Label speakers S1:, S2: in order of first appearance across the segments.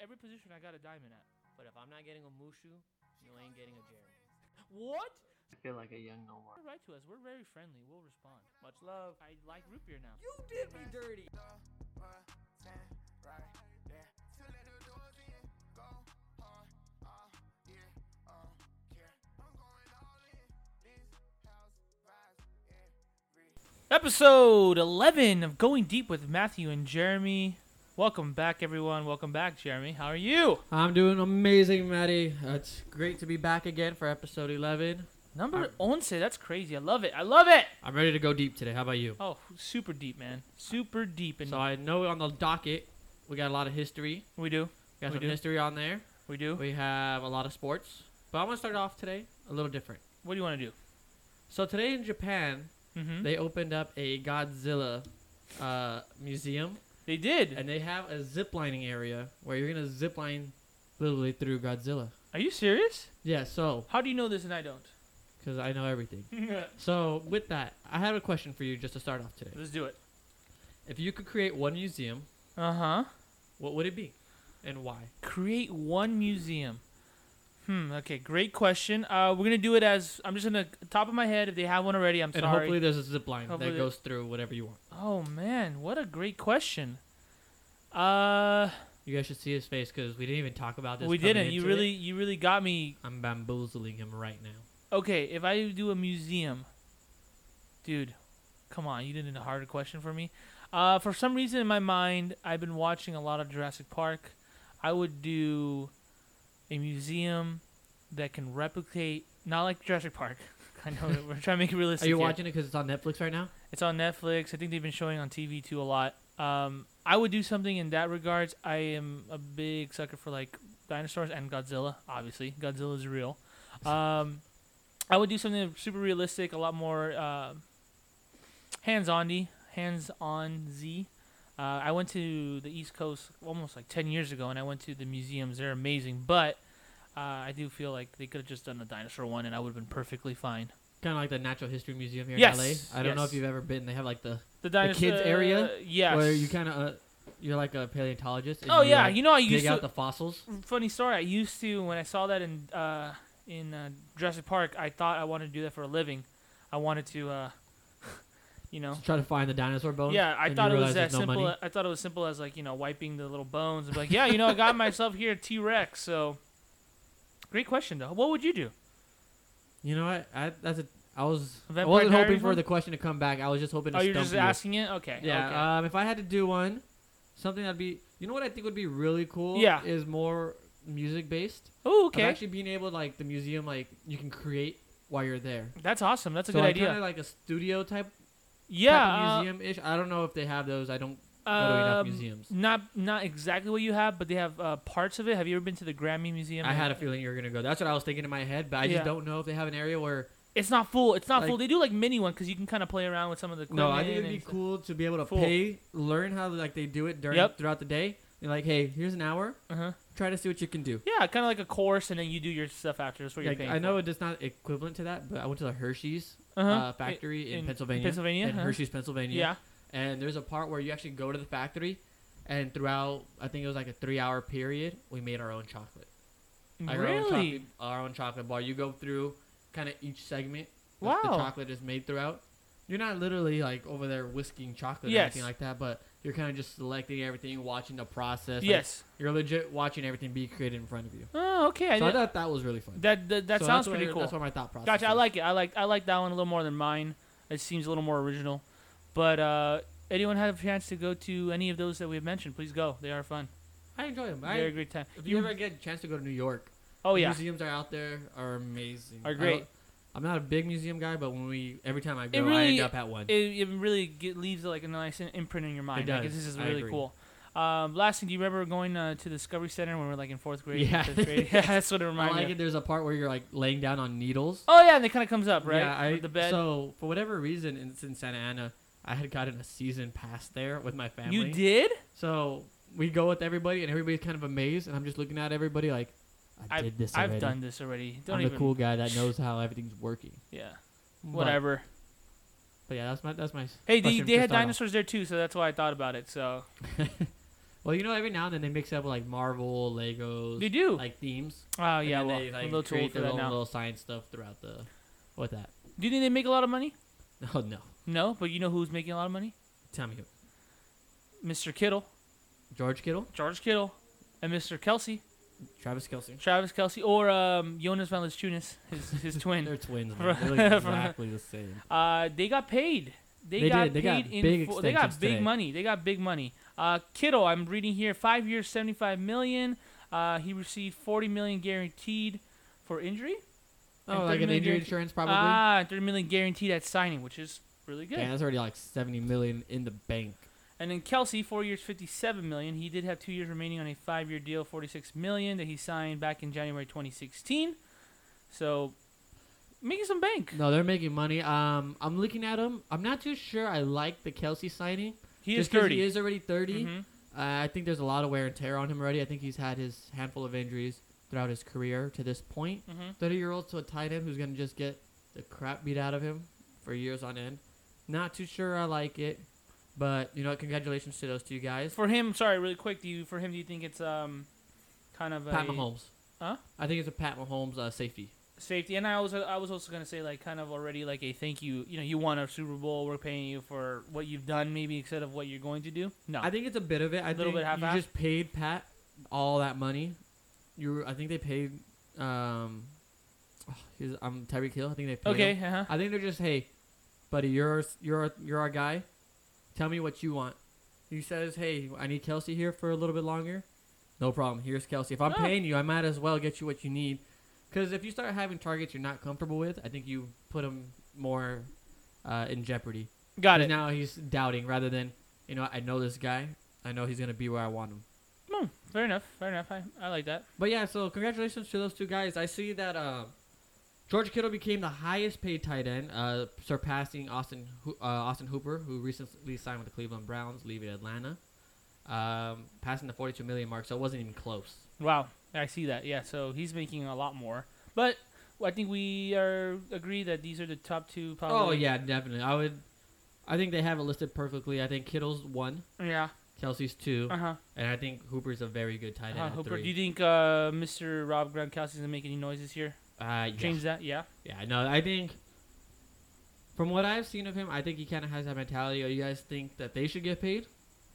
S1: every position I got a diamond at.
S2: But if I'm not getting a Mushu, you ain't getting a Jerry.
S1: What?
S3: I feel like a young Nomar.
S1: Write to us. We're very friendly. We'll respond. Much love. I like root beer now.
S2: You did me dirty.
S4: the one ten right there. To let the doors in, go hard, uh, all year, um, care. I'm going all in. This house vibes every.
S1: Episode 11 of Going Deep with Matthew and Jeremy. Welcome back, everyone. Welcome back, Jeremy. How are you?
S5: I'm doing amazing, Maddie. It's great to be back again for episode 11.
S1: Number 11. That's crazy. I love it. I love it.
S5: I'm ready to go deep today. How about you?
S1: Oh, super deep, man. Super deep. And
S5: So I know on the docket we got a lot of history.
S1: we do.
S5: We got
S1: We
S5: some
S1: do.
S5: history on there.
S1: We do.
S5: We have a lot of sports. But I'm gonna start off today a little different.
S1: What do you want to do?
S5: So today in Japan,
S1: Mm-hmm. They,
S5: they opened up a Godzilla uh, museum,
S1: did.
S5: and they have a ziplining area where you're gonna zipline literally through Godzilla.
S1: Are you serious?
S5: Yeah. So,
S1: How do you know this and I don't?
S5: because I know everything. So with that, I have a question for you just to start off today.
S1: Let's do it.
S5: If you could create one museum,
S1: Uh huh.
S5: what would it be, and why?
S1: Create one museum. Hmm. Okay. Great question. Uh, we're gonna do it as I'm just gonna top of my head. If they have one already, I'm
S5: And
S1: sorry.
S5: hopefully there's a zip line
S1: Hopefully
S5: that
S1: there-
S5: goes through whatever you want.
S1: oh man, what a great question. Uh,
S5: You guys should see his face because we didn't even talk about this.
S1: we
S5: coming
S1: didn't. You
S5: into
S1: really,
S5: it.
S1: you really got me.
S5: I'm bamboozling him right now.
S1: Okay. If I do a museum, dude, come on. You didn't a harder question for me. Uh, for some reason in my mind, I've been watching a lot of Jurassic Park. I would do a museum that can replicate, not like Jurassic Park. I know that we're trying to make it realistic.
S5: Are you
S1: here.
S5: watching it because it's on Netflix right now?
S1: It's on Netflix. I think they've been showing on TV too a lot. Um, I would do something in that regards. I am a big sucker for like dinosaurs and Godzilla. Obviously, Godzilla is real. Um, I would do something super realistic, a lot more uh, hands on hands on z. Uh, I went to the East Coast almost like ten years ago, and I went to the museums. They're amazing, but uh, I do feel like they could have just done a dinosaur one, and I would have been perfectly fine.
S5: Kind of like the Natural History Museum here
S1: Yes,
S5: in LA. I don't know
S1: yes.
S5: if you've ever been. They have like the
S1: The dinosaur uh,
S5: kids area?
S1: yes.
S5: where you kind of uh, you're like a paleontologist. And
S1: Oh
S5: you,
S1: yeah,
S5: like,
S1: you know I
S5: dig
S1: used
S5: out
S1: to. Mm,
S5: the fossils.
S1: funny story. I used to when I saw that in uh, in uh, Jurassic Park, I thought I wanted to do that for a living. I wanted to, uh, you know.
S5: to Try to find the dinosaur bones.
S1: Yeah, I
S5: and you
S1: thought it was
S5: realize
S1: that
S5: there's no
S1: simple.
S5: money.
S1: I thought it was simple as like you know wiping the little bones. and be like, yeah, you know, I got myself here a T Rex. So, great question though. What would you do?
S5: You know what? I, that's a. I was.
S1: Of
S5: I
S1: Vampire
S5: wasn't hoping
S1: Diaries
S5: for
S1: one?
S5: the question to come back. I was just hoping to
S1: Oh, you're
S5: stump
S1: just
S5: you.
S1: asking it. Okay.
S5: Yeah.
S1: okay.
S5: Um, if I had to do one, something that'd be. You know what I think would be really cool.
S1: Yeah.
S5: Is more music based.
S1: oh,
S5: Of
S1: okay.
S5: actually being able to, like the museum like you can create while you're there.
S1: That's awesome. That's a
S5: so
S1: good
S5: like, Kind
S1: idea.
S5: of like a studio type.
S1: yeah. uh,
S5: Museum ish. I don't know if they have those. I don't go to enough
S1: um,
S5: museums.
S1: not not exactly what you have, but they have uh, parts of it. Have you ever been to the Grammy Museum?
S5: I had a feeling you were gonna go. That's what I was thinking in my head, but I
S1: Yeah.
S5: just don't know if they have an area where.
S1: It's not full. It's not
S5: Like-
S1: full. They do like mini one because you can kind of play around with some of the.
S5: No, I think
S1: equipment
S5: it'd be
S1: and stuff.
S5: cool to be able to
S1: Full.
S5: pay, learn how like they do it during
S1: Yep.
S5: throughout the day. You're like, hey, here's an hour.
S1: Uh-huh.
S5: Try to see what you can do.
S1: Yeah, kind of like a course, and then you do your stuff after. That's what
S5: Like,
S1: you're paying.
S5: I know
S1: for.
S5: it's not equivalent to that, but I went to the Hershey's
S1: Uh-huh.
S5: uh, factory in,
S1: in
S5: Pennsylvania.
S1: Pennsylvania,
S5: in
S1: huh?
S5: Hershey's, Pennsylvania.
S1: Yeah.
S5: And there's a part where you actually go to the factory, and throughout I think it was like a three-hour period, we made our own chocolate. Like, Our own chocolate,
S1: Really?
S5: our own chocolate bar. You go through kind of each segment. that The
S1: Wow.
S5: chocolate is made throughout. You're not literally like over there whisking chocolate or
S1: Yes.
S5: anything like that, but you're kind of just selecting everything, watching the process. Like,
S1: Yes.
S5: you're legit watching everything be created in front of you.
S1: Oh, okay. I
S5: So I
S1: did-
S5: thought that was really fun.
S1: that that, that
S5: So
S1: sounds
S5: that's what
S1: pretty
S5: I-
S1: cool.
S5: That's what my thought process.
S1: Gotcha. I
S5: was.
S1: like it. I like I like that one a little more than mine. It seems a little more original. But uh, anyone have a chance to go to any of those that we've mentioned, please go. They are fun.
S5: I enjoy them. I,
S1: They're a great time.
S5: if you, ever get a chance to go to New York,
S1: oh yeah,
S5: museums are out there are amazing.
S1: Are
S5: I
S1: great.
S5: don't- I'm not a big museum guy, but when we every time I go, I
S1: really-
S5: end up at one.
S1: it, it really get, leaves like a nice im- imprint in your mind. Like,
S5: does.
S1: this is
S5: I
S1: really
S5: agree.
S1: cool. Um, last thing, do you remember going uh, to Discovery Center when we were like in fourth grade?
S5: Yeah.
S1: fifth grade? yeah that's what it
S5: I
S1: reminded me.
S5: like
S1: of.
S5: it. There's a part where you're like laying down on needles.
S1: Oh yeah, and it kind of comes up right
S5: Yeah, I,
S1: with the bed.
S5: So for whatever reason, it's in Santa Ana. I had gotten a season pass there with my family.
S1: you did?
S5: So we go with everybody, and everybody's kind of amazed, and I'm just looking at everybody like, I
S1: I've,
S5: did this.
S1: I've
S5: already.
S1: done this already. Don't
S5: I'm
S1: even.
S5: the cool guy that knows how everything's working.
S1: Yeah.
S5: But-
S1: Whatever.
S5: But, yeah, that's my that's my.
S1: Hey, they,
S5: question
S1: they
S5: to
S1: had
S5: start off.
S1: dinosaurs there too, so that's why I thought about it. So
S5: Well, you know, every now and then they mix it up with like Marvel, Legos,
S1: They do.
S5: like themes.
S1: Oh yeah,
S5: and
S1: well,
S5: then they,
S1: a
S5: like,
S1: little too old
S5: create
S1: for
S5: their
S1: that
S5: own
S1: now.
S5: little science stuff throughout the. What that?
S1: Do you think they make a lot of money?
S5: Oh no,
S1: No, but you know who's making a lot of money?
S5: tell me who?
S1: Mr. Kittle,
S5: George Kittle,
S1: George Kittle, and Mr. Kelsey,
S5: Travis Kelsey.
S1: Travis Kelsey, or um, Jonas Valanciunas, his his twin.
S5: They're twins.
S1: From-
S5: Man. They look
S1: from-
S5: exactly the same.
S1: Uh, they got paid. They,
S5: They
S1: got
S5: did. They got
S1: paid in
S5: big
S1: full. They got
S5: extensions
S1: big
S5: today.
S1: money. They got big money. Uh, Kittle, I'm reading here, five years, seventy-five million. Uh, he received forty million guaranteed for injury. And
S5: Oh, like
S1: 30
S5: an
S1: million
S5: injury
S1: guarantee-
S5: insurance probably.
S1: Ah, and thirty million guaranteed at signing, which is really good.
S5: Damn, that's already like seventy million in the bank.
S1: And then Kelsey, four years, fifty-seven million. He did have two years remaining on a five-year deal, forty-six million that he signed back in January 2016. So, making some bank.
S5: No, they're making money. Um, I'm looking at him. I'm not too sure. I like the Kelsey signing.
S1: He
S5: Just
S1: is
S5: 'cause
S1: thirty.
S5: He is already 30
S1: Mhm.
S5: Uh, I think there's a lot of wear and tear on him already. I think he's had his handful of injuries throughout his career to this point.
S1: Mhm.
S5: 30 year old to a tight end who's going to just get the crap beat out of him for years on end. Not too sure I like it, but you know, what, congratulations to those two guys.
S1: For him, sorry, really quick. Do you for him? Do you think it's um, kind of
S5: Pat
S1: a
S5: Mahomes.
S1: Huh?
S5: I think it's a Pat Mahomes uh, safety.
S1: safety? And I was I was also gonna say like kind of already like a thank you. You know, you won a Super Bowl. We're paying you for what you've done, maybe instead of what you're going to do. No,
S5: I think it's a bit of it. I
S1: Little
S5: think
S1: bit
S5: you
S1: half-half?
S5: just paid Pat all that money. You, were- I think they paid. Um, he's, I'm Tyreek Hill. I think they paid. him.
S1: okay. Uh-huh.
S5: I think they're just, hey, buddy, you're you're you're our guy. Tell me what you want. He says, hey, I need Kelsey here for a little bit longer. No problem. Here's Kelsey. If I'm
S1: Oh.
S5: paying you, I might as well get you what you need. Because if you start having targets you're not comfortable with, I think you put them more uh, in jeopardy.
S1: Got
S5: 'Cause
S1: it.
S5: Now he's doubting rather than, you know, I know this guy. I know he's gonna be where I want him.
S1: Hmm, fair enough. Fair enough. I, I like that.
S5: But yeah, so congratulations to those two guys. I see that uh, George Kittle became the highest paid tight end, uh, surpassing Austin Ho- uh, Austin Hooper, who recently signed with the Cleveland Browns, leaving Atlanta, um, passing the 42 million mark. So it wasn't even close.
S1: Wow, I see that. Yeah, so he's making a lot more. But I think we are agree that these are the top two.
S5: Oh
S1: Probably.
S5: yeah, definitely. I would. I think they have it listed perfectly. I think Kittle's one,
S1: yeah.
S5: Kelsey's two,
S1: Uh huh.
S5: and I think Hooper's a very good tight end.
S1: Uh,
S5: at
S1: Hooper, do
S5: three.
S1: you think uh, Mr. Rob Gronkowski's gonna make any noises here?
S5: uh, yeah.
S1: Change that? Yeah.
S5: Yeah, no, I think from what I've seen of him, I think he kind of has that mentality. Oh, you guys think that they should get paid?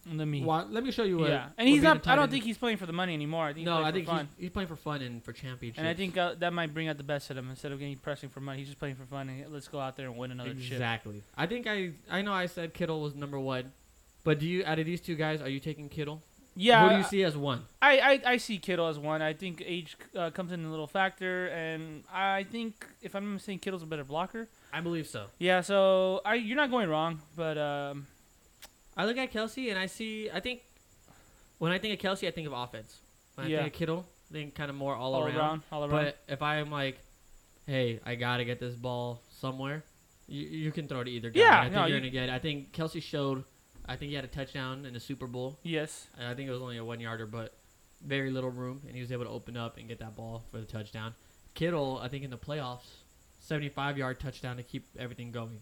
S1: Let me.
S5: Why, let me show you what.
S1: Yeah,
S5: what
S1: and he's
S5: being a
S1: not.
S5: tight
S1: I don't
S5: end-
S1: think he's playing for the money anymore. I think
S5: no,
S1: he's
S5: I
S1: playing
S5: think
S1: for fun.
S5: he's, he's playing for fun and for championships.
S1: and I think uh, that might bring out the best in him instead of getting pressing for money. He's just playing for fun. And let's go out there and win another chip.
S5: exactly. I think I I know I said Kittle was number one, but do you out of these two guys, are you taking Kittle?
S1: Yeah.
S5: Who do you see as one?
S1: I, I, I see Kittle as one. I think age uh, comes in a little factor, and I think if I'm not mistaken, Kittle's a better blocker.
S5: I believe so.
S1: Yeah, so I you're not going wrong, but um,
S5: I look at Kelsey and I see. I think when I think of Kelsey, I think of offense. When I
S1: Yeah.
S5: think of Kittle, I think kind of more all,
S1: all, around,
S5: around.
S1: all around.
S5: But if I'm like, hey, I gotta get this ball somewhere, you, you can throw it to either guy.
S1: Yeah,
S5: I think
S1: no,
S5: you're
S1: you-
S5: gonna get. I think Kelsey showed. I think he had a touchdown in the Super Bowl.
S1: yes,
S5: And I think it was only a one yarder, but very little room, and he was able to open up and get that ball for the touchdown. Kittle, I think in the playoffs, 75 yard touchdown to keep everything going.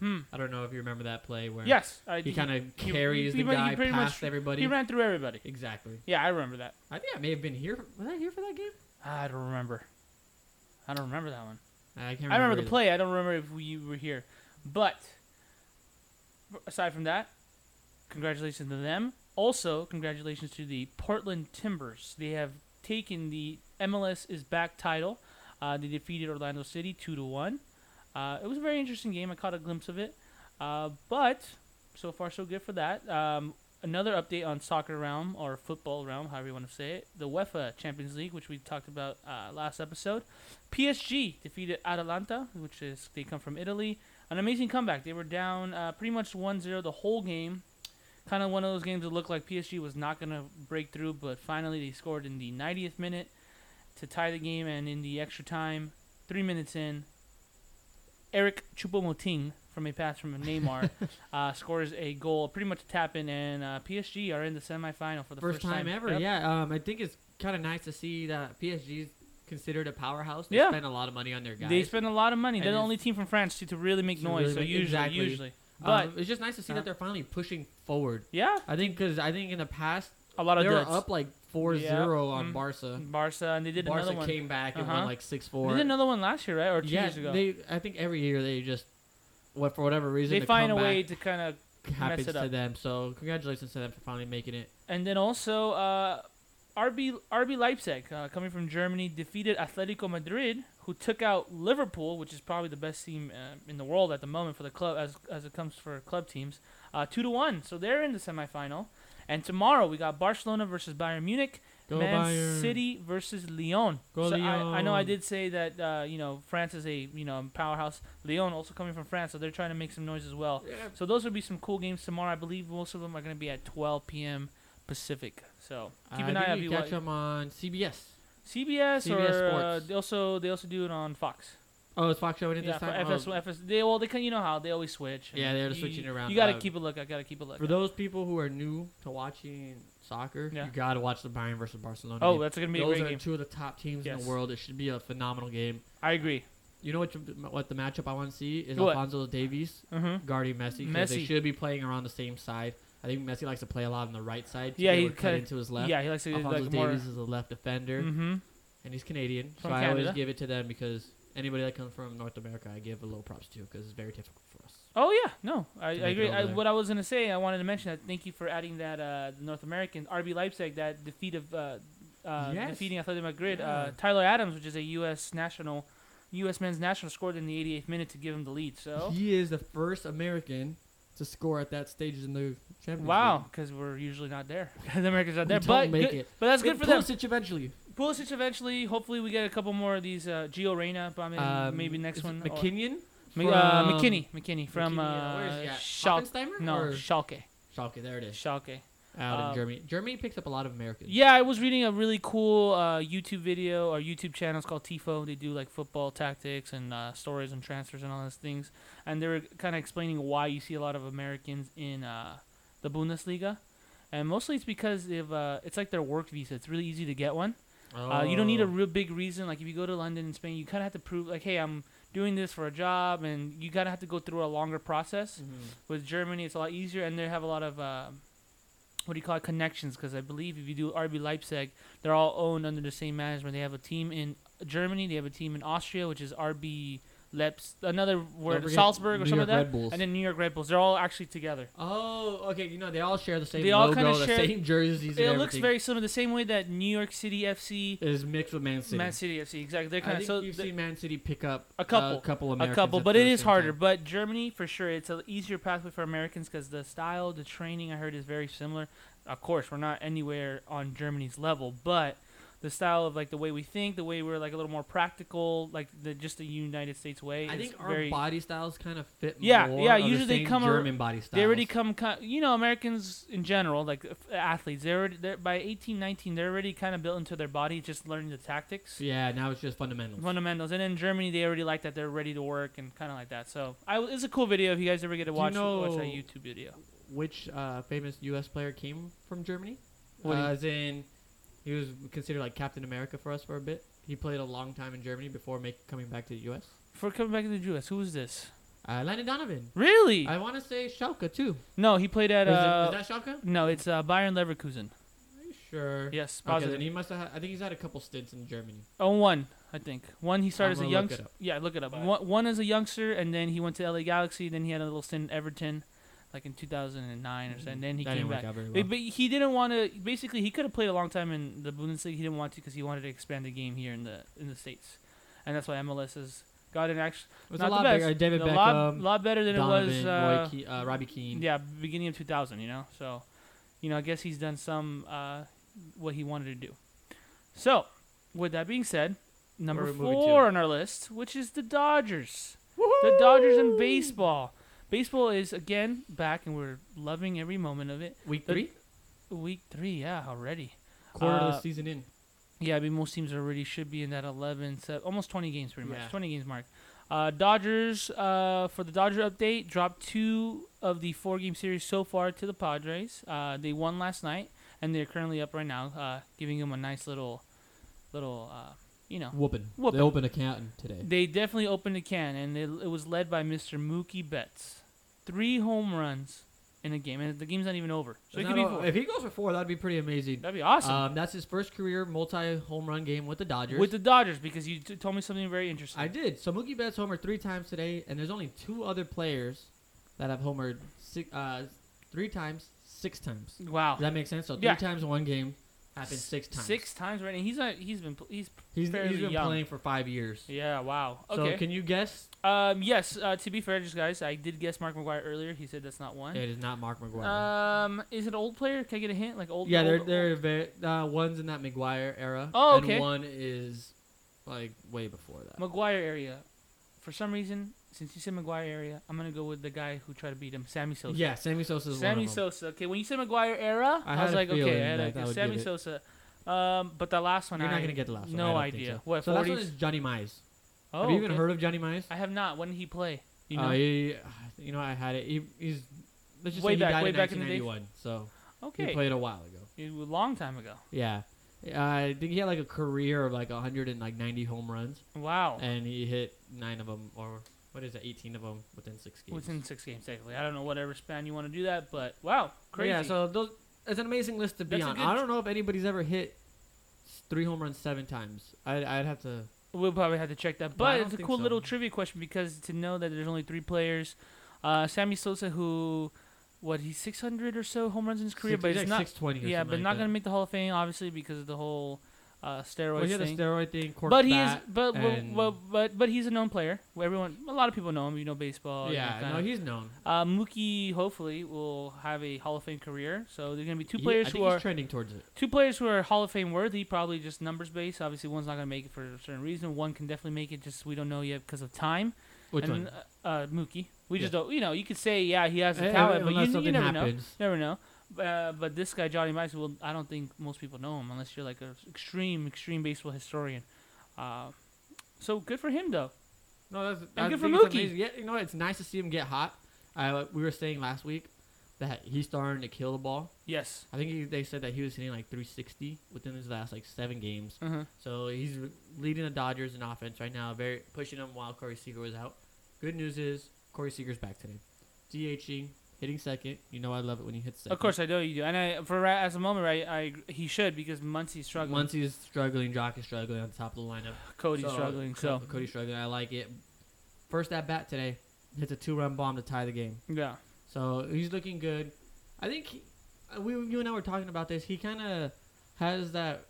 S1: hmm.
S5: I don't know if you remember that play where
S1: yes, I,
S5: he kind of
S1: he-
S5: carries
S1: he
S5: the
S1: ran- he
S5: guy
S1: pretty much-
S5: past everybody.
S1: he ran through everybody.
S5: exactly.
S1: Yeah, I remember that.
S5: I think I may have been here. Was I here for that game?
S1: I don't remember. I don't remember that one.
S5: I can't remember.
S1: I remember the
S5: either.
S1: play. I don't remember if we were here, but aside from that, congratulations to them. Also, congratulations to the Portland Timbers. They have taken the MLS is back title. Uh, they defeated Orlando City two to one. Uh, it was a very interesting game. I caught a glimpse of it, uh, but so far so good for that. Um, another update on soccer realm or football realm, however you want to say it. The UEFA Champions League, which we talked about uh, last episode. PSG defeated Atalanta, which is they come from Italy. An amazing comeback. They were down uh, pretty much 1-0 the whole game. Kind of one of those games that looked like PSG was not going to break through, but finally they scored in the 90th minute to tie the game, and in the extra time, three minutes in, Eric Choupo-Moting from a pass from Neymar uh, scores a goal, pretty much a tap in, and uh, PSG are in the semifinal for the
S5: first,
S1: first,
S5: time, ever.
S1: Yep.
S5: Yeah, um, I think it's kind of nice to see that PSG's considered a powerhouse. They
S1: Yeah.
S5: spend a lot of money on their guys.
S1: They spend a lot of money. They're
S5: And
S1: the
S5: it's-
S1: only team from France to, to really make
S5: To
S1: noise.
S5: really
S1: so
S5: make-
S1: usually,
S5: exactly.
S1: usually, but
S5: Um, it's just nice to see
S1: Uh-huh.
S5: that they're finally pushing forward.
S1: yeah,
S5: I think because I think in the past
S1: a lot of
S5: they were
S1: duds.
S5: up like 4-0 on
S1: Mm.
S5: Barca.
S1: Barca and they did
S5: Barca
S1: another one.
S5: came back and
S1: Uh-huh.
S5: won like six four.
S1: They did another one last year, right, or two
S5: yeah,
S1: years ago.
S5: they. I think every year they just, what for whatever reason,
S1: They
S5: the
S1: find a
S5: comeback
S1: way to kind of
S5: happens
S1: it
S5: to
S1: up.
S5: them. So congratulations to them for finally making it.
S1: And then also, uh, RB RB Leipzig, uh, coming from Germany, defeated Atletico Madrid, who took out Liverpool, which is probably the best team uh, in the world at the moment for the club as as it comes for club teams, uh, two to one. So they're in the semifinal. And tomorrow we got Barcelona versus Bayern Munich,
S5: Go
S1: Man
S5: Bayern.
S1: City versus Lyon.
S5: Go
S1: so I, I know I
S5: Lyon.
S1: did say that uh, you know France is a you know powerhouse. Lyon also coming from France, so they're trying to make some noise as well. So those will be some cool games tomorrow. I believe most of them are going to be at 12 p.m. Pacific. So keep
S5: Uh, I
S1: an eye
S5: think
S1: out.
S5: you
S1: if you
S5: catch
S1: wa-
S5: them on CBS.
S1: CBS,
S5: CBS
S1: or uh,
S5: Sports.
S1: they also they also do it on Fox.
S5: Oh, it's Fox showing it
S1: Yeah,
S5: this
S1: for
S5: time.
S1: FS,
S5: Oh.
S1: FS, they well they can you know how they always switch.
S5: Yeah,
S1: and
S5: they're
S1: you-
S5: switching around.
S1: You got to
S5: Uh,
S1: keep a look. I got to keep a look.
S5: For those people who are new to watching soccer,
S1: Yeah.
S5: you gotta watch the Bayern versus Barcelona.
S1: oh,
S5: game.
S1: that's going to be a
S5: those
S1: great
S5: are
S1: game.
S5: two of the top teams in
S1: Yes.
S5: the world. It should be a phenomenal game.
S1: I agree.
S5: You know what? you- What the matchup I want to see is
S1: What?
S5: Alfonso Davies
S1: hmm
S5: guarding Messi. 'cause They
S1: Messi.
S5: should be playing around the same side. I think Messi likes to play a lot on the right side. To
S1: Yeah,
S5: be
S1: he
S5: able to cut
S1: kinda-
S5: into his left.
S1: Yeah, he likes to
S5: Alfonso
S1: like more.
S5: Davies is a left defender,
S1: hmm
S5: and he's Canadian, so
S1: From
S5: I always
S1: Canada.
S5: give it to them because anybody that comes from North America, I give a little props to because it's very difficult for us.
S1: Oh yeah, no, I, I
S5: To make it
S1: agree.
S5: over
S1: I,
S5: there.
S1: what I was gonna say, I wanted to mention that. Thank you for adding that uh, North American RB Leipzig that defeat of uh, uh,
S5: Yes.
S1: defeating Atletico Madrid. Uh,
S5: Yeah.
S1: Tyler Adams, which is a U.S. national, U.S. men's national, scored in the 88th minute to give him the lead. So
S5: He is the first American to score at that stage in the Champions
S1: wow, because we're usually not there. the Americans not
S5: We
S1: there,
S5: don't
S1: but
S5: make
S1: good-
S5: it.
S1: but that's good for them.
S5: eventually.
S1: Pulisic eventually, hopefully, we get a couple more of these. Uh, Gio Reyna, but I mean,
S5: Um,
S1: maybe next one. or-
S5: McKinnon?
S1: Mi- uh,
S5: from-
S1: McKinney, McKinney from
S5: McKinney, where is he
S1: uh,
S5: at?
S1: Schalke.
S5: Hoffenheimer
S1: No,
S5: or-
S1: Schalke,
S5: Schalke, there it is.
S1: Schalke.
S5: Out
S1: Um,
S5: in Germany. Germany picks up a lot of Americans.
S1: Yeah, I was reading a really cool uh, YouTube video or YouTube channel. It's called Tifo. They do like football tactics and uh, stories and transfers and all those things. And they were kind of explaining why you see a lot of Americans in uh, the Bundesliga. And mostly it's because of, uh, it's like their work visa. It's really easy to get one. Uh, you don't need a
S5: Oh.
S1: real big reason. Like if you go to London and Spain, you kind of have to prove like, hey, I'm doing this for a job, and you gotta have to go through a longer
S5: Oh.
S1: process.
S5: Mm-hmm.
S1: With Germany, it's a lot easier, and they have a lot of uh, what do you call it connections? Because I believe if you do RB Leipzig, they're all owned under the same management. They have a team in Germany, they have a team in Austria, which is RB Leipzig, another
S5: Don't
S1: word
S5: forget
S1: Salzburg or
S5: New
S1: some of
S5: York
S1: that,
S5: Red Bulls.
S1: and then New York Red Bulls. They're all actually together.
S5: Oh, okay. You know they all share the same
S1: They all
S5: logo,
S1: kinda
S5: the
S1: share-
S5: same jerseys.
S1: it
S5: and
S1: looks
S5: everything.
S1: very similar, the same way that New York City FC,
S5: It is mixed with Man City.
S1: Man City FC, exactly. They're
S5: I
S1: kind of
S5: think
S1: so
S5: you've
S1: the-
S5: seen Man City pick up
S1: A couple.
S5: a couple
S1: a
S5: Americans.
S1: couple,
S5: at
S1: but
S5: the
S1: it is
S5: same
S1: harder.
S5: time.
S1: But Germany, for sure, it's an easier pathway for Americans because the style, the training, I heard is very similar. Of course, we're not anywhere on Germany's level, but the style of like the way we think, the way we're like a little more practical, like the just the United States way.
S5: I
S1: is
S5: think our
S1: very,
S5: body styles kind of fit.
S1: Yeah,
S5: more
S1: yeah,
S5: of the
S1: usually they
S5: same
S1: come ar-
S5: German body styles.
S1: they already come, ki- you know, Americans in general, like f- athletes. They're, already, they're by eighteen, nineteen, they're already kind of built into their body, just learning the tactics.
S5: Yeah, now it's just fundamentals.
S1: Fundamentals, and in Germany they already like that they're ready to work and kind of like that. So I, it's a cool video if you guys ever get to
S5: Do you
S1: watch watch
S5: know-
S1: that YouTube video.
S5: Which uh, famous U.S. player came from Germany? Uh,
S1: What do you-
S5: as in, he was considered like Captain America for us for a bit. He played a long time in Germany before make, coming back to the U.S.
S1: For coming back to the U.S., who was this?
S5: Uh, Landon Donovan.
S1: Really?
S5: I want to say Schalke too.
S1: no, he played at.
S5: Is it-
S1: Uh,
S5: is that Schalke?
S1: no, it's uh, Bayern Leverkusen.
S5: Are you sure?
S1: Yes,
S5: Okay,
S1: positive.
S5: then he must have. Had, I think he's had a couple stints in Germany.
S1: Oh, one, I think. One, he started
S5: I'm
S1: as a
S5: gonna look it
S1: youngster.
S5: up.
S1: Yeah, look it up.
S5: But-
S1: One, one as a youngster, and then he went to LA Galaxy. Then he had a little stint in Everton, like in 2009 or so. And then he
S5: Mm-hmm. That
S1: came
S5: didn't work
S1: back.
S5: out very
S1: But-
S5: well.
S1: But he didn't want to. Basically, he could have played a long time in the Bundesliga. He didn't want to because he wanted to expand the game here in the in the states, and that's why MLS has got an actually
S5: It was
S1: not
S5: a lot
S1: the best.
S5: bigger. David
S1: a
S5: Beckham,
S1: lot, lot better than
S5: Donovan,
S1: it was.
S5: Roy
S1: Uh,
S5: Keane, uh, Robbie Keane.
S1: yeah, beginning of 2000, you know? So, you know, I guess he's done some, uh, what he wanted to do. So, with that being said, number
S5: Where are we moving
S1: four
S5: to?
S1: on our list, which is the Dodgers. The Dodgers in baseball. Baseball is, again, back, and we're loving every moment of it.
S5: Week
S1: The-
S5: three,
S1: Week three, yeah, already.
S5: quarter of
S1: uh,
S5: the season in.
S1: Yeah, I mean, most teams already should be in that 11, se- almost 20 games, pretty
S5: Yeah.
S1: much. 20 games mark. Uh, Dodgers, uh, for the Dodger update, dropped two of the four game series so far to the Padres. Uh, they won last night, and they're currently up right now, uh, giving them a nice little, little, uh, you know.
S5: Whooping.
S1: Whooping.
S5: They opened a can today.
S1: They definitely opened the can, and it, it was led by Mr. Mookie Betts. Three home runs, in a game, and the game's not even over. So it
S5: Not
S1: could be
S5: all-
S1: four.
S5: If he goes for four, that'd be pretty amazing.
S1: That'd be awesome
S5: Um, that's his first career multi home run game with the Dodgers.
S1: with the Dodgers because you t- told me something very interesting.
S5: I did. So Mookie Betts homered three times today, and there's only two other players that have homered six, uh, three times, six times.
S1: wow,
S5: Does that make sense? So three
S1: Yeah.
S5: times in one game happened
S1: S-
S5: six times.
S1: Six times right, and he's not. He's been. pl- He's.
S5: He's, he's
S1: fairly
S5: been
S1: young.
S5: playing for five years.
S1: Yeah. Wow.
S5: So
S1: Okay.
S5: can you guess?
S1: Um, yes. Uh, to be fair, just guys, I did guess Mark McGuire earlier. He said that's not one.
S5: It is not Mark McGuire.
S1: Um, is it old player? Can I get a hint? Like old.
S5: yeah, they're
S1: old-
S5: they're very, uh, one's in that McGuire era.
S1: Oh,
S5: And
S1: okay.
S5: one is like way before that.
S1: McGuire area. For some reason, since you said McGuire area, I'm gonna go with the guy who tried to beat him, Sammy Sosa.
S5: yeah, Sammy Sosa is
S1: Sammy
S5: one of them.
S1: Sosa. Okay, when you said McGuire era,
S5: I
S1: I,
S5: had
S1: was
S5: a
S1: like,
S5: feeling
S1: okay, I had
S5: that
S1: a-
S5: that would
S1: Sammy
S5: get it.
S1: Sosa. Um, but the last one,
S5: You're
S1: I,
S5: not gonna get the last one. I
S1: No
S5: don't think
S1: idea.
S5: so.
S1: What?
S5: So last one
S1: 40s?
S5: is Johnny Mize.
S1: oh,
S5: have you even
S1: okay.
S5: heard of Johnny Mize?
S1: I have not. When did he play? You know.
S5: Uh, he, you know, I had it. He, he's let's just
S1: Way
S5: say he
S1: back-
S5: died
S1: way
S5: in
S1: back in the day.
S5: 1991, so
S1: okay.
S5: he played a while ago.
S1: It was a long time ago.
S5: Yeah, Uh, I think he had like a career of like 100 and like 90 home runs,
S1: Wow.
S5: and he hit nine of them, or what is it, 18 of them within six games.
S1: Within six games, technically. I don't know whatever span you want to do that, but wow,
S5: But
S1: crazy.
S5: Yeah, so those it's an amazing list to be
S1: That's a
S5: on.
S1: good-
S5: I don't know if anybody's ever hit s- three home runs seven times. I'd, I'd have to.
S1: We'll probably have to check that.
S5: No,
S1: But
S5: I don't
S1: it's a
S5: think
S1: cool
S5: so.
S1: little trivia question because to know that there's only three players, uh, Sammy Sosa, who, what he's 600 or so home runs in his career,
S5: six-
S1: but
S5: he's
S1: it's not.
S5: like 620 or
S1: Yeah,
S5: something
S1: but
S5: like
S1: not
S5: that.
S1: gonna make the Hall of Fame obviously because of the whole uh, steroids
S5: Well, he had a
S1: thing.
S5: steroid thing. corked
S1: but he is,
S5: bat,
S1: but well,
S5: and-
S1: well, but but he's a known player. Everyone, a lot of people know him. You know baseball. you know,
S5: yeah,
S1: Oh, kinda-
S5: no, he's known.
S1: Uh, Mookie hopefully will have a Hall of Fame career. So there's gonna be two
S5: He-
S1: players
S5: I
S1: who
S5: think
S1: are
S5: he's trending towards it.
S1: two players who are Hall of Fame worthy. Probably just numbers based. Obviously, one's not gonna make it for a certain reason. One can definitely make it. Just we don't know yet because of time.
S5: Which
S1: and,
S5: one?
S1: Uh, uh, Mookie. We just
S5: Yeah.
S1: don't. You know, you could say yeah, he has
S5: Eh,
S1: the talent, but
S5: unless
S1: you, you
S5: something
S1: never know.
S5: happens.
S1: Never know. Uh, but this guy Johnny Max will. I don't think most people know him unless you're like an extreme, extreme baseball historian. Uh, so good for him though.
S5: No, that's
S1: And
S5: I
S1: good for
S5: think it's
S1: Mookie.
S5: amazing. Yeah, you know what? it's nice to see him get hot. I we were saying last week that he's starting to kill the ball.
S1: Yes.
S5: I think he, they said that he was hitting like 360 within his last like seven games.
S1: Uh-huh.
S5: So he's leading the Dodgers in offense right now, very pushing them while Corey Seager was out. Good news is Corey Seager's back today, DHing, hitting second. You know I love it when he hits second.
S1: Of course, I know you do, and I for right- as a moment, right? I agree- he should because Muncie's struggling,
S5: Once he's struggling, Jock is struggling on top of the lineup.
S1: Cody's
S5: So,
S1: struggling.
S5: Co-
S1: So
S5: Cody's struggling. I like it. First at bat today, hits a two-run bomb to tie the game.
S1: yeah,
S5: So he's looking good. I think he, uh, we you and I were talking about this. He kind of has that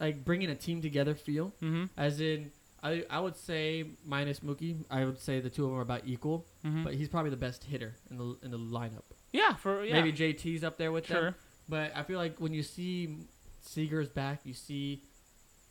S5: like bringing a team together feel,
S1: mm-hmm,
S5: as in I I would say minus Mookie, I would say the two of them are about equal,
S1: mm-hmm.
S5: but he's probably the best hitter in the in the lineup.
S1: yeah, for yeah,
S5: Maybe JT's up there with them,
S1: sure,
S5: but I feel like when you see Seager's back, you see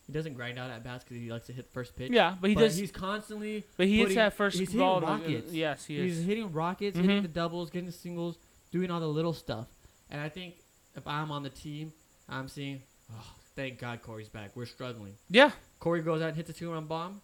S5: he doesn't grind out at bats because he likes to hit first pitch.
S1: yeah, but he
S5: but
S1: does,
S5: He's constantly
S1: but he hits
S5: putting-
S1: that first
S5: he's hitting
S1: ball. to- uh,
S5: rockets.
S1: yes, he
S5: He's
S1: is.
S5: hitting rockets, hitting
S1: Mhm.
S5: the doubles, getting the singles, doing all the little stuff. And I think if I'm on the team, I'm seeing, oh, thank God Corey's back. We're struggling.
S1: yeah,
S5: Corey goes out and hits a two run bomb.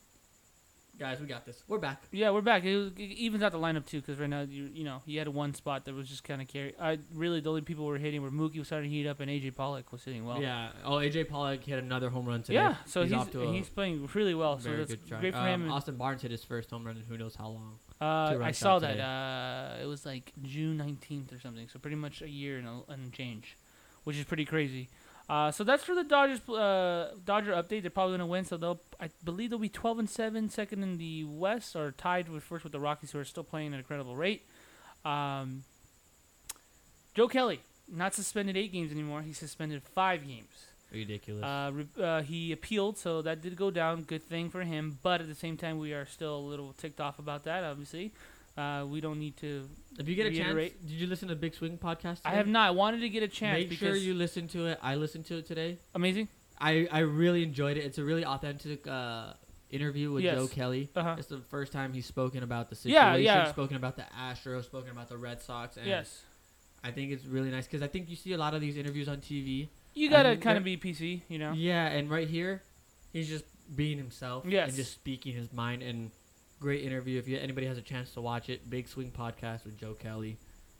S5: Guys, we got this. We're back.
S1: Yeah, we're back. It, was, it evens out the lineup too, because right now you you know you had one spot that was just kind of carry. I really the only people who were hitting were Mookie was starting to heat up and AJ Pollock was hitting well.
S5: yeah. Oh, AJ Pollock hit another home run today.
S1: yeah. So he's
S5: he's
S1: he's,
S5: off to a
S1: playing really well. So
S5: very
S1: that's
S5: good try.
S1: great for
S5: Um,
S1: him.
S5: Austin Barnes hit his first home run in who knows how long.
S1: Uh,
S5: two-run
S1: I
S5: shot
S1: saw
S5: today.
S1: that. Uh, it was like June nineteenth or something. So pretty much a year and, a, and change, which is pretty crazy. Uh, so that's for the Dodgers. Uh, Dodger update. They're probably gonna win. So they'll, I believe, they'll be twelve and seven, second in the West, or tied with first with the Rockies, who are still playing at an incredible rate. Um, Joe Kelly not suspended eight games anymore. He's suspended five games.
S5: Ridiculous.
S1: Uh, re- uh, he appealed, so that did go down. Good thing for him. But at the same time, we are still a little ticked off about that. Obviously, uh, we don't need to.
S5: if you get a chance,
S1: reiterate-
S5: did you listen to Big Swing podcast?
S1: I
S5: today?
S1: have not. I wanted to get a chance
S5: Make
S1: because
S5: sure you listen to it. I listened to it today.
S1: amazing.
S5: I, I really enjoyed it. It's a really authentic uh, interview with
S1: Yes.
S5: Joe Kelly.
S1: Uh-huh.
S5: It's the first time he's spoken about the situation,
S1: Yeah, yeah.
S5: spoken about the Astros, spoken about the Red Sox. And
S1: Yes,
S5: I think it's really nice because I think you see a lot of these interviews on TV.
S1: you
S5: I
S1: gotta
S5: mean,
S1: kind
S5: there-
S1: of be PC, you know.
S5: Yeah, and right here, he's just being himself
S1: Yes.
S5: and just speaking his mind. And great interview. If you, anybody has a chance to watch it, Big Swing Podcast with Joe Kelly.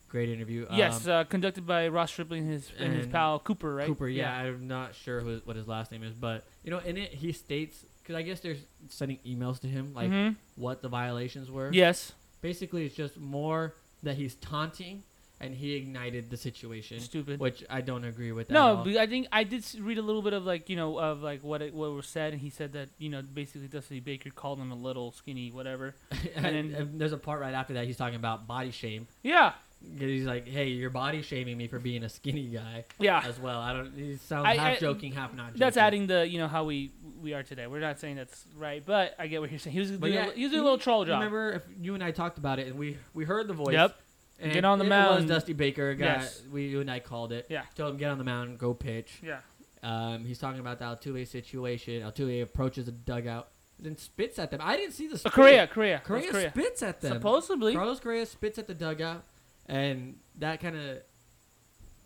S5: Great interview.
S1: yes,
S5: Um,
S1: uh, conducted by Ross Stripling and his and, his
S5: and
S1: pal Cooper, right?
S5: Cooper, yeah, I'm not sure who, what his last name is, but you know, in it he states because I guess they're sending emails to him like
S1: Mhm.
S5: what the violations were.
S1: Yes.
S5: Basically, it's just more that he's taunting and he ignited the situation,
S1: Stupid.
S5: which I don't agree with. at
S1: No,
S5: all.
S1: but I think I did s- read a little bit of like you know of like what it, what was said, and he said that you know basically Dusty Baker called him a little skinny, whatever.
S5: and,
S1: and-
S5: and there's a part right after that he's talking about body shame.
S1: Yeah,
S5: 'Cause He's like, "Hey, you're body shaming me for being a skinny guy
S1: yeah.
S5: as well." I don't. He sounds
S1: I-
S5: half
S1: I-
S5: joking, half not. Joking.
S1: That's adding the you know how we we are today. We're not saying that's right, but I get what you're saying. He was doing a, li- he was doing a little troll job.
S5: Remember, if you and I talked about it, and we we heard the voice.
S1: Yep.
S5: and
S1: Get on the
S5: it
S1: mound.
S5: Was Dusty Baker? Guy,
S1: Yes.
S5: We you and I called it.
S1: Yeah.
S5: Told him get on the mound, go pitch.
S1: Yeah.
S5: Um, he's talking about the Altuve situation. Altuve approaches the dugout, then spits at them. I didn't see the
S1: Uh,
S5: spit.
S1: Korea, Korea, That's
S5: Correa
S1: Korea.
S5: spits at them.
S1: Supposedly,
S5: Carlos Correa spits at the dugout, and that kind of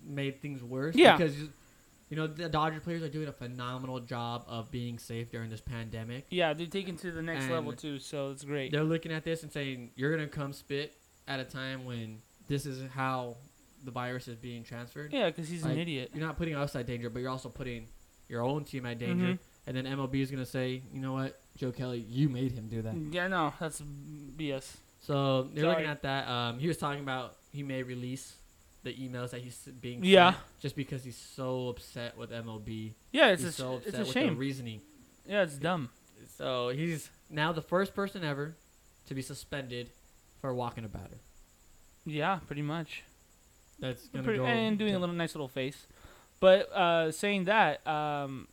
S5: made things worse.
S1: Yeah.
S5: Because, you know, the Dodger players are doing a phenomenal job of being safe during this pandemic.
S1: yeah, they're taken to the next level
S5: And
S1: too, so it's great.
S5: They're looking at this and saying, you're going to come spit at a time when this is how the virus is being transferred.
S1: Yeah, because he's an
S5: like,
S1: idiot.
S5: You're not putting us at danger, but you're also putting your own team at danger.
S1: Mhm.
S5: And then MLB is going to say, you know what, Joe Kelly, you made him do that.
S1: Yeah, no, that's BS.
S5: So they're
S1: Mm. Sorry.
S5: looking at that. Um, he was talking about he may release the emails that he's being sent
S1: Yeah.
S5: just because he's so upset with MLB.
S1: Yeah, it's
S5: he's
S1: a,
S5: so
S1: it's
S5: upset
S1: a
S5: with their
S1: shame.
S5: reasoning.
S1: yeah, it's dumb.
S5: So he's now the first person ever to be suspended for walking a batter.
S1: Yeah, pretty much.
S5: That's gonna
S1: Pretty-
S5: go
S1: and doing a little nice little face. But uh, saying that, um,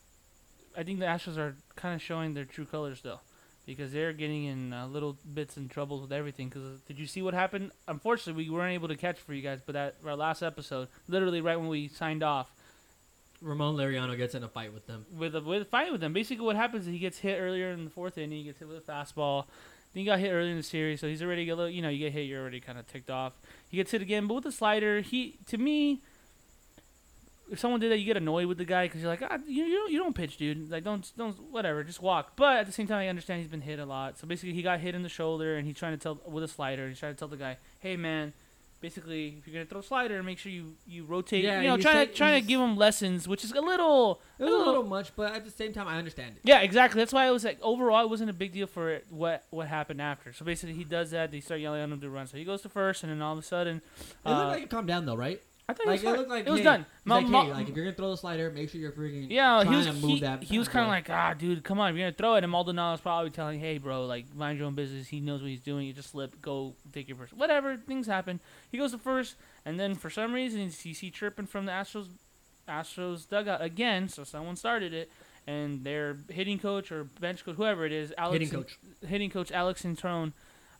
S1: I think the Astros are kind of showing their true colors though, because they're getting in uh, little bits and troubles with everything. Because did you see what happened? Unfortunately, we weren't able to catch for you guys, but that our last episode, literally right when we signed off,
S5: Ramon Lariano gets in a fight with them.
S1: with a, with a fight with them. Basically, what happens is he gets hit earlier in the fourth inning. He gets hit with a fastball. Then he got hit earlier in the series, so he's already a little. You know, you get hit, you're already kind of ticked off. He gets hit again, but with the slider, he to me, if someone did that, you get annoyed with the guy because you're like, ah, you you don't, you don't pitch, dude. Like, don't don't whatever, just walk. But at the same time, I understand he's been hit a lot. So basically, he got hit in the shoulder, and he's trying to tell with a slider. He's trying to tell the guy, hey man. Basically, if you're gonna throw a slider, make sure you, you rotate.
S5: Yeah,
S1: you know,
S5: he
S1: trying to
S5: said-
S1: trying to
S5: he's-
S1: give him lessons, which is a little
S5: It was a little much, but at the same time, I understand it.
S1: yeah, exactly. That's why I was like, overall, it wasn't a big deal for it, what what happened after. So basically, he does that. They start yelling at him to run. So he goes to first, and then all of a sudden,
S5: It looked
S1: uh,
S5: like it calmed down though, right?
S1: I thought
S5: Like
S1: he
S5: it
S1: was,
S5: looked like
S1: it was
S5: hey,
S1: done.
S5: he's
S1: Ma-
S5: like,
S1: ma-
S5: hey, like if you're gonna throw the slider, make sure you're freaking
S1: yeah, he
S5: trying
S1: was
S5: to move
S1: he,
S5: that.
S1: he was
S5: bad
S1: kind of
S5: boy."
S1: like, ah, dude, come on, if you're gonna throw it. And Maldonado's probably telling, hey, bro, like mind your own business. He knows what he's doing. You just slip, go take your first. Whatever, things happen. He goes to first, and then for some reason, you see- you see chirping from the Astros Astros dugout again. So someone started it. And their hitting coach or bench coach, whoever it is, Alex
S5: hitting coach.
S1: hitting coach Alex Introne,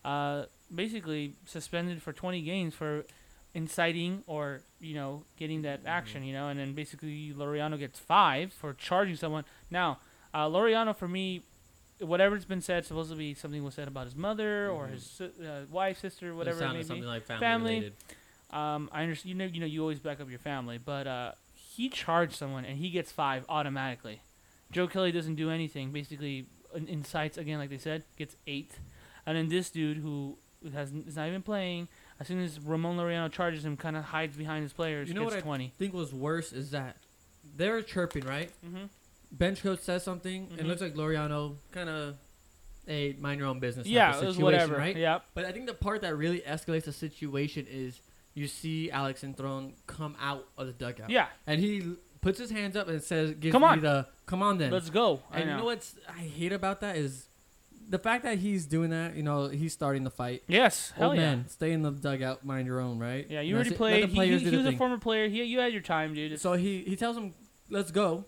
S1: uh, basically suspended for 20 games for inciting or you know getting that
S5: Mm-hmm.
S1: action, you know, and then basically Loriano gets five for charging someone. Now, uh, Loriano for me, whatever's been said, supposedly something was said about his mother or
S5: Mhm.
S1: his si- uh, wife, sister, whatever it may
S5: sounded
S1: be.
S5: something like family,
S1: Family.
S5: related.
S1: Um, I understand. You know, you know, you always back up your family, but uh, he charged someone and he gets five automatically. Joe Kelly doesn't do anything. Basically, in- incites again, like they said, gets eight, and then this dude who has is not even playing. As soon as Ramon Laureano charges him, kind of hides behind his players,
S5: You know
S1: gets
S5: what I-
S1: twenty.
S5: think was worse is that they're chirping, right?
S1: Mm-hmm.
S5: Bench coach says something, and it
S1: Mhm.
S5: looks like Loriano kind of, hey, mind your own business. type
S1: Yeah,
S5: of
S1: it was
S5: situation,
S1: whatever.
S5: right?
S1: Yep.
S5: But I think the part that really escalates the situation is you see Alex Enthron come out of the dugout.
S1: Yeah.
S5: And he l- puts his hands up and says, gives
S1: Come
S5: me
S1: on.
S5: the, come on then.
S1: Let's go. I
S5: and
S1: know.
S5: you know what's I hate about that is the fact that he's doing that, you know, he's starting the fight.
S1: Yes. Hell
S5: Old
S1: yeah.
S5: man, stay in the dugout, mind your own, right?
S1: Yeah, you
S5: And
S1: already
S5: that's it.
S1: played.
S5: Let the
S1: He, he,
S5: players do
S1: he
S5: their
S1: was a
S5: thing.
S1: former player. He, you had your time, dude. It's-
S5: So he he tells him, "Let's go."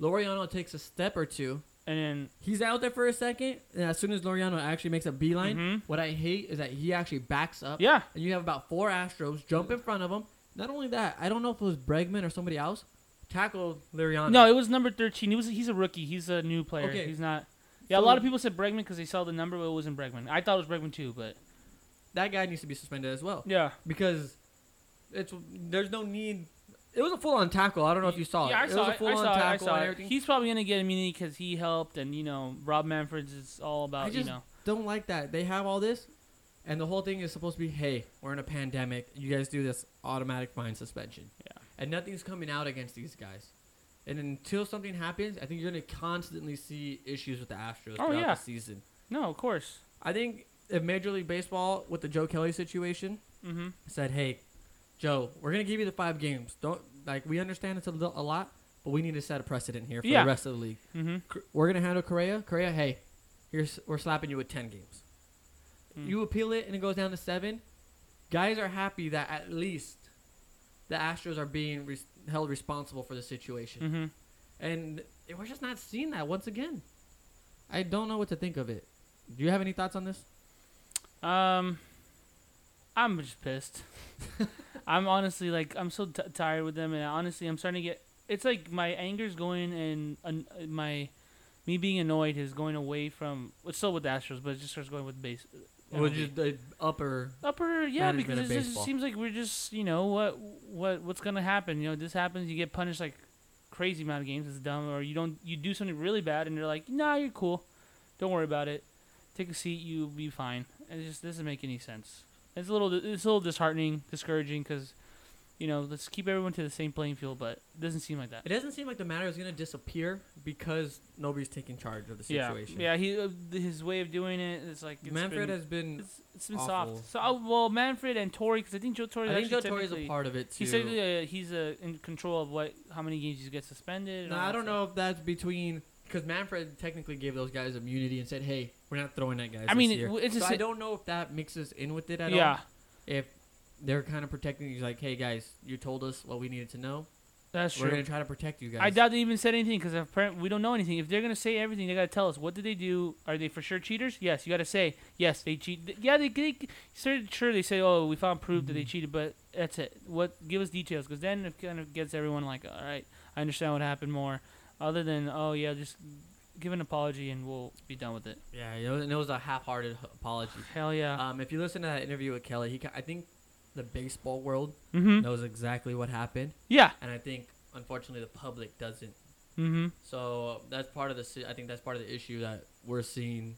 S5: Loriano takes a step or two.
S1: and then
S5: He's out there for a second, and as soon as Loriano actually makes a beeline,
S1: Mhm.
S5: what I hate is that he actually backs up.
S1: yeah,
S5: And you have about four Astros jump in front of him. Not only that, I don't know if it was Bregman or somebody else tackled Loriano.
S1: No, it was number thirteen. He was he's a rookie. He's a new player.
S5: Okay.
S1: He's not. Yeah, a
S5: So-
S1: lot of people said Bregman because they saw the number, but it wasn't Bregman. I thought it was Bregman too, but
S5: that guy needs to be suspended as well
S1: yeah,
S5: because it's there's no need. It was a full on tackle. I don't know if you saw
S1: yeah, I
S5: it.
S1: saw
S5: was a
S1: it. I
S5: full-on
S1: saw it. I
S5: tackle
S1: saw
S5: and
S1: it.
S5: everything.
S1: He's probably gonna get immunity because he helped, and you know Rob Manfred's is all about
S5: just-
S1: you know.
S5: don't like that. They have all this, and the whole thing is supposed to be, hey, we're in a pandemic. You guys do this automatic fine suspension.
S1: Yeah.
S5: And nothing's coming out against these guys. And until something happens, I think you're going to constantly see issues with the Astros
S1: Oh,
S5: throughout
S1: yeah.
S5: the season.
S1: No, of course.
S5: I think if Major League Baseball, with the Joe Kelly situation,
S1: Mm-hmm.
S5: said, hey, Joe, we're gonna give you the five games. Don't like we understand it's a, little, a lot, but we need to set a precedent here for
S1: Yeah.
S5: the rest of the league.
S1: Mm-hmm.
S5: K- We're gonna handle Korea. Korea, hey, here's we're slapping you with ten games.
S1: Hmm.
S5: You appeal it and it goes down to seven. Guys are happy that at least the Astros are being res held responsible for the situation,
S1: Mm-hmm.
S5: and we're just not seeing that once again. I don't know what to think of it. Do you have any thoughts on this?
S1: Um, I'm just pissed. I'm honestly like I'm so t- tired with them, and honestly, I'm starting to get. It's like my anger's going and an- my me being annoyed is going away from. It's still with the Astros, but it just starts going with base.
S5: Or
S1: MLB.
S5: just the upper
S1: upper, yeah,
S5: management
S1: because
S5: of
S1: it just
S5: baseball.
S1: seems like we're just you know what what what's gonna happen. You know, this happens, you get punished like crazy amount of games. It's dumb, or you don't you do something really bad, and they're like, nah, you're cool, don't worry about it, take a seat, you'll be fine. And it just doesn't make any sense. It's a little it's a little disheartening, discouraging, because you know let's keep everyone to the same playing field, but it doesn't seem like that.
S5: It doesn't seem like the matter is going to disappear because nobody's taking charge of the
S1: Yeah,
S5: situation.
S1: yeah. He uh, his way of doing it is like it's been,
S5: Manfred has been.
S1: it's, it's been
S5: awful.
S1: soft. So uh, well, Manfred and Tori, because I think Joe Torre.
S5: I think Joe
S1: actually
S5: Torre's a
S1: technically-
S5: part of it too.
S1: He said uh, he's uh, in control of what, how many games you get suspended. and
S5: Now,
S1: all
S5: I
S1: that
S5: don't
S1: stuff.
S5: know if that's between because Manfred technically gave those guys immunity and said, "Hey, we're not throwing that guy."
S1: I mean,
S5: this
S1: it-
S5: year."
S1: w- it's
S5: so
S1: just-
S5: I don't know if that mixes in with it at
S1: yeah,
S5: all. If they're kind of protecting, he's like, "Hey guys, you told us what we needed to know.
S1: that's
S5: We're
S1: true.
S5: going to try to protect you guys."
S1: I doubt they even said anything because apparently we don't know anything. If they're gonna say everything, they gotta tell us what did they do. Are they for sure cheaters? Yes, you gotta say yes. They cheat. Th- Yeah, they, they sure, sure they say oh we found proof that they
S5: Mm-hmm.
S1: cheated, but that's it. What give us details because then it kind of gets everyone like all right, I understand what happened more. Other than oh yeah, just give an apology and we'll be done with it.
S5: Yeah, it was, and it was a half-hearted apology.
S1: Hell yeah.
S5: Um, if you listen to that interview with Kelly, he, ki- I think the baseball world
S1: mm-hmm.
S5: knows exactly what happened.
S1: Yeah.
S5: and I think unfortunately the public doesn't.
S1: Mm-hmm.
S5: So that's part of the. si- I think that's part of the issue that we're seeing.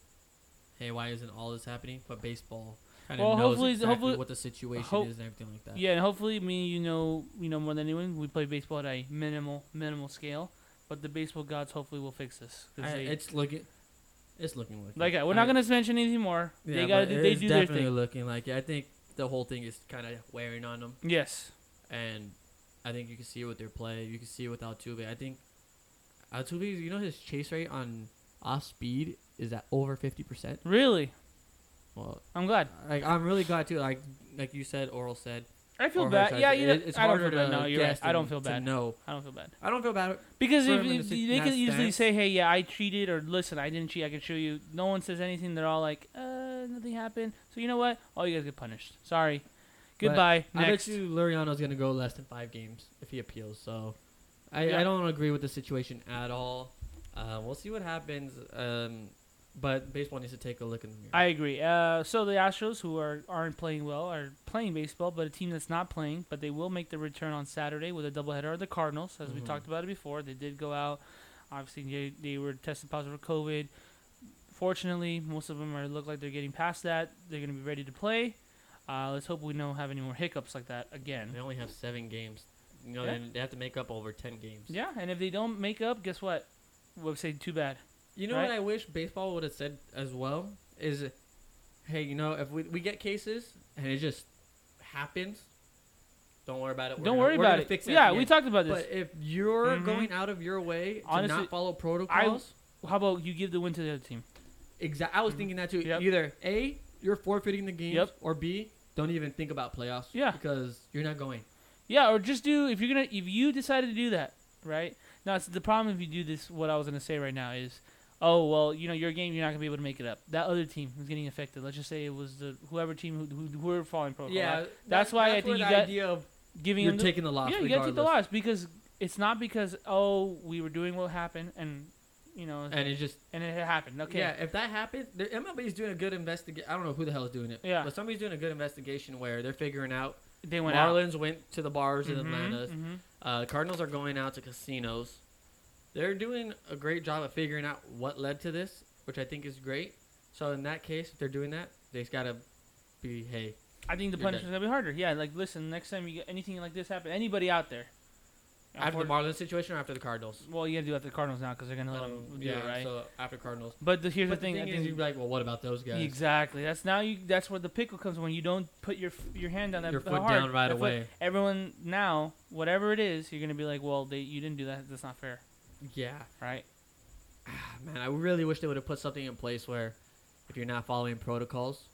S5: Hey, why isn't all this happening? But baseball kind of
S1: Well,
S5: knows
S1: hopefully-
S5: exactly
S1: hopefully-
S5: what the situation
S1: hope-
S5: is and everything like that.
S1: Yeah, and hopefully me and you know you know more than anyone. We play baseball at a minimal minimal scale, but the baseball gods hopefully will fix this. 'cause
S5: I-
S1: they-
S5: it's looking, it's looking like
S1: like
S5: it.
S1: we're
S5: I-
S1: not gonna mention anything more.
S5: yeah,
S1: they gotta
S5: but
S1: do,
S5: it
S1: they
S5: is
S1: do their
S5: definitely
S1: thing.
S5: looking like it. I think the whole thing is kind of wearing on them,
S1: Yes.
S5: and I think you can see it with their play. You can see it with Altuve. I think Altuve, you know, his chase rate on off speed is at over fifty percent.
S1: Really,
S5: Well,
S1: I'm glad.
S5: Like I'm really glad too. Like like you said, Oral said.
S1: I feel
S5: Oral
S1: bad.
S5: tried
S1: Yeah,
S5: to-
S1: you
S5: it-
S1: know, I don't feel
S5: harder
S1: bad.
S5: to
S1: No, you're right.
S5: guess
S1: I don't
S5: than
S1: feel
S5: To
S1: bad.
S5: know.
S1: I don't feel bad
S5: I don't feel bad.
S1: because
S5: For
S1: if,
S5: him in
S1: if
S5: the
S1: they
S5: sit-
S1: they
S5: that
S1: can usually
S5: stance.
S1: say, "Hey, yeah, I cheated," or "Listen, I didn't cheat. I can show you." No one says anything. They're all like, "Uh, nothing happened." So you know what? All you guys get punished. Sorry.
S5: But
S1: Goodbye.
S5: I
S1: Next.
S5: bet you Luriano's gonna go less than five games if he appeals. So I,
S1: Yeah.
S5: I don't agree with the situation at all. Uh, we'll see what happens. Um, but baseball needs to take a look in the mirror.
S1: I agree. Uh, so the Astros, who are aren't playing well, are playing baseball, but a team that's not playing, but they will make the return on Saturday with a doubleheader of the Cardinals, as we
S5: Mhm.
S1: talked about it before. They did go out. Obviously, they, they were tested positive for COVID. Fortunately, most of them are look like they're getting past that. They're going to be ready to play. Uh, let's hope we don't have any more hiccups like that again.
S5: they only have seven games. You know,
S1: Yeah.
S5: they, they have to make up over ten games.
S1: Yeah, and if they don't make up, guess what? We'll say too bad.
S5: You know
S1: Right?
S5: what I wish baseball would have said as well is, hey, you know, if we, we get cases and it just happens, don't worry about it. We're
S1: don't
S5: gonna-
S1: worry
S5: we're
S1: about
S5: gonna
S1: it.
S5: Fix at
S1: yeah,
S5: the
S1: we
S5: end."
S1: talked about this.
S5: But if you're
S1: Mhm.
S5: going out of your way
S1: Honestly,
S5: to not follow protocols,
S1: How about you give the win to the other team?
S5: exa- I was thinking that too.
S1: Mm-hmm. Yep.
S5: Either A, you're forfeiting the game,
S1: Yep.
S5: or B, don't even think about playoffs.
S1: Yeah.
S5: Because you're not going.
S1: Yeah, or just do if you're gonna if you decided to do that, right? Now it's the problem if you do this. What I was gonna say right now is, oh well, you know your game, you're not gonna be able to make it up. That other team is getting affected. Let's just say it was the whoever team who who, who were following protocol.
S5: Yeah.
S1: right? Oh, that's why I
S5: where
S1: think
S5: the
S1: you got-
S5: idea of
S1: giving
S5: you're
S1: them the-
S5: taking the loss.
S1: yeah, you gotta take the
S5: regardless.
S1: loss because it's not because oh we were doing what happened and you know and,
S5: And it's just
S1: it happened. Okay,
S5: Yeah, if that happens, the MLB is doing a good investigation. I don't know who the hell is doing it.
S1: Yeah.
S5: But somebody's doing a good investigation where they're figuring out.
S1: they went out.
S5: Marlins went to the bars
S1: Mhm,
S5: in Atlanta.
S1: mhm.
S5: Uh, Cardinals are going out to casinos. They're doing a great job of figuring out what led to this, which I think is great. So in that case, if they're doing that, they just gotta be hey.
S1: I think the
S5: You're
S1: punishment's gonna be harder. Yeah, like listen, next time you get anything like this happen, anybody out there,
S5: After the
S1: Unfor-
S5: Marlins situation or after the Cardinals?
S1: well, you got to do it at the Cardinals now because they're gonna let
S5: Um,
S1: them do
S5: yeah,
S1: it, right?
S5: so after Cardinals.
S1: but the, here's
S5: But
S1: the thing. I
S5: is,
S1: think
S5: you'd be like, well, what about those guys?
S1: Exactly. That's now you. That's where the pickle comes when you don't put your f- your hand down that
S5: Your
S1: that
S5: foot
S1: hard,
S5: down right
S1: that foot.
S5: away.
S1: Everyone now, whatever it is, you're gonna be like, well, they, you didn't do that. That's not fair,
S5: Yeah.
S1: right?
S5: Man, I really wish they would have put something in place where if you're not following protocols,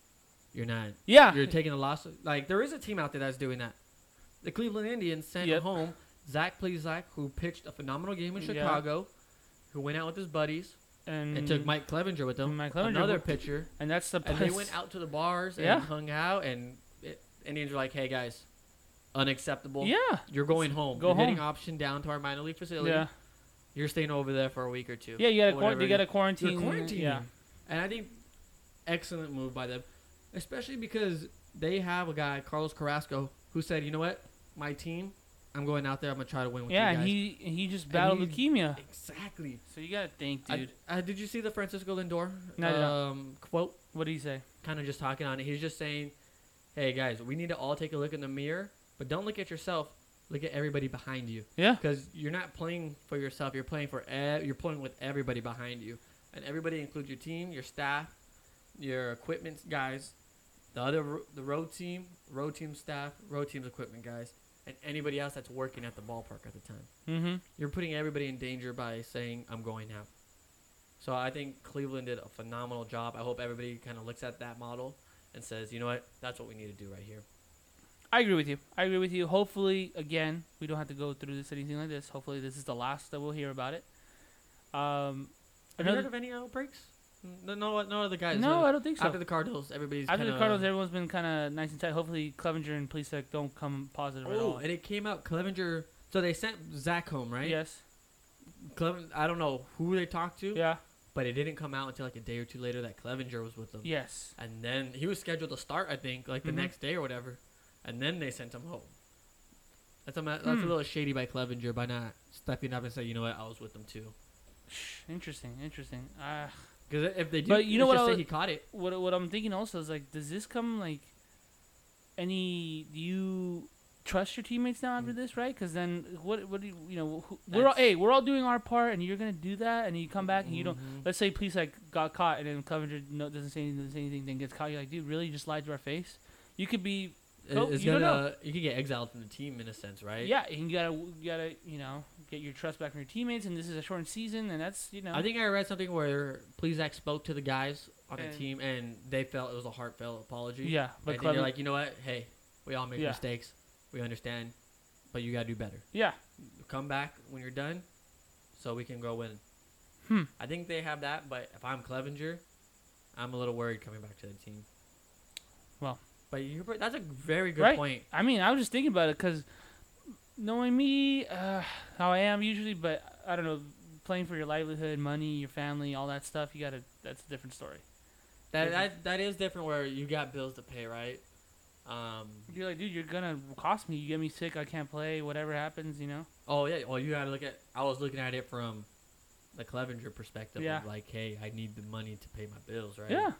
S5: you're not
S1: Yeah.
S5: you're taking a loss. Like there is a team out there that's doing that. The Cleveland Indians sent
S1: Yep.
S5: home Zach Plezak, who pitched a phenomenal game in
S1: Yeah.
S5: Chicago, who went out with his buddies
S1: and
S5: and took Mike Clevenger with them,
S1: Mm. Mike Clevenger,
S5: another
S1: who-
S5: pitcher,
S1: and that's the
S5: and they went out to the bars and
S1: Yeah.
S5: hung out. And it, Indians were like, "Hey guys, unacceptable.
S1: Yeah.
S5: You're going home.
S1: go
S5: you're hitting
S1: home."
S5: option down to our minor league facility.
S1: Yeah.
S5: You're staying over there for a week or two.
S1: Yeah. You gotta
S5: Whatever
S1: quar- you
S5: it
S1: gotta
S5: is.
S1: quarantine.
S5: You're quarantining.
S1: Yeah.
S5: And I think excellent move by them, especially because they have a guy, Carlos Carrasco, who said, you know what, my team, I'm going out there, I'm gonna try to win with
S1: Yeah.
S5: you
S1: And
S5: guys.
S1: he and he just battled
S5: he-
S1: leukemia.
S5: exactly.
S1: So you gotta think,
S5: I-
S1: dude.
S5: uh, did you see the Francisco Lindor
S1: No, I did not.
S5: um, quote?
S1: what do you say?
S5: Kind of just talking on it. He's just saying, hey guys, we need to all take a look in the mirror, but don't look at yourself. Look at everybody behind you.
S1: Yeah.
S5: because you're not playing for yourself. You're playing for ev- you're playing with everybody behind you, and everybody includes your team, your staff, your equipment guys, the other ro- the road team, road team staff, road team's equipment guys, and anybody else that's working at the ballpark at the time.
S1: Mm-hmm.
S5: You're putting everybody in danger by saying I'm going out. So I think Cleveland did a phenomenal job. I hope everybody kind of looks at that model and says, you know what, that's what we need to do right here.
S1: I agree with you. I agree with you. Hopefully, again, we don't have to go through this anything like this. Hopefully, this is the last that we'll hear about it. Um,
S5: Have you heard
S1: another,
S5: of any outbreaks? No, no, no other guys.
S1: no, I don't think so.
S5: After the Cardinals, everybody's
S1: After the
S5: kinda-
S1: Cardinals, everyone's been kind of nice and tight. Hopefully, Clevenger and Plesac don't come positive at
S5: Oh,
S1: all.
S5: and it came out Clevenger. So they sent Zach home, right?
S1: Yes.
S5: Cleven, I don't know who they talked to,
S1: Yeah.
S5: but it didn't come out until like a day or two later that Clevenger was with them.
S1: Yes.
S5: And then he was scheduled to start, I think, like the
S1: Mhm.
S5: next day or whatever. And then they sent him home. That's a ma- that's a
S1: Hmm.
S5: little shady by Clevenger by not stepping up and saying, you know what, I was with them too.
S1: Shh, Interesting. Interesting. Uh,
S5: Because if they do,
S1: But you know
S5: it's
S1: what
S5: just
S1: I
S5: say
S1: was-
S5: he caught it.
S1: what what I'm thinking also is like, does this come like any? Do you trust your teammates now after
S5: Mm.
S1: this, right? Because then what what do you, you know? Who, we're all
S5: That's-
S1: hey, we're all doing our part, and you're gonna do that, and you come back and you don't.
S5: Mhm.
S1: Let's say Plesac got caught, and then Clevenger no, doesn't say anything, doesn't say anything, then gets caught. You're like, dude, really? You just lied to our face? You could be
S5: It-
S1: Oh,
S5: it's
S1: you don't
S5: gonna- you could get exiled from the team in a sense, right?
S1: Yeah, and you gotta you gotta you know get your trust back from your teammates, and this is a shortened season, and that's you know.
S5: I think I read something where Plezak spoke to the guys on
S1: And-
S5: the team, and they felt it was a heartfelt apology.
S1: yeah, but
S5: but they're
S1: Clevenger,
S5: like, you know what? Hey, we all make
S1: Yeah.
S5: mistakes. We understand, but you gotta do better.
S1: yeah,
S5: Come back when you're done, so we can go win.
S1: Hmm.
S5: I think they have that, but if I'm Clevenger, I'm a little worried coming back to the team.
S1: Well.
S5: but you that's a very good
S1: Right.
S5: point.
S1: I mean, I was just thinking about it because knowing me, uh, how I am usually, but I don't know, playing for your livelihood, money, your family, all that stuff, you gotta. That's a different story.
S5: That,
S1: Different.
S5: that that is different. Where you got bills to pay, right? Um.
S1: You're like, dude, you're gonna cost me. You get me sick, I can't play. Whatever happens, you know.
S5: Oh yeah. Well, you gotta look at. I was looking at it from the Clevenger perspective.
S1: Yeah.
S5: Of like, hey, I need the money to pay my bills, right?
S1: Yeah,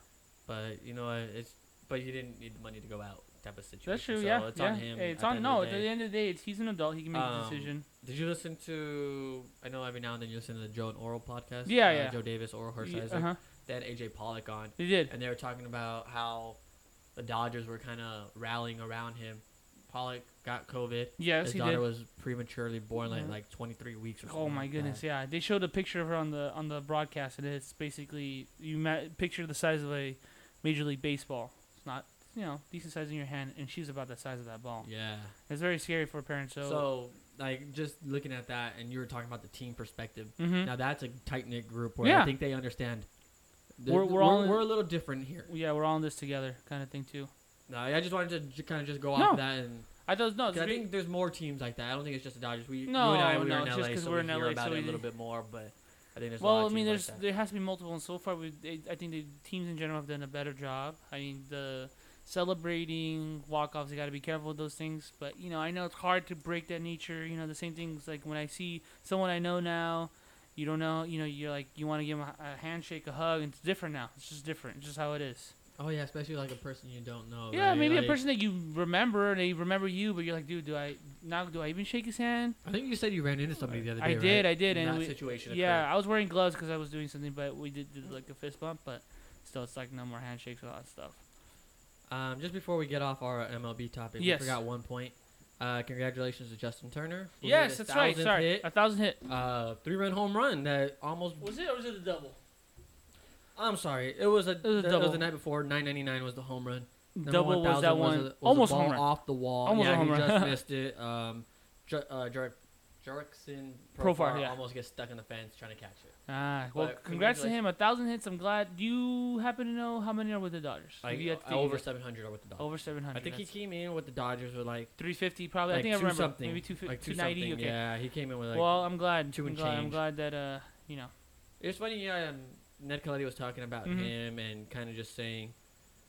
S5: But you know, what, it's but you didn't need the money to go out type of situation.
S1: that's true.
S5: So
S1: yeah,
S5: it's
S1: yeah.
S5: on him.
S1: Hey, it's
S5: at the
S1: on.
S5: end
S1: No,
S5: of
S1: at
S5: the
S1: the
S5: day.
S1: end of the day, it's he's an adult. He can make a
S5: Um,
S1: decision.
S5: Did you listen to? I know every now and then you listen to the Joe and Oral podcast.
S1: Yeah,
S5: uh,
S1: yeah.
S5: Joe Davis, Oral Hershiser.
S1: Uh huh.
S5: They had AJ Pollock on,
S1: He did.
S5: and they were talking about how the Dodgers were kind of rallying around him. Pollock got COVID.
S1: Yes,
S5: His
S1: he
S5: daughter
S1: did.
S5: was prematurely born, like
S1: Mhm.
S5: like 23 weeks or something.
S1: Oh my
S5: like that.
S1: goodness, yeah. They showed a picture of her on the on the broadcast, and it's basically you ma- picture the size of a major league baseball. It's not you know decent size in your hand, and she's about the size of that ball.
S5: Yeah.
S1: It's very scary for a parent. So,
S5: So, like just looking at that, and you were talking about the team perspective.
S1: Mhm.
S5: Now that's a tight knit group where
S1: Yeah.
S5: I think they understand.
S1: We're-
S5: Th-
S1: we're all in-
S5: we're a little different here.
S1: yeah, we're all in this together, kind of thing too.
S5: No, I just wanted to j- kind of just go
S1: No.
S5: off of that, and
S1: I thought no,
S5: 'cause
S1: it's
S5: I
S1: great-
S5: think there's more teams like that. I don't think it's just the Dodgers.
S1: No,
S5: We you and I
S1: no,
S5: we were in
S1: it's
S5: LA,
S1: just 'cause
S5: so
S1: we're
S5: we
S1: in
S5: hear
S1: LA,
S5: about
S1: so
S5: it a
S1: we-
S5: little bit more. But I think there's a lot
S1: well, I
S5: of
S1: mean,
S5: teams
S1: there's
S5: like that.
S1: there has to be multiple, and so far, we they, I think the teams in general have done a better job. I mean, the celebrating walk offs, you got to be careful with those things. But you know, I know it's hard to break that nature. You know, the same things like when I see someone I know now, you don't know, you know, you're like you want to give them a, a handshake, a hug, and it's different now. It's just different. It's just how it is.
S5: Oh yeah, especially like a person you don't know.
S1: yeah,
S5: right?
S1: maybe
S5: Like,
S1: a person that you remember and they remember you, but you're like, dude, do I now? Do I even shake his hand?
S5: I think you said you ran into somebody the other day.
S1: I did,
S5: right?
S1: I did, and
S5: that
S1: we-
S5: situation.
S1: yeah, I was wearing gloves because I was doing something, but we did, did like a fist bump, but still, it's like no more handshakes and all that stuff.
S5: occurred. Um, just before we get off our MLB topic,
S1: Yes.
S5: we forgot one point. Uh, congratulations to Justin Turner. who hit
S1: yes,
S5: his
S1: that's right.
S5: 1000th
S1: Sorry,
S5: hit,
S1: a thousand hit.
S5: uh, three-run home run that almost.
S1: Was it or was it a double?
S5: I'm sorry, it was a. It
S1: was a
S5: was,
S1: double.
S5: the night before. 999 was the home run. Number
S1: double was
S5: 1000
S1: that
S5: a-
S1: one?
S5: was a
S1: almost
S5: ball
S1: home run.
S5: off the wall.
S1: Almost
S5: yeah,
S1: a home
S5: he
S1: run.
S5: just missed it. Um, J- uh, Jar- Jerickson
S1: Profar,
S5: Profar
S1: yeah.
S5: almost gets stuck in the fence trying to catch it.
S1: Ah, well,
S5: But
S1: congrats to him. A thousand hits. I'm glad. Do you happen to know how many are with the Dodgers? If
S5: Like
S1: you had to
S5: uh,
S1: think of
S5: over
S1: it.
S5: 700 or with the Dodgers.
S1: over seven hundred.
S5: I think he came in with the Dodgers with like,
S1: 350 probably.
S5: like
S1: I think I
S5: two
S1: remember.
S5: something,
S1: Maybe 250,
S5: like two
S1: 290.
S5: something.
S1: okay.
S5: Yeah, he came in with like.
S1: well, uh, I'm glad.
S5: two
S1: I'm
S5: and
S1: glad, I'm
S5: change.
S1: glad that uh, you know.
S5: it was funny. Yeah, um, Ned Coletti was talking about
S1: Mhm.
S5: him and kind of just saying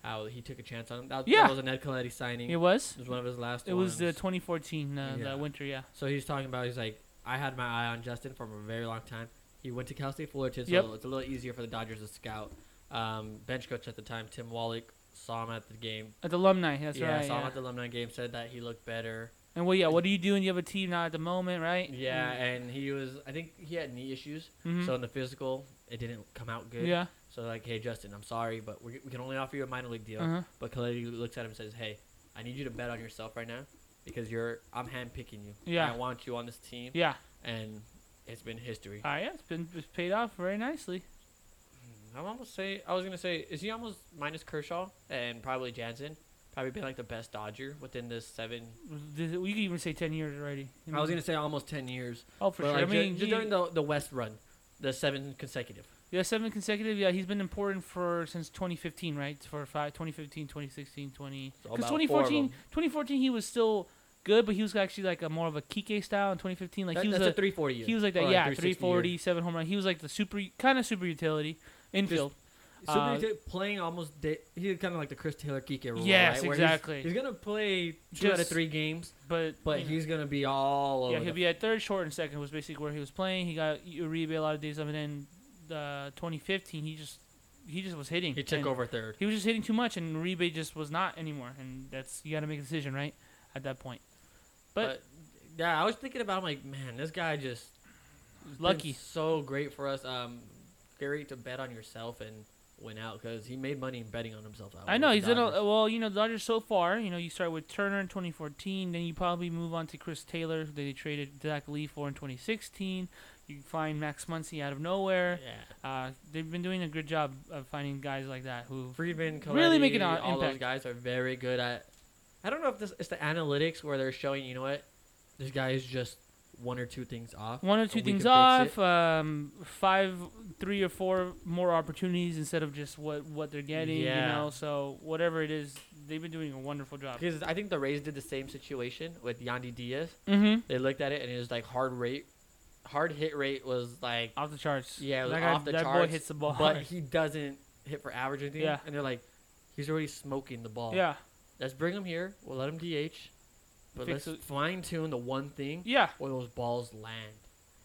S5: how he took a chance on him. That,
S1: Yeah.
S5: that was a Ned Coletti signing.
S1: It
S5: It
S1: was.
S5: was one of his last.
S1: It was the
S5: ones.
S1: 2014 uh,
S5: Yeah.
S1: the winter. Yeah.
S5: so he's talking about he's like, I had my eye on Justin for a very long time. He went to Cal State Fullerton, so
S1: Yep.
S5: it's a little easier for the Dodgers to scout. Um, bench coach at the time, Tim Wallach, saw him at the game.
S1: At the alumni. That's
S5: yeah,
S1: right.
S5: saw him
S1: yeah.
S5: at the alumni game. Said that he looked better.
S1: and well, yeah. What do you do when you have a team not at the moment, right? Mm.
S5: Yeah, and he was. I think he had knee issues.
S1: Mhm.
S5: So in the physical, it didn't come out good.
S1: yeah.
S5: So like, hey Justin, I'm sorry, but we, we can only offer you a minor league deal.
S1: Uh-huh.
S5: But Kaledi looks at him and says, hey, I need you to bet on yourself right now because you're I'm handpicking you.
S1: Yeah.
S5: I want you on this team,
S1: Yeah.
S5: and it's been history.
S1: Ah, yeah. It's been it's paid off very nicely.
S5: I almost say I was gonna say is he almost minus Kershaw and probably Jansen probably been like the best Dodger within this seven.
S1: This- We could even say 10 years already.
S5: I was gonna say almost ten years,
S1: Oh, for
S5: but
S1: sure.
S5: like,
S1: I
S5: ju-
S1: mean,
S5: just
S1: he-
S5: during the the West run, the seven consecutive.
S1: Yeah, seven consecutive. Yeah, he's been important for since 2015, right? For five, 2015, 2016, 20.
S5: So
S1: Because
S5: about four of
S1: 2014,
S5: them.
S1: 2014, he was still good, but he was actually like a more of a Kike style in 2015. Like
S5: That-
S1: he was
S5: that's a,
S1: a,
S5: 340 year. Oh,
S1: he was like
S5: or
S1: that. Yeah,
S5: 360 year.
S1: 340, seven home run. He was like the super kind of super utility infield.
S5: Super
S1: Uh,
S5: Uti- playing almost day, he's kind of like the Chris Taylor Kike role.
S1: Yes,
S5: right? Where he's-
S1: exactly.
S5: He's, gonna play two out of
S1: Just-
S5: three games,
S1: but
S5: but
S1: you know,
S5: he's gonna be all
S1: yeah,
S5: over.
S1: he'll
S5: the-
S1: be at third, short, and second was basically where he was playing. He got Uribe a lot of days of it. And then uh, 2015, he just he just was hitting.
S5: he took
S1: and-
S5: over third.
S1: He was just hitting too much, and Uribe just was not anymore. And that's you got to make a decision, right? At that point, but-
S5: But, yeah, I was thinking about him, like, man, this guy just has been
S1: Lucky.
S5: so great for us. Um, great to bet on yourself and win out because he made money betting on himself. out
S1: I
S5: with
S1: know
S5: the
S1: he's in
S5: Dodgers.
S1: a well. You know, the Dodgers so far. You know, you start with Turner in 2014, then you probably move on to Chris Taylor, who they traded Zach Lee for in 2016. You find Max Muncy out of nowhere.
S5: yeah.
S1: Uh, they've been doing a good job of finding guys like that who.
S5: Friedman,
S1: Really
S5: Coletti,
S1: making an
S5: all those
S1: impact.
S5: guys are very good at. I don't know if this it's the analytics where they're showing. You know what, this guy is just one or two things off.
S1: One or
S5: and
S1: two
S5: we can
S1: things
S5: fix
S1: off,
S5: it.
S1: um, five, three or four more opportunities instead of just what what they're getting.
S5: Yeah.
S1: You know, so whatever it is, they've been doing a wonderful job.
S5: Because I think the Rays did the same situation with Yandy Diaz.
S1: Mm-hmm.
S5: They looked at it and it was like hard rate, hard hit rate was like
S1: Off the charts.
S5: yeah, it was
S1: that guy-
S5: off the
S1: that
S5: charts.
S1: boy hits the ball.
S5: but he doesn't hit for average or anything.
S1: Yeah.
S5: And they're like, he's already smoking the ball.
S1: yeah,
S5: Let's bring him here. We'll let him DH, but
S1: Fix
S5: let's
S1: it.
S5: fine tune the one thing
S1: yeah.
S5: where those balls land.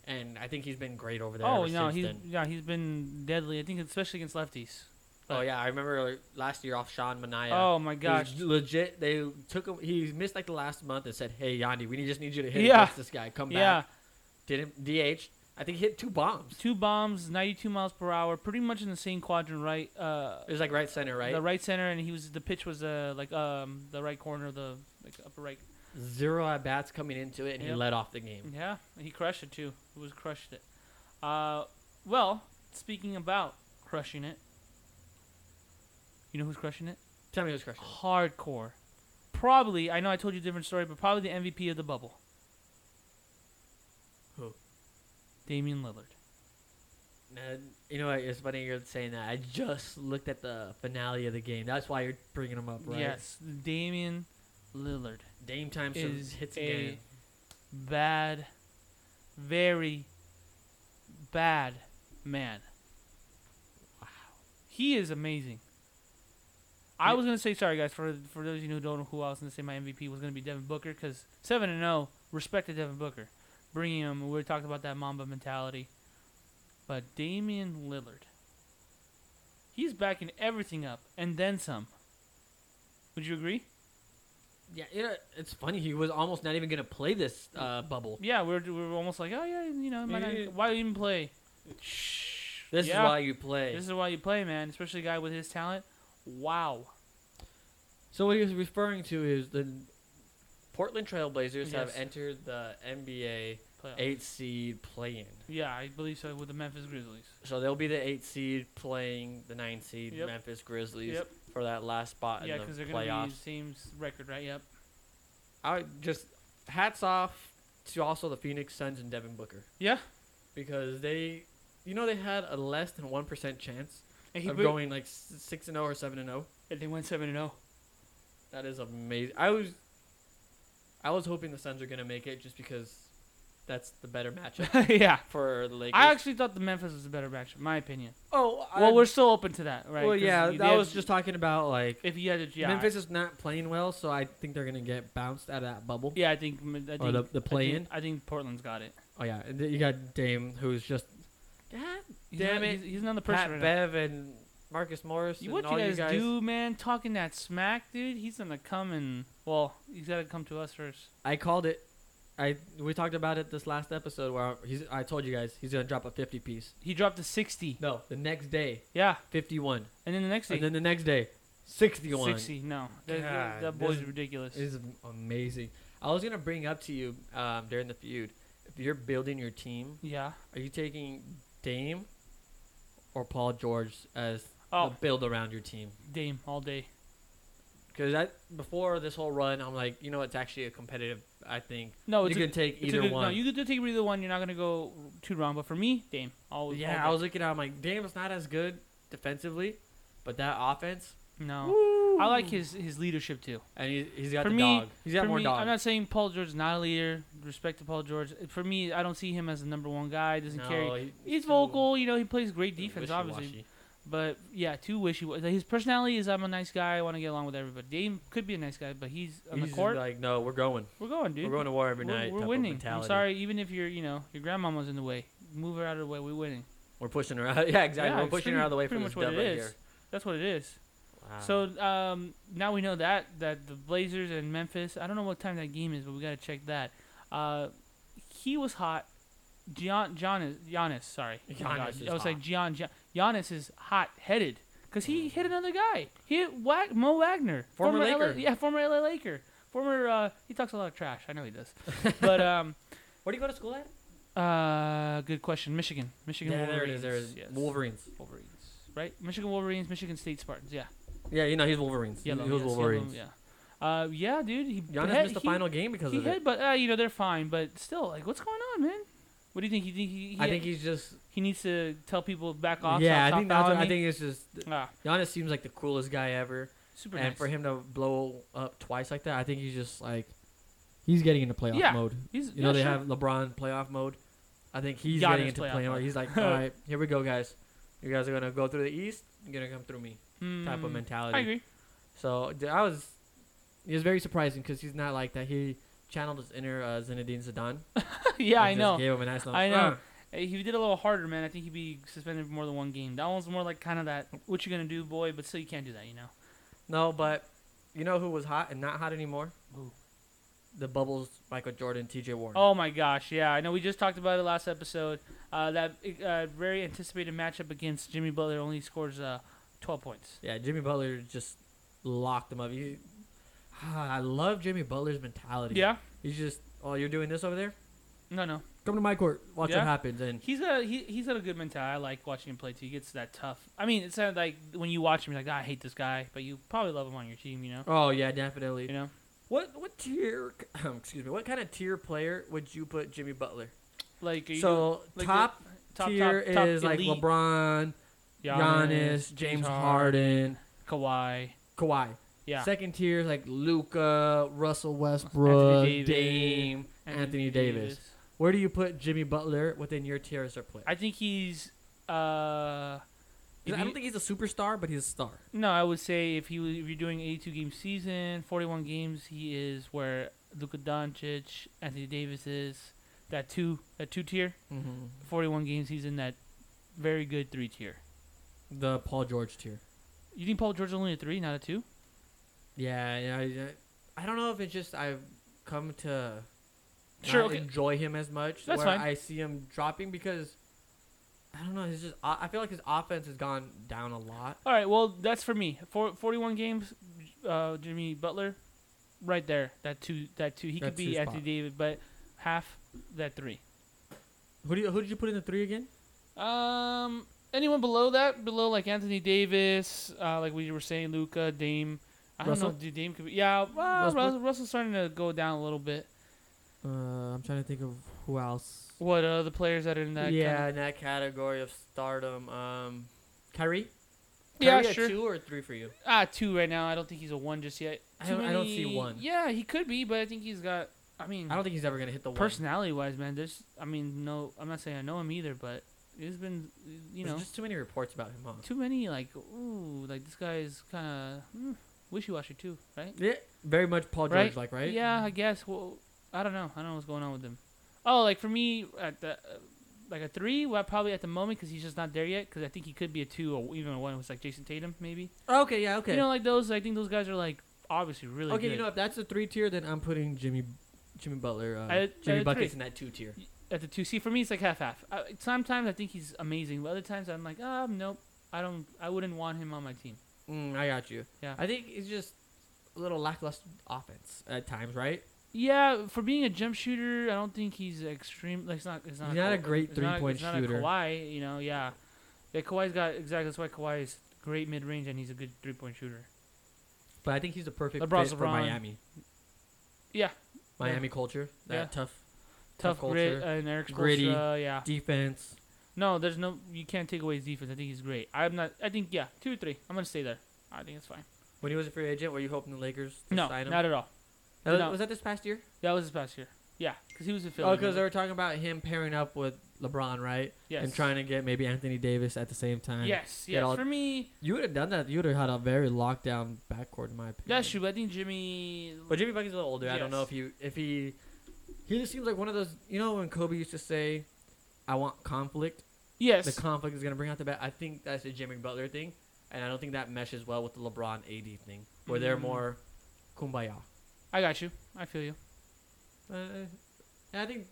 S5: And I think he's been great over there.
S1: Oh
S5: ever
S1: no,
S5: since
S1: he's
S5: then.
S1: yeah he's been deadly. I think especially against lefties.
S5: Oh yeah, I remember last year off Sean Mania.
S1: Oh my
S5: He was
S1: gosh.
S5: legit. They took him. He missed like the last month and said, "Hey Yandy, we just need you to hit
S1: Yeah.
S5: against this guy. Come back."
S1: Yeah,
S5: Didn't DH. I think he hit two bombs.
S1: two bombs, 92 miles per hour, pretty much in the same quadrant, right? Uh,
S5: It was like right center, right?
S1: the right center, and he was the pitch was uh like um the right corner, of the like upper right.
S5: Zero at bats coming into it, and he
S1: Yep.
S5: let off the game.
S1: Yeah, and he crushed it too. He was crushed it. Uh, well, speaking about crushing it, you know who's crushing it?
S5: Tell me who's crushing. it.
S1: hardcore. Probably, I know I told you a different story, but probably the MVP of the bubble.
S5: Who?
S1: Damian Lillard.
S5: And, Uh, you know, what, it's funny you're saying that. I just looked at the finale of the game. That's why you're bringing him up, right?
S1: Yes, Damian Lillard.
S5: Dame time some
S1: Is
S5: hits
S1: a-
S5: again.
S1: Bad, very bad man.
S5: Wow.
S1: He is amazing. I
S5: Yeah.
S1: was gonna say sorry, guys, for for those of you who don't know who I was gonna say my MVP was gonna be Devin Booker because seven and zero respected Devin Booker, bringing him. We were talking about that Mamba mentality, but Damian Lillard. He's backing everything up and then some. Would you agree?
S5: Yeah, it, it's funny. He was almost not even gonna play this uh, bubble.
S1: Yeah, we're, we're almost like, oh yeah, you know, it might
S5: Yeah.
S1: not, why even play? Shh.
S5: This
S1: Yeah.
S5: is why you play.
S1: This is why you play, man. Especially a guy with his talent. Wow.
S5: so what he was referring to is the Portland Trailblazers have
S1: Yes.
S5: entered the NBA
S1: Playoff.
S5: eight seed play-in.
S1: Yeah, I believe so with the Memphis Grizzlies.
S5: So they'll be the eight seed playing the nine seed
S1: Yep.
S5: Memphis Grizzlies
S1: Yep.
S5: for that last spot
S1: Yeah,
S5: in Uh, the
S1: because they're going to be
S5: playoffs.
S1: the same s- record, right? Yep.
S5: I just hats off to also the Phoenix Suns and Devin Booker
S1: Yeah.
S5: because they, you know, they had a less than one percent chance
S1: And, he
S5: of
S1: put-
S5: going like six and zero or seven and zero.
S1: and they went 7 and oh. 0.
S5: That is amazing. I was, I was hoping the Suns are gonna make it just because that's the better matchup
S1: yeah.
S5: for the Lakers.
S1: I actually thought the Memphis was a better match, in my opinion.
S5: oh,
S1: well, we're still open to that, right?
S5: well,
S1: 'Cause
S5: yeah.
S1: you- they
S5: I
S1: had-
S5: was just talking about like
S1: If you had to, yeah.
S5: Memphis is not playing well, so I think they're gonna get bounced out of that bubble.
S1: Yeah, I think. I think
S5: the- the
S1: I think-
S5: play-in?
S1: I think Portland's got it.
S5: Oh yeah, and then you got Dame who's just God
S1: He's
S5: Damn
S1: not,
S5: it.
S1: He's, he's not the person.
S5: Pat
S1: right now.
S5: Bev and Marcus Morris.
S1: You-
S5: and
S1: What you
S5: all
S1: guys, do, man? Talking that smack, dude. He's gonna come and well, he's gotta come to us first.
S5: I called it. I we talked about it this last episode where he's. I told you guys he's gonna drop a fifty piece.
S1: He dropped a sixty.
S5: No, the next day
S1: Yeah,
S5: fifty one,
S1: and then the next day,
S5: and then the next day sixty one.
S1: sixty. No, that,
S5: God,
S1: that, that
S5: this
S1: boy's
S5: is-
S1: ridiculous.
S5: This is amazing. I was gonna bring up to you um, during the feud. If you're building your team,
S1: yeah.
S5: are you taking Dame or Paul George as
S1: Oh,
S5: the build around your team?
S1: Dame all day.
S5: Because I before this whole run, I'm like, you know, it's actually a competitive. I think
S1: No,
S5: you
S1: it's a,
S5: can take
S1: it's a
S5: either
S1: good,
S5: one.
S1: No, you could take either one. You're not gonna go too wrong. But for me, Dame. All all
S5: yeah,
S1: day.
S5: I was looking at. it, I'm like, damn, it's not as good defensively, but that offense.
S1: no. I like his his leadership too.
S5: And he, he's got
S1: For
S5: the
S1: me-
S5: dog. He's got
S1: For
S5: more
S1: me,
S5: dog.
S1: I'm not saying Paul George is not a leader. Respect to Paul George. For me, I don't see him as the number one guy. Doesn't carry.
S5: he-
S1: He's
S5: too-
S1: vocal. You know, he plays great
S5: too
S1: defense, obviously.
S5: wishy-washy.
S1: But yeah, too wishy. His personality is I'm a nice guy. I want to get along with everybody. Dame could be a nice guy, but he's on
S5: He's
S1: the
S5: just
S1: court.
S5: like, no, we're going.
S1: we're going, dude.
S5: We're going to war every
S1: We're-
S5: night.
S1: we're
S5: type of
S1: winning. I'm
S5: mentality.
S1: sorry, even if you're, you know, your grandmama's in the way. Move her out of the way. We're winning.
S5: We're pushing her out. Yeah, exactly.
S1: Yeah,
S5: we're
S1: it's
S5: pushing
S1: pretty-
S5: her out of the way for
S1: pretty
S5: this
S1: much
S5: dub
S1: what
S5: right
S1: it is.
S5: here.
S1: That's what it is.
S5: Wow.
S1: So um, now we know that that the Blazers and Memphis. I don't know what time that game is, but we got to check that. Uh, he was hot. Gian, Giannis, Giannis, sorry. Oh my
S5: Giannis
S1: God.
S5: is
S1: I was like
S5: hot. Mm-hmm.
S1: Gian, Gian. Giannis is hot headed because he hit another guy. He hit Wag, Mo Wagner,
S5: Former
S1: LA,
S5: Laker.
S1: yeah, former LA Laker, former. Uh, he talks a lot of trash. I know he does, but um,
S5: where do you go to school at?
S1: uh, good question. Michigan, Michigan
S5: Yeah, there it
S1: Wolverines.
S5: is. There it is.
S1: yes.
S5: Wolverines.
S1: Wolverines, right? Michigan Wolverines, Michigan State Spartans. Yeah.
S5: Yeah, you know he's Wolverines.
S1: Yellow,
S5: he was
S1: yes, yellow,
S5: Wolverines.
S1: yeah. Uh, yeah, dude. He
S5: Giannis
S1: he-
S5: missed the
S1: he-
S5: final game because
S1: He
S5: of it.
S1: hit, but uh, you know they're fine. But still, like, what's going on, man? What do you think? He think he, he
S5: I think he's just.
S1: he needs to tell people back off.
S5: yeah,
S1: stop,
S5: I
S1: stop
S5: think that's. What, I
S1: fouling me?
S5: think it's just.
S1: Ah,
S5: Giannis seems like the coolest guy ever.
S1: super
S5: and
S1: nice.
S5: for him to blow up twice like that, I think he's just like he's getting into playoff
S1: Yeah.
S5: mode.
S1: He's,
S5: You know
S1: yeah,
S5: they
S1: sure.
S5: have LeBron playoff mode. I think he's
S1: Giannis
S5: getting into
S1: playoff
S5: playoff.
S1: mode.
S5: mode. He's like, all right, here we go, guys. You guys are gonna go through the East. You're gonna come through me, type of
S1: Mm,
S5: mentality.
S1: I agree.
S5: So d- I was, it was very surprising because he's not like that. He channeled his inner uh, Zinedine Zidane.
S1: yeah,
S5: and
S1: I
S5: just
S1: know.
S5: Gave him a nice little,
S1: I know.
S5: "Ah."
S1: Hey, If he did a little harder, man, I think he'd be suspended for more than one game. That one's more like kind of that what you gonna do, boy. But still, you can't do that, you know.
S5: No, but you know who was hot and not hot anymore?
S1: Who?
S5: The Bubbles, Michael Jordan, T.J. Warren.
S1: Oh my gosh, yeah, I know. We just talked about it last episode. Uh, that uh, very anticipated matchup against Jimmy Butler only scores uh, twelve points.
S5: Yeah, Jimmy Butler just locked him up. He, Ah, I love Jimmy Butler's mentality.
S1: Yeah.
S5: he's just, oh, you're doing this over there.
S1: No, no.
S5: Come to my court, watch
S1: Yeah.
S5: what happens. And
S1: He's a he, he's got a good mentality. I like watching him play too. He gets that tough. I mean, it's not like when you watch him, you're like, "Ah, I hate this guy, but you probably love him on your team. You know,
S5: oh yeah, definitely.
S1: you know,
S5: What what tier? excuse me. What kind of tier player would you put Jimmy Butler?
S1: like are you-
S5: So
S1: like the
S5: top, tier is like
S1: elite.
S5: LeBron, Giannis, James Harden,
S1: Kawhi.
S5: Kawhi.
S1: Yeah,
S5: Second tier is like Luca, Russell Westbrook,
S1: Davis,
S5: Dame, Anthony, Davis. Where do you put Jimmy Butler within your tier as a player?
S1: I think he's. uh if
S5: I
S1: you-
S5: don't think he's a superstar, but he's a star.
S1: No, I would say if you if you're doing 82 game season, 41 games, he is where Luka Doncic, Anthony Davis is. That
S5: Mm-hmm.
S1: two that two tier. 41 games, he's in that very good three tier.
S5: the Paul George tier.
S1: You think Paul George is only a three, not a two?
S5: Yeah, yeah, yeah. I don't know if it's just I've come to
S1: Sure,
S5: not
S1: okay.
S5: enjoy him as much.
S1: That's
S5: where
S1: fine.
S5: I see him dropping because I don't know. It's just I I feel like his offense has gone down a lot.
S1: All right, well, that's for me. For 41 games, uh, Jimmy Butler, right there. That two, that two. He
S5: That
S1: could be
S5: two spot.
S1: Anthony David, but half that three.
S5: Who do you, who did you put in the three again?
S1: Um, anyone below that, below like Anthony Davis, uh, like we were saying, Luca, Dame. I don't
S5: Russell?
S1: know. Dude, Dame could be. Yeah, well,
S5: Westbrook?
S1: Russell, Russell's starting to go down a little bit.
S5: Uh, I'm trying to think of who else.
S1: What uh, the players that are in that?
S5: yeah,
S1: kind
S5: in that category of stardom, um, Kyrie.
S1: of- yeah,
S5: Kyrie a
S1: sure.
S5: two or a three for you?
S1: Ah, two right now. I don't think he's a one just yet.
S5: I
S1: Too
S5: don't- I don't see
S1: many-
S5: one.
S1: Yeah, he could be, but I think he's got. I mean,
S5: I don't think he's ever gonna hit the one.
S1: personality wise, man, there's. I mean, no, I'm not saying I know him either, but there's been, you
S5: There's
S1: know,
S5: just too many reports about him. Huh?
S1: too many like, ooh, like this guy is kind of mm, wishy washy too, right?
S5: Yeah, very much Paul
S1: Right?
S5: George like, right?
S1: Yeah, I guess. Well, I don't know. I don't know what's going on with him. Oh, like for me at the. Uh, like a three, well, probably at the moment because he's just not there yet. Because I think he could be a two or even a one. It was like Jason Tatum, maybe.
S5: Okay, yeah, okay.
S1: You know, like those. I think those guys are like obviously really
S5: okay,
S1: good.
S5: you know if that's a three tier, then I'm putting Jimmy, Jimmy Butler, uh,
S1: I-
S5: Jimmy
S1: I- three.
S5: Buckets in that two tier.
S1: at the two. See, for me, it's like half half. Uh, sometimes I think he's amazing, but other times I'm like, um, nope. I don't. I wouldn't want him on my team.
S5: Mm, I got you.
S1: Yeah.
S5: I think it's just a little lackluster offense at times, right?
S1: Yeah, for being a jump shooter, I don't think he's extreme. Like, it's not. It's not.
S5: He's not a
S1: Ka-
S5: great
S1: it's not a-
S5: three-point
S1: it's not a
S5: shooter.
S1: Kawhi, you know, yeah. Yeah, Kawhi's got exactly. That's why Kawhi is great mid range and he's a good three point shooter.
S5: But I think he's the perfect
S1: LeBron's
S5: fit for
S1: LeBron.
S5: Miami.
S1: Yeah.
S5: Miami culture, that
S1: Yeah.
S5: tough
S1: Tough,
S5: Tough
S1: grit uh,
S5: culture.
S1: and Eric
S5: Gritty.
S1: Spoelstra, yeah.
S5: defense.
S1: No, there's no. You can't take away his defense. I think he's great. I'm not. I think yeah, two or three. I'm gonna stay there. I think it's fine.
S5: When he was a free agent, were you hoping the Lakers to
S1: No,
S5: sign him?
S1: not at all.
S5: That was,
S1: no.
S5: was that this past year?
S1: That was his past year. Yeah, because he was a Philly.
S5: Oh,
S1: remember?
S5: because they were talking about him pairing up with LeBron, right?
S1: yes.
S5: And trying to get maybe Anthony Davis at the same time.
S1: Yes,
S5: get
S1: yes.
S5: all-
S1: For me,
S5: You would have done that. You would have had a very lockdown backcourt, in my opinion.
S1: that's true. But I think Jimmy.
S5: But Jimmy Bucket's a little older. I don't know
S1: Yes.
S5: if he if he he just seems like one of those. You know when Kobe used to say, "I want conflict. The
S1: Yes,
S5: conflict is gonna bring out the best." I think that's a Jimmy Butler thing, and I don't think that meshes well with the LeBron AD thing, where they're
S1: Mm.
S5: more kumbaya.
S1: I got you. I feel you.
S5: Uh, I think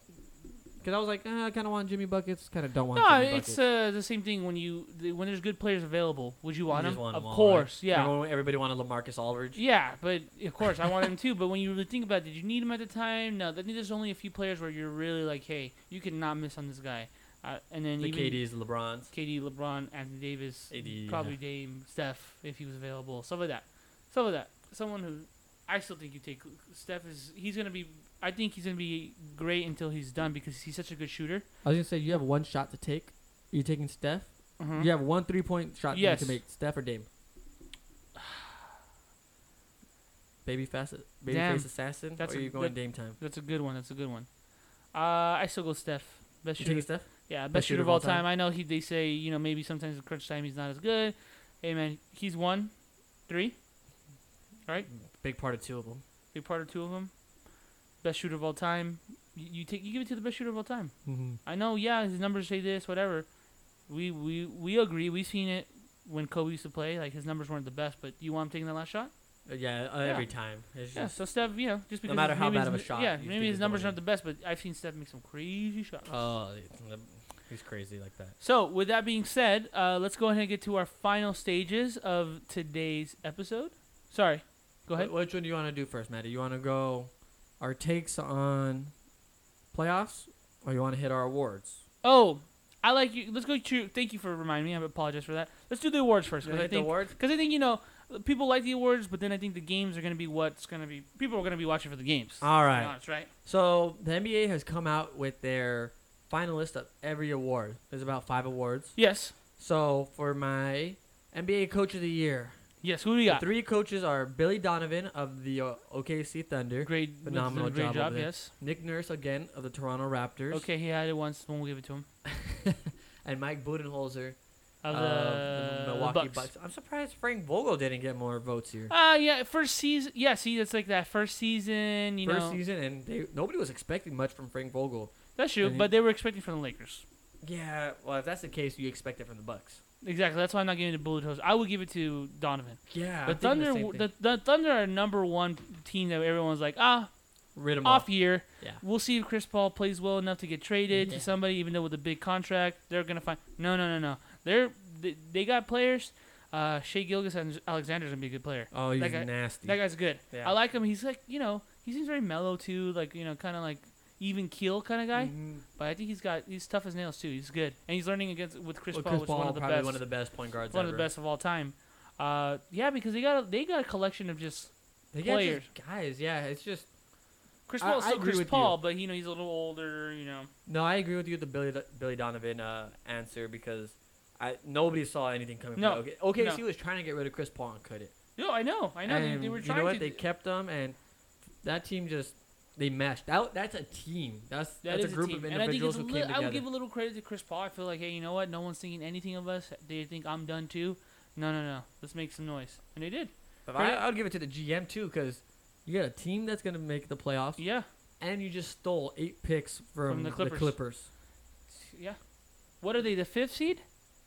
S5: because I was like, eh, I kind of want Jimmy buckets, kind of don't want.
S1: No,
S5: Jimmy
S1: it's
S5: buckets.
S1: uh, the same thing when you the, when there's good players available. Would you want
S5: You
S1: them?
S5: just want
S1: of
S5: 'em all, right?
S1: course, yeah,
S5: Remember when everybody wanted Lamarcus Aldridge.
S1: yeah. But of course, I want him too. But when you really think about, it, did you need him at the time? No. I think there's only a few players where you're really like, hey, you cannot miss on this guy. Uh, and then
S5: The
S1: even
S5: KDs, LeBrons.
S1: KD, LeBron, Anthony Davis,
S5: AD,
S1: probably
S5: yeah.
S1: Dame, Steph, if he was available, stuff like that. Stuff like that. Someone who I still think you take Steph is he's gonna be. I think he's gonna be great until he's done because he's such a good shooter.
S5: I was gonna say you have one shot to take. You're taking Steph.
S1: Uh-huh.
S5: You have one three point shot that
S1: Yes.
S5: you can make. Steph or Dame? baby fast, baby
S1: Damn.
S5: face assassin.
S1: That's
S5: That's or
S1: a-
S5: are you going
S1: that-
S5: Dame time?
S1: That's a good one. That's a good one. Uh, I still go Steph. Best
S5: You taking
S1: shooter.
S5: Steph?
S1: Yeah, best, shooter of all time. I know he. They say you know maybe sometimes in crunch time he's not as good. Hey man, he's one, three,
S5: Big part of two of them.
S1: big part of two of them. Best shooter of all time. You, you take you give it to the best shooter of all time.
S5: Mm-hmm.
S1: I know, yeah, his numbers say this, whatever. We we we agree. We've seen it when Kobe used to play. Like his numbers weren't the best, but you want him taking the last shot?
S5: Yeah, uh,
S1: Yeah.
S5: every time. It's
S1: Yeah.
S5: just,
S1: So Steph, you know, just
S5: No
S1: because
S5: matter how
S1: maybe
S5: bad
S1: his
S5: of a
S1: n-
S5: shot
S1: Yeah,
S5: you think
S1: maybe his
S5: is
S1: numbers
S5: going
S1: aren't the best, but I've seen Steph make some crazy shots.
S5: Oh, he's crazy like that.
S1: So, with that being said, uh, let's go ahead and get to our final stages of today's episode. Sorry, go ahead.
S5: Wh- Which one do you want to do first, Maddie? You want to go our takes on playoffs, or you want to hit our awards?
S1: Oh, I like you. Let's go to. Thank you for reminding me. I apologize for that. Let's do the awards first.
S5: You
S1: Because I
S5: wanna hit the
S1: think,
S5: awards.
S1: because I think you know people like the awards, but then I think the games are going to be what's going to be. People are going to be watching for the games.
S5: All
S1: to be
S5: right.
S1: honest, right?
S5: So the NBA has come out with their finalists of every award. There's about five awards.
S1: Yes.
S5: So for my NBA Coach of the Year,
S1: Yes. Who do we
S5: the
S1: got?
S5: three coaches are Billy Donovan of the uh, OKC Thunder,
S1: Great,
S5: Phenomenal
S1: great
S5: job
S1: job.
S5: over there.
S1: yes.
S5: Nick Nurse again of the Toronto Raptors,
S1: Okay, he had it once. When we give it to him.
S5: and Mike Budenholzer
S1: Of the,
S5: of the Milwaukee
S1: Bucks.
S5: Bucks. I'm surprised Frank Vogel didn't get more votes here.
S1: Uh yeah, first season. Yeah, see, it's like that first season. You
S5: First
S1: know,
S5: season, and they, nobody was expecting much from Frank Vogel.
S1: that's true.
S5: and he-
S1: But they were expecting from the Lakers.
S5: Yeah, well, if that's the case, you expect it from the Bucks.
S1: Exactly. That's why I'm not giving it to Bullet Hose. I would give it to Donovan.
S5: Yeah,
S1: The Thunder, the, the Thunder are number one team that everyone's like, ah,
S5: rid him
S1: off
S5: off.
S1: year.
S5: Yeah.
S1: We'll see if Chris Paul plays well enough to get traded
S5: Yeah.
S1: to somebody, even though with a big contract, they're gonna find. No, no, no, no. They're they, they got players. Uh, Shea Gilgis Alexander's gonna be a good player.
S5: Oh, he's
S1: That guy-
S5: nasty.
S1: That guy's good.
S5: Yeah.
S1: I like him. He's like you know he seems very mellow too, like you know kind of like even keel kind of guy.
S5: Mhm.
S1: But I think he's got he's tough as nails too. He's good and he's learning against with Chris
S5: Well,
S1: Paul,
S5: Chris
S1: which
S5: Paul,
S1: is one of the
S5: probably
S1: best,
S5: one of the best point guards.
S1: one of
S5: ever.
S1: the best of all time. Uh, yeah, because they got a, they got a collection of just
S5: They got
S1: players.
S5: just guys. Yeah, it's just
S1: Chris
S5: I-
S1: Paul is
S5: I
S1: still
S5: agree
S1: Chris
S5: with you.
S1: Paul, but you know he's a little older. You know,
S5: no. I agree with you with the Billy Billy Donovan uh, answer because I nobody saw anything coming.
S1: No,
S5: from okay,
S1: no.
S5: OKC was trying to get rid of Chris Paul and couldn't.
S1: no, I know, I know. they-
S5: And
S1: they were
S5: you
S1: trying
S5: know what?
S1: to.
S5: They kept them, and that team just they meshed. That that's a team. That's
S1: That
S5: that's
S1: is
S5: a group
S1: team.
S5: of
S1: and I think
S5: individuals
S1: it's a
S5: who
S1: li-
S5: came
S1: I
S5: together.
S1: would give a little credit to Chris Paul. I feel like, hey, you know what? No one's thinking anything of us. They think I'm done too. No, no, no. Let's make some noise, and they did.
S5: But I, I would give it to the GM too because you got a team that's gonna make the playoffs,
S1: Yeah,
S5: and you just stole eight picks from,
S1: the
S5: the, Clippers.
S1: Clippers. yeah. What are they? The fifth seed?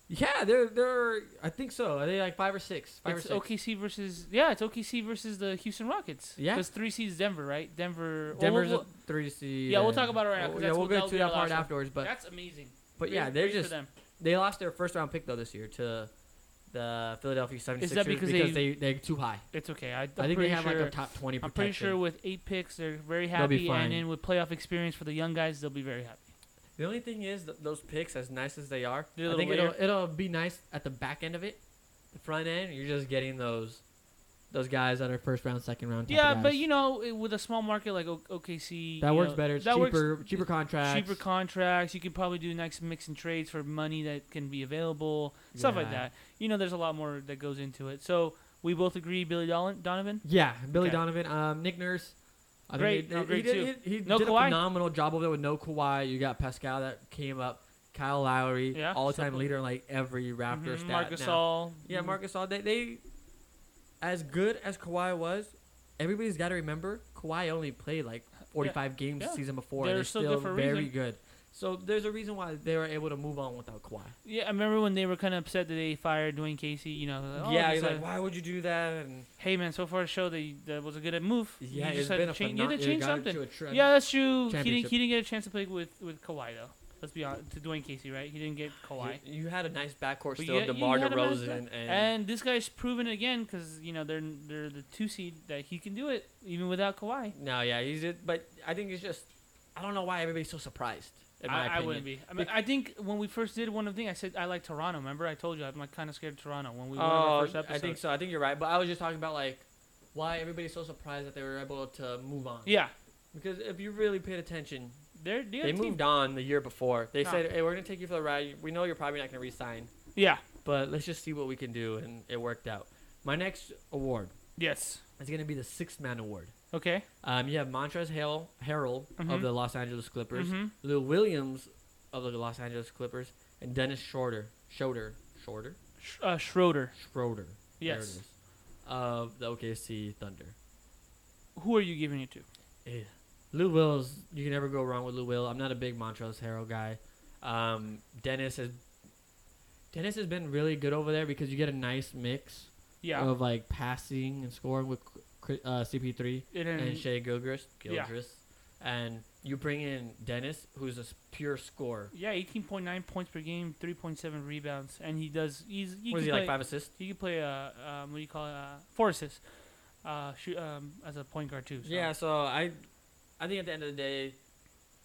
S5: Yeah, they're they're I think so. Are they like five or six? Five
S1: it's
S5: or six.
S1: OKC versus yeah, it's OKC versus the Houston Rockets.
S5: Yeah.
S1: because three seeds Denver, right? Denver. well,
S5: Denver's
S1: we'll-
S5: a three seed.
S1: yeah, we'll
S5: and-
S1: talk about it right now, 'cause
S5: yeah,
S1: that's
S5: we'll
S1: what-
S5: go
S1: that'll
S5: to
S1: be
S5: that
S1: our last
S5: part
S1: one.
S5: afterwards. But
S1: that's amazing.
S5: but
S1: Great-
S5: yeah, they're
S1: great for
S5: just
S1: them.
S5: they lost their first round pick though this year to the Philadelphia 76ers
S1: that because they-
S5: they they're too high.
S1: It's okay. I, I'm
S5: i think
S1: pretty
S5: they have
S1: sure,
S5: like a top twenty.
S1: I'm
S5: Protection.
S1: pretty sure with eight picks, they're very
S5: They'll be
S1: happy, and
S5: fine.
S1: then with playoff experience for the young guys, they'll be very happy.
S5: The only thing is th- those picks, as nice as they are,
S1: They're a
S5: I think
S1: little
S5: it'll it'll be nice at the back end of it. The front end, you're just getting those those guys that are first round, second round. Type
S1: Yeah, but you know, it- with a small market like O- OKC,
S5: that
S1: you
S5: works
S1: know,
S5: better. It's
S1: that works-
S5: cheaper, cheaper contracts.
S1: cheaper contracts. You could probably do nice mix and trades for money that can be available, stuff like
S5: Yeah.
S1: that. You know, there's a lot more that goes into it. So we both agree, Billy Dol- Donovan.
S5: yeah, Billy
S1: Okay.
S5: Donovan, um, Nick Nurse. I
S1: Great,
S5: think
S1: no, great
S5: he did, He, he
S1: No
S5: did
S1: Kawhi?
S5: a phenomenal job over there with no Kawhi. You got Pascal that came up, Kyle Lowry,
S1: Yeah,
S5: all time
S1: something-
S5: leader in like every Raptor
S1: Mhm,
S5: stat.
S1: Marc
S5: now.
S1: Gasol.
S5: Mm-hmm.
S1: Mm-hmm.
S5: Yeah, Marcus All. They, they, as good as Kawhi was, everybody's got to remember Kawhi only played like 45 games
S1: yeah.
S5: the season before.
S1: They're
S5: and they're
S1: still
S5: still,
S1: good for a
S5: very
S1: reason.
S5: good. So there's a reason why they were able to move on without Kawhi.
S1: Yeah, I remember when they were kind of upset that they fired Dwayne Casey. You know, like, oh,
S5: yeah,
S1: it's
S5: you're
S1: a-
S5: like, why would you do that? And
S1: hey man, so far it showed that you- that was a good move. you
S5: yeah, it's
S1: just had
S5: been
S1: to
S5: a
S1: change,
S5: phenom-
S1: you had to change
S5: got it
S1: something.
S5: to a trend.
S1: Yeah, that's true. He didn't,
S5: Championship.
S1: he didn't get a chance to play with with Kawhi though. Let's be honest, to Dwayne Casey, right? He didn't get
S5: You-
S1: Kawhi.
S5: You, had a nice backcourt
S1: Oh, But
S5: still,
S1: yeah, you
S5: DeMar
S1: had a nice
S5: DeRozan, and,
S1: And this guy's proven it again because you know they're they're the two seed that he can do it even without Kawhi.
S5: no, yeah, he's just, but I think it's just, I don't know why everybody's so surprised. In my
S1: I, I
S5: opinion.
S1: wouldn't be. I mean, I think when we first did one of the things, I said I like Toronto. Remember, I told you I'm like kind of scared of Toronto when we were our
S5: Oh,
S1: first episode.
S5: I think so. I think you're right. But I was just talking about like why everybody's so surprised that they were able to move on.
S1: Yeah,
S5: Because if you really paid attention,
S1: they're, they're
S5: they
S1: a team.
S5: moved on the year before. They
S1: Nah.
S5: said, "Hey, we're gonna take you for the ride. We know you're probably not gonna resign,
S1: Yeah.
S5: but let's just see what we can do." And it worked out. My next award
S1: Yes.
S5: is gonna be the Sixth Man Award.
S1: Okay.
S5: Um, you have Montrezl Harrell, Harrell
S1: Mhm.
S5: of the Los Angeles Clippers,
S1: Mhm.
S5: Lou Williams of the Los Angeles Clippers, and Dennis Schroeder, Schroeder, Schroeder,
S1: Sh- uh, Schroeder.
S5: Schroeder. there it
S1: Yes.
S5: is, Of the OKC Thunder.
S1: Who are you giving it to?
S5: Yeah. Lou Will's you can never go wrong with Lou Will. I'm not a big Montrose Harrell guy. Um, Dennis has Dennis has been really good over there because you get a nice mix
S1: Yeah.
S5: of like passing and scoring with Cri- uh, CP3
S1: and, then-
S5: and Shea Gilgris,
S1: Yeah.
S5: Gilgris, and you bring in Dennis, who's a s- pure scorer.
S1: yeah, 18.9 points per game, 3.7 rebounds, and he does. He's he can
S5: What is he
S1: play,
S5: like five assists?
S1: He can play. Uh, um, what do you call it? Uh, four assists. Uh, shoot, um, as a point guard too. So.
S5: Yeah, so I, I think at the end of the day,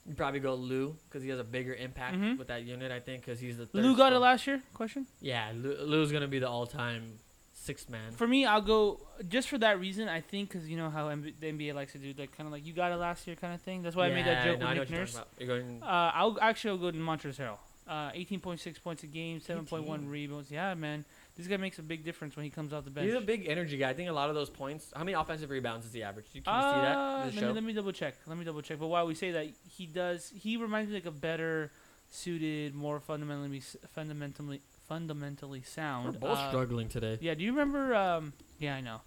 S5: you probably go Lou because he has a bigger impact
S1: Mhm.
S5: with that unit. I think because he's the third
S1: Lou got it
S5: scorer.
S1: last year? Question.
S5: Yeah, Lou, Lou's gonna be the all-time sixth man.
S1: For me, I'll go just for that reason. I think because you know how MB- the NBA likes to do that kind of like you got it last year kind of thing. That's why I made that
S5: Yeah,
S1: joke
S5: no, I know
S1: with Nick
S5: what you're
S1: Nurse.
S5: talking about. You're going-
S1: Uh, I'll actually I'll go to Montrezl Harrell. Uh, 18.6 points a game, 7.1
S5: 18.
S1: rebounds. Yeah, man, this guy makes a big difference when he comes off the bench.
S5: he's a big energy guy. I think a lot of those points. How many offensive rebounds is he average? You, can you see
S1: Uh,
S5: that? in
S1: let,
S5: The
S1: me,
S5: show?
S1: let me double check. Let me double check. But while we say that, he does. He reminds me like a better suited, more fundamentally fundamentally fundamentally sound.
S5: We're both
S1: uh,
S5: struggling today.
S1: Yeah, do you remember? Um, yeah, I know.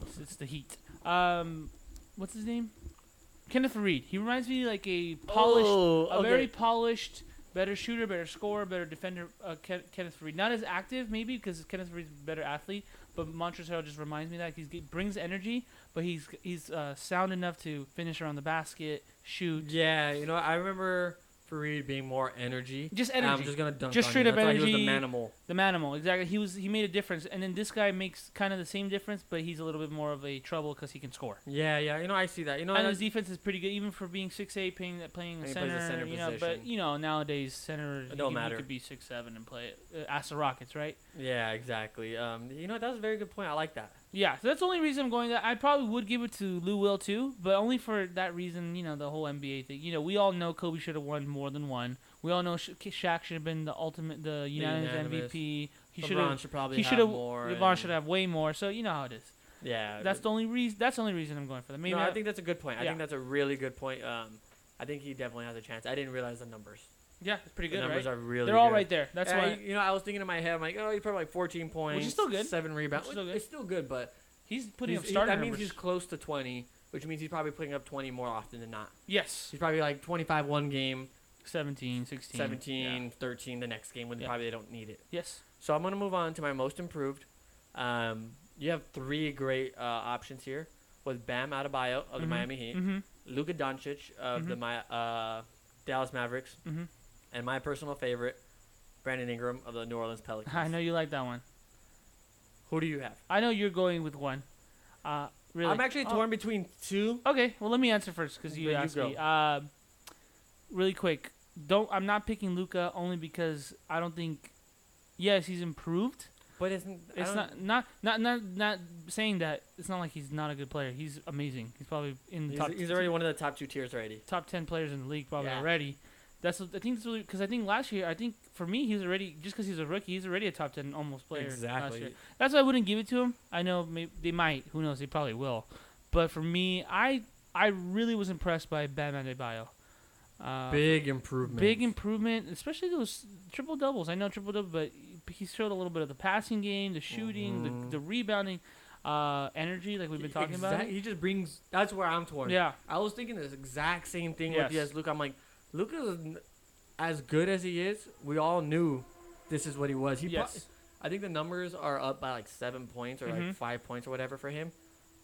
S1: It's, it's the Heat. Um, what's his name? Kenneth Reed. He reminds me like a polished,
S5: Oh,
S1: a very
S5: okay.
S1: polished Better shooter, better scorer, better defender. Uh, Ke- Kenneth Reed, not as active maybe because Kenneth Reed's a better athlete, but Montrezl just reminds me that he brings energy, but he's he's uh, sound enough to finish around the basket, shoot.
S5: Yeah, you know, I remember Farid being more energy.
S1: Just
S5: and
S1: energy.
S5: I'm just gonna dunk
S1: Just
S5: on
S1: straight
S5: you.
S1: up
S5: That's why He was
S1: energy.
S5: the manimal.
S1: The manimal, exactly. He was he made a difference, and then this guy makes kind of the same difference, but he's a little bit more of a trouble because he can score.
S5: Yeah, yeah. You know, I see that. You know,
S1: and
S5: that-
S1: his defense is pretty good, even for being six eight, playing playing
S5: And he plays
S1: center.
S5: the center
S1: you know, but
S5: position.
S1: you know nowadays center you
S5: don't
S1: can- you
S5: matter.
S1: could be six seven and play it. Uh, ask the Rockets, right?
S5: yeah, exactly. Um, you know, that was a very good point. I like that.
S1: Yeah, so that's the only reason I'm going. That I probably would give it to Lou Will too, but only for that reason. You know, the whole NBA thing. You know, we all know Kobe should have won more than one. We all know Sha- Shaq should have been the ultimate, the unanimous, MVP.
S5: unanimous.
S1: He should
S5: LeBron
S1: have.
S5: should probably
S1: He
S5: have
S1: should have.
S5: more.
S1: LeBron
S5: and-
S1: should have way more. So you know how it is.
S5: Yeah,
S1: That's
S5: but-
S1: the only reason. That's the only reason I'm going for that. Maybe
S5: no,
S1: I
S5: I think that's a good point. I
S1: Yeah.
S5: think that's a really good point. Um, I think he definitely has a chance. I didn't realize the numbers.
S1: yeah, it's pretty
S5: the
S1: good,
S5: numbers
S1: right?
S5: are really.
S1: They're all
S5: good.
S1: right there. That's
S5: And I-
S1: why
S5: you know I was thinking in my head, I'm like, oh, he probably like 14 points,
S1: is still good.
S5: seven rebounds.
S1: Which is still good.
S5: It's still good, but
S1: he's putting
S5: he's-
S1: up
S5: he-
S1: starter
S5: that means
S1: numbers.
S5: he's close to 20, which means he's probably putting up 20 more often than not.
S1: yes,
S5: He's probably like 25 one game,
S1: 17, 16.
S5: 17,
S1: Yeah.
S5: 13 the next game when
S1: Yeah.
S5: probably they don't need it.
S1: Yes.
S5: So I'm gonna move on to my most improved. Um, you have three great uh, options here with Bam Adebayo of the
S1: Mhm.
S5: Miami Heat,
S1: Mm-hmm.
S5: Luka Doncic of the
S1: Mhm.
S5: my uh, Dallas Mavericks,
S1: Mhm.
S5: and my personal favorite, Brandon Ingram of the New Orleans Pelicans.
S1: I know you like that one.
S5: Who do you have?
S1: I know you're going with one. Uh, really?
S5: I'm actually
S1: Oh,
S5: torn between two.
S1: Okay, well let me answer first because you
S5: Then you
S1: asked me.
S5: go.
S1: Uh, really quick, don't. I'm not picking Luca only because I don't think. Yes, he's improved.
S5: But isn't I
S1: It's
S5: don't-
S1: not not not not not saying that. It's not like he's not a good player. He's amazing. He's probably in the
S5: He's,
S1: top.
S5: he's already one of the top two tiers already.
S1: top ten players in the league probably
S5: Yeah.
S1: already. That's what, I think that's really because I think last year I think for me he's already just because he's a rookie he's already a top ten almost player. Last year. That's why I wouldn't give it to him. I know may they might. Who knows? They probably will. But for me, I I really was impressed by Batman Adebayo. Uh,
S5: Big improvement.
S1: big improvement, especially those triple doubles. I know triple double, but he showed a little bit of the passing game, the shooting,
S5: Mhm.
S1: the, the rebounding, uh, energy like we've been talking about.
S5: He just brings. That's where I'm torn.
S1: Yeah,
S5: I was thinking this exact same thing
S1: Yes.
S5: with yes, Luca. I'm like, Luca, as good as he is, we all knew this is what he was. He pro-
S1: yes,
S5: I think the numbers are up by like seven points or
S1: Mhm.
S5: like five points or whatever for him,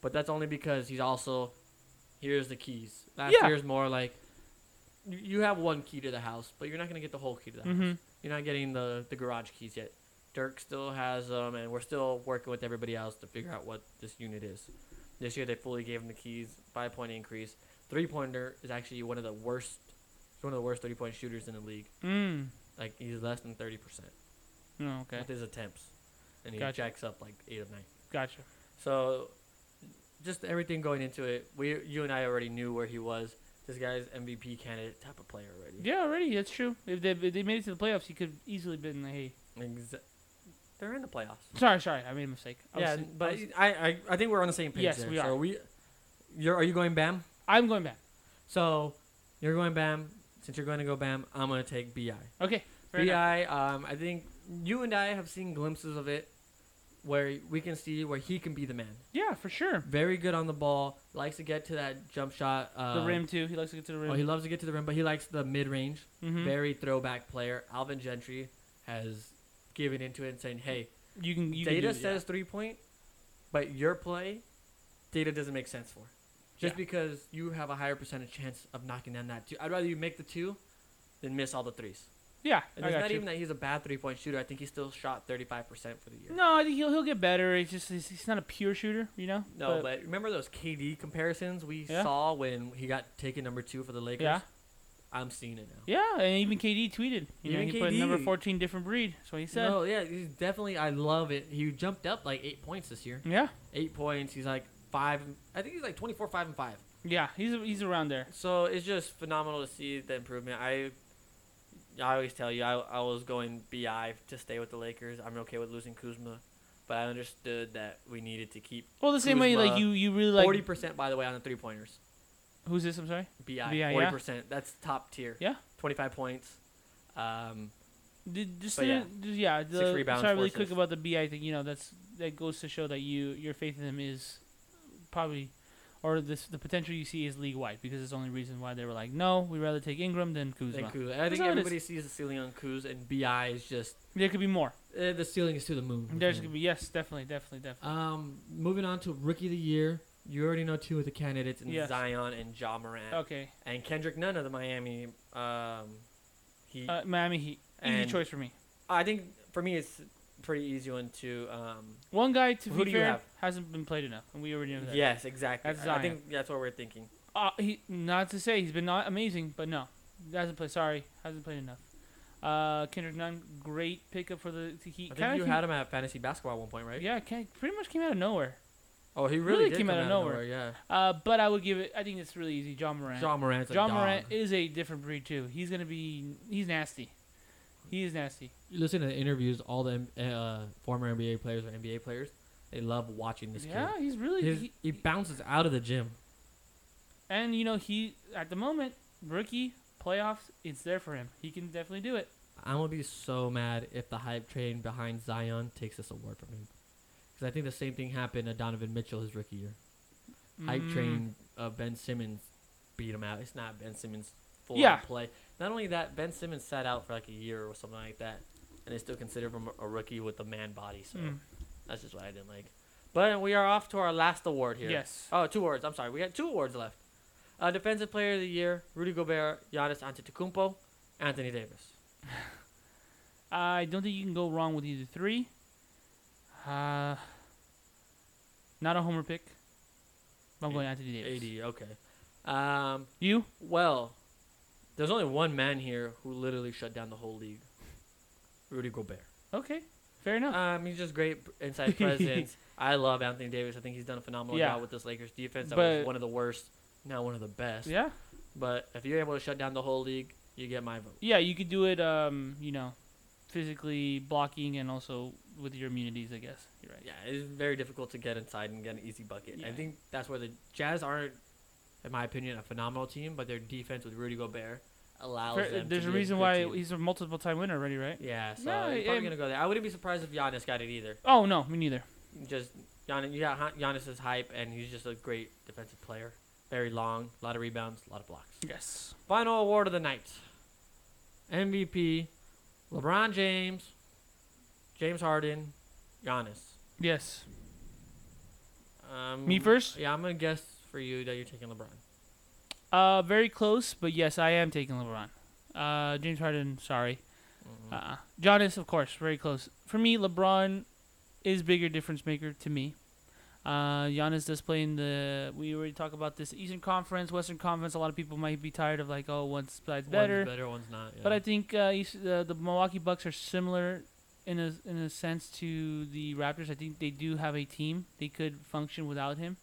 S5: but that's only because he's also here's the keys. Last
S1: Yeah.
S5: year's more like you- you have one key to the house, but you're not gonna get the whole key to the
S1: Mhm.
S5: house. You're not getting the the garage keys yet. Dirk still has them, and we're still working with everybody else to figure out what this unit is. This year they fully gave him the keys. Five point increase. Three pointer is actually one of the worst. He's one of the worst three point shooters in the league.
S1: mm.
S5: Like he's less than thirty percent
S1: No, okay,
S5: with his attempts, and he
S1: Gotcha.
S5: jacks up like eight of nine.
S1: gotcha.
S5: So, just everything going into it, we you and I already knew where he was. This guy's MVP candidate type of player already.
S1: Yeah, already. That's true. If they, if they made it to the playoffs, he could easily been like, hey.
S5: Exa- they're in the playoffs.
S1: Sorry, sorry, I made a mistake. I was
S5: yeah,
S1: think- I
S5: but
S1: was-
S5: I, I I think we're on the same page.
S1: Yes,
S5: there.
S1: we
S5: So
S1: are.
S5: we, you're are you going Bam?
S1: I'm going back.
S5: So you're going Bam. Since you're going to go Bam, I'm gonna take Bi.
S1: Okay, fair enough.
S5: Bi, um, I think you and I have seen glimpses of it, where we can see where he can be the man.
S1: yeah, for sure.
S5: Very good on the ball. Likes to get to that jump shot. Uh,
S1: the rim too. He likes to get to the rim.
S5: Oh, he loves to get to the rim, but he likes the mid range.
S1: Mhm.
S5: Very throwback player. Alvin Gentry has given into it and saying, "Hey,
S1: you can. You
S5: data
S1: can do it, yeah.
S5: says three point, but your play, data doesn't make sense for. Just
S1: Yeah.
S5: because you have a higher percentage chance of knocking down that two, I'd rather you make the two, than miss all the threes.
S1: Yeah,
S5: And
S1: I
S5: it's
S1: got
S5: not
S1: you.
S5: even that he's a bad three point shooter. I think he still shot thirty five percent for the year.
S1: no, I think he'll he'll get better. It's just he's, he's not a pure shooter, you know.
S5: No, but, remember those KD comparisons we
S1: Yeah.
S5: saw when he got taken number two for the Lakers.
S1: Yeah.
S5: I'm seeing it now.
S1: yeah, and even KD tweeted. You know,
S5: Even
S1: he put number
S5: KD.
S1: fourteen different breed. That's what he said.
S5: No, yeah, he's definitely. I love it. He jumped up like eight points this year.
S1: Yeah,
S5: Eight points. He's like five. I think he's like twenty four, five and five.
S1: yeah, he's he's around there.
S5: So it's just phenomenal to see the improvement. I, I always tell you, I, I was going bi to stay with the Lakers. I'm okay with losing Kuzma, but I understood that we needed to keep
S1: Well, the same way
S5: Kuzma,
S1: like you you really like
S5: forty percent. By the way, on the three pointers,
S1: who's this? I'm sorry. BI,
S5: bi
S1: yeah.
S5: forty percent. That's top tier.
S1: Yeah.
S5: twenty five points. Um,
S1: Did, just
S5: But
S1: yeah,
S5: yeah.
S1: just, yeah the,
S5: rebounds,
S1: sorry,
S5: four
S1: really quick
S5: assists.
S1: about the bi thing. You know, that's that goes to show that you your faith in him is probably or this the potential you see is league wide because it's the only reason why they were like, no, we'd rather take Ingram than Kuzma.
S5: And Kuz. I think
S1: how it is.
S5: everybody sees the ceiling on Kuz, and Bi is just eh,
S1: There could be more.
S6: Uh, the ceiling is to the
S5: Mm-hmm.
S6: moon. with
S1: There's
S6: him.
S1: gonna be yes, definitely, definitely, definitely.
S6: Um, moving on to rookie of the year. You already know two of the candidates.
S5: and
S1: Yes.
S5: Zion and Ja Morant
S1: Okay,
S5: and Kendrick Nunn of the Miami um, Heat.
S1: uh, Miami Heat, easy
S5: And-
S1: choice for me.
S5: I think for me it's a pretty easy one to. Um,
S1: One guy to
S5: Who
S1: be
S5: do you
S1: fair
S5: have?
S1: hasn't been played enough, and we already know that.
S5: yes, exactly.
S1: That's
S5: I I
S1: Zion.
S5: think that's what we're thinking.
S1: Uh, he not to say he's been not amazing, but no, hasn't played. Sorry, hasn't played enough. Uh, Kendrick Nunn, great pickup for the, the Heat.
S5: I
S1: Kinda
S5: think you
S1: came-
S5: had him at fantasy basketball at one point, right?
S1: Yeah, can, pretty much came out of nowhere.
S5: Oh, he really,
S1: Really
S5: did
S1: came
S5: come
S1: out of nowhere.
S5: Yeah.
S1: Uh, but I would give it. I think it's really easy. John Morant.
S6: John Morant's a
S1: John
S6: dog.
S1: Morant is a different breed too. He's gonna be. He's nasty. He is nasty.
S6: You listen to the interviews. All the uh, former NBA players or NBA players, they love watching this
S1: yeah, he's
S6: kid.
S1: really.
S6: His,
S1: he-
S6: he bounces out of the gym.
S1: and you know he at the moment rookie playoffs. It's there for him. He can definitely do it.
S6: I'm gonna be so mad if the hype train behind Zion takes this award from him, because I think the same thing happened to Donovan Mitchell his rookie year. Hype
S1: Mm.
S6: train
S5: uh,
S6: of Ben Simmons beat him out. It's not Ben Simmons full
S1: Yeah.
S6: play.
S5: Not only that, Ben Simmons sat out for like a year or something like that, and they still consider him a rookie with the man body. So
S1: Mm.
S5: that's just what I didn't like. But we are off to our last award here.
S1: Yes.
S5: Oh, two awards. I'm sorry. We got two awards left. Uh, Defensive Player of the Year: Rudy Gobert, Giannis Antetokounmpo, Anthony Davis.
S1: I don't think you can go wrong with either three. Uh, not a homer pick. I'm going Anthony Davis.
S5: AD. Okay. Um,
S1: You?
S5: well, there's only one man here who literally shut down the whole league. Rudy Gobert.
S1: Okay. Fair enough.
S5: Um, he's just great inside presence. I love Anthony Davis. I think he's done a phenomenal
S1: Yeah.
S5: job with this Lakers defense. That
S1: But-
S5: was one of the worst, now one of the best.
S1: yeah.
S5: But if you're able to shut down the whole league, you get my vote.
S1: Yeah, you could do it, um, you know, physically blocking and also with your immunities, I guess. You're right.
S5: Yeah, it's very difficult to get inside and get an easy bucket. I
S1: Yeah.
S5: think that's where the Jazz aren't, in my opinion, a phenomenal team, but their defense with Rudy Gobert allows
S1: Fair-
S5: them.
S1: there's
S5: to
S1: a
S5: be
S1: reason
S5: good
S1: why
S5: team.
S1: he's a multiple time winner already, right?
S5: Yeah, so
S1: No,
S5: you're
S1: um,
S5: probably gonna go there. I wouldn't be surprised if Giannis got it either.
S1: Oh, no, me neither.
S5: Just Giannis, you got Han- Giannis's hype, and he's just a great defensive player. Very long, a lot of rebounds, a lot of blocks.
S1: Yes.
S5: Final award of the night. MVP, LeBron James, James Harden, Giannis.
S1: Yes.
S5: Um,
S1: Me first?
S5: Yeah, I'm gonna guess for you that you're taking LeBron.
S1: Uh, very close, but yes, I am taking LeBron. Uh, James Harden, sorry.
S5: Mhm.
S1: Uh-uh. Giannis, of course, very close. For me, LeBron is bigger difference maker to me. Uh, Giannis does play in the. We already talked about this Eastern Conference, Western Conference. A lot of people might be tired of like, oh, one side's better.
S5: One's better, one's not.
S1: But
S5: yeah.
S1: I think uh, you s- uh, the Milwaukee Bucks are similar in a in a sense to the Raptors. I think they do have a team. They could function without him.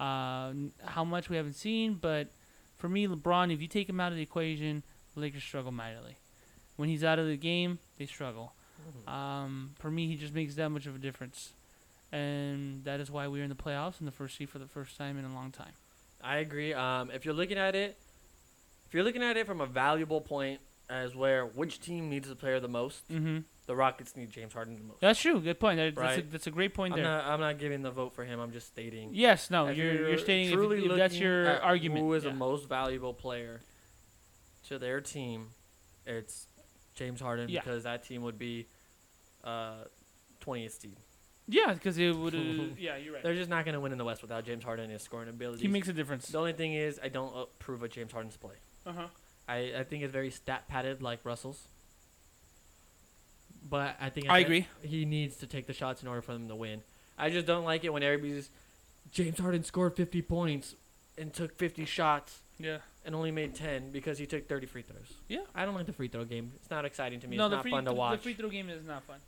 S1: Uh, n- how much we haven't seen, but for me, LeBron, if you take him out of the equation, the Lakers struggle mightily. When he's out of the game, they struggle.
S5: Mm-hmm.
S1: Um, for me, he just makes that much of a difference, and that is why we are in the playoffs in the first seed for the first time in a long time.
S5: I agree. Um, if you're looking at it, if you're looking at it from a valuable point as where which team needs the player the most,
S1: Mm-hmm.
S5: the Rockets need James Harden the most.
S1: That's true. Good point. That, that's,
S5: Right.
S1: a, that's a great point
S5: I'm
S1: there.
S5: not, I'm not giving the vote for him. I'm just stating.
S1: Yes, no,
S5: If
S1: you're you're, stating if-
S5: truly
S1: if, that's
S5: looking
S1: your
S5: at
S1: argument.
S5: Who is
S1: yeah.
S5: the most valuable player to their team? It's James Harden
S1: Yeah.
S5: because that team would be uh, 20th seed.
S1: yeah, because it would. uh, yeah, you're right.
S5: They're just not going to win in the West without James Harden and his scoring ability.
S1: He makes a difference.
S5: the only thing is, I don't approve of James Harden's play.
S1: Uh-huh.
S5: I, I think it's very stat padded like Russell's.
S6: But I think at
S1: I
S6: the-
S1: agree.
S5: He needs to take the shots in order for them to win. I just don't like it when everybody's
S6: James Harden scored 50 points.
S5: and took 50 shots
S1: Yeah.
S5: and only made 10 because he took 30 free throws.
S1: Yeah.
S5: I don't like the free throw game. It's not exciting to me.
S1: no,
S5: it's
S1: the
S5: not
S1: free
S5: fun to
S1: th-
S5: watch.
S1: the free throw game is not fun,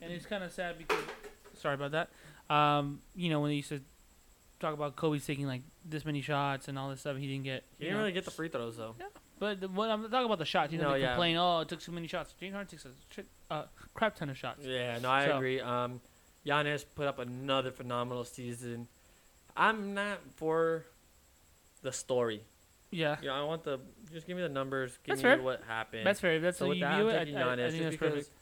S1: and it's kind of sad because. Sorry about that. Um, you know when they used to talk about Kobe taking like this many shots and all this stuff, he didn't get.
S5: He
S1: you
S5: didn't
S1: know.
S5: really get the free throws though.
S1: But the, what I'm talking about the shots, you know,
S5: No,
S1: they
S5: yeah.
S1: complain, oh, it took so many shots. James Harden takes a tri- uh, crap ton of shots.
S5: Yeah, no, I
S1: So-
S5: agree. Um, Giannis put up another phenomenal season. I'm not for the story.
S1: Yeah,
S5: You know, I want the just give me the numbers. Give
S1: That's
S5: me
S1: fair.
S5: what happened.
S1: that's fair. If that's
S5: so
S1: how
S5: with
S1: you
S5: that,
S1: view
S5: I'm
S1: it. I,
S5: taking
S1: I- I
S5: Giannis
S1: think
S5: just
S1: that's
S5: because
S1: perfect.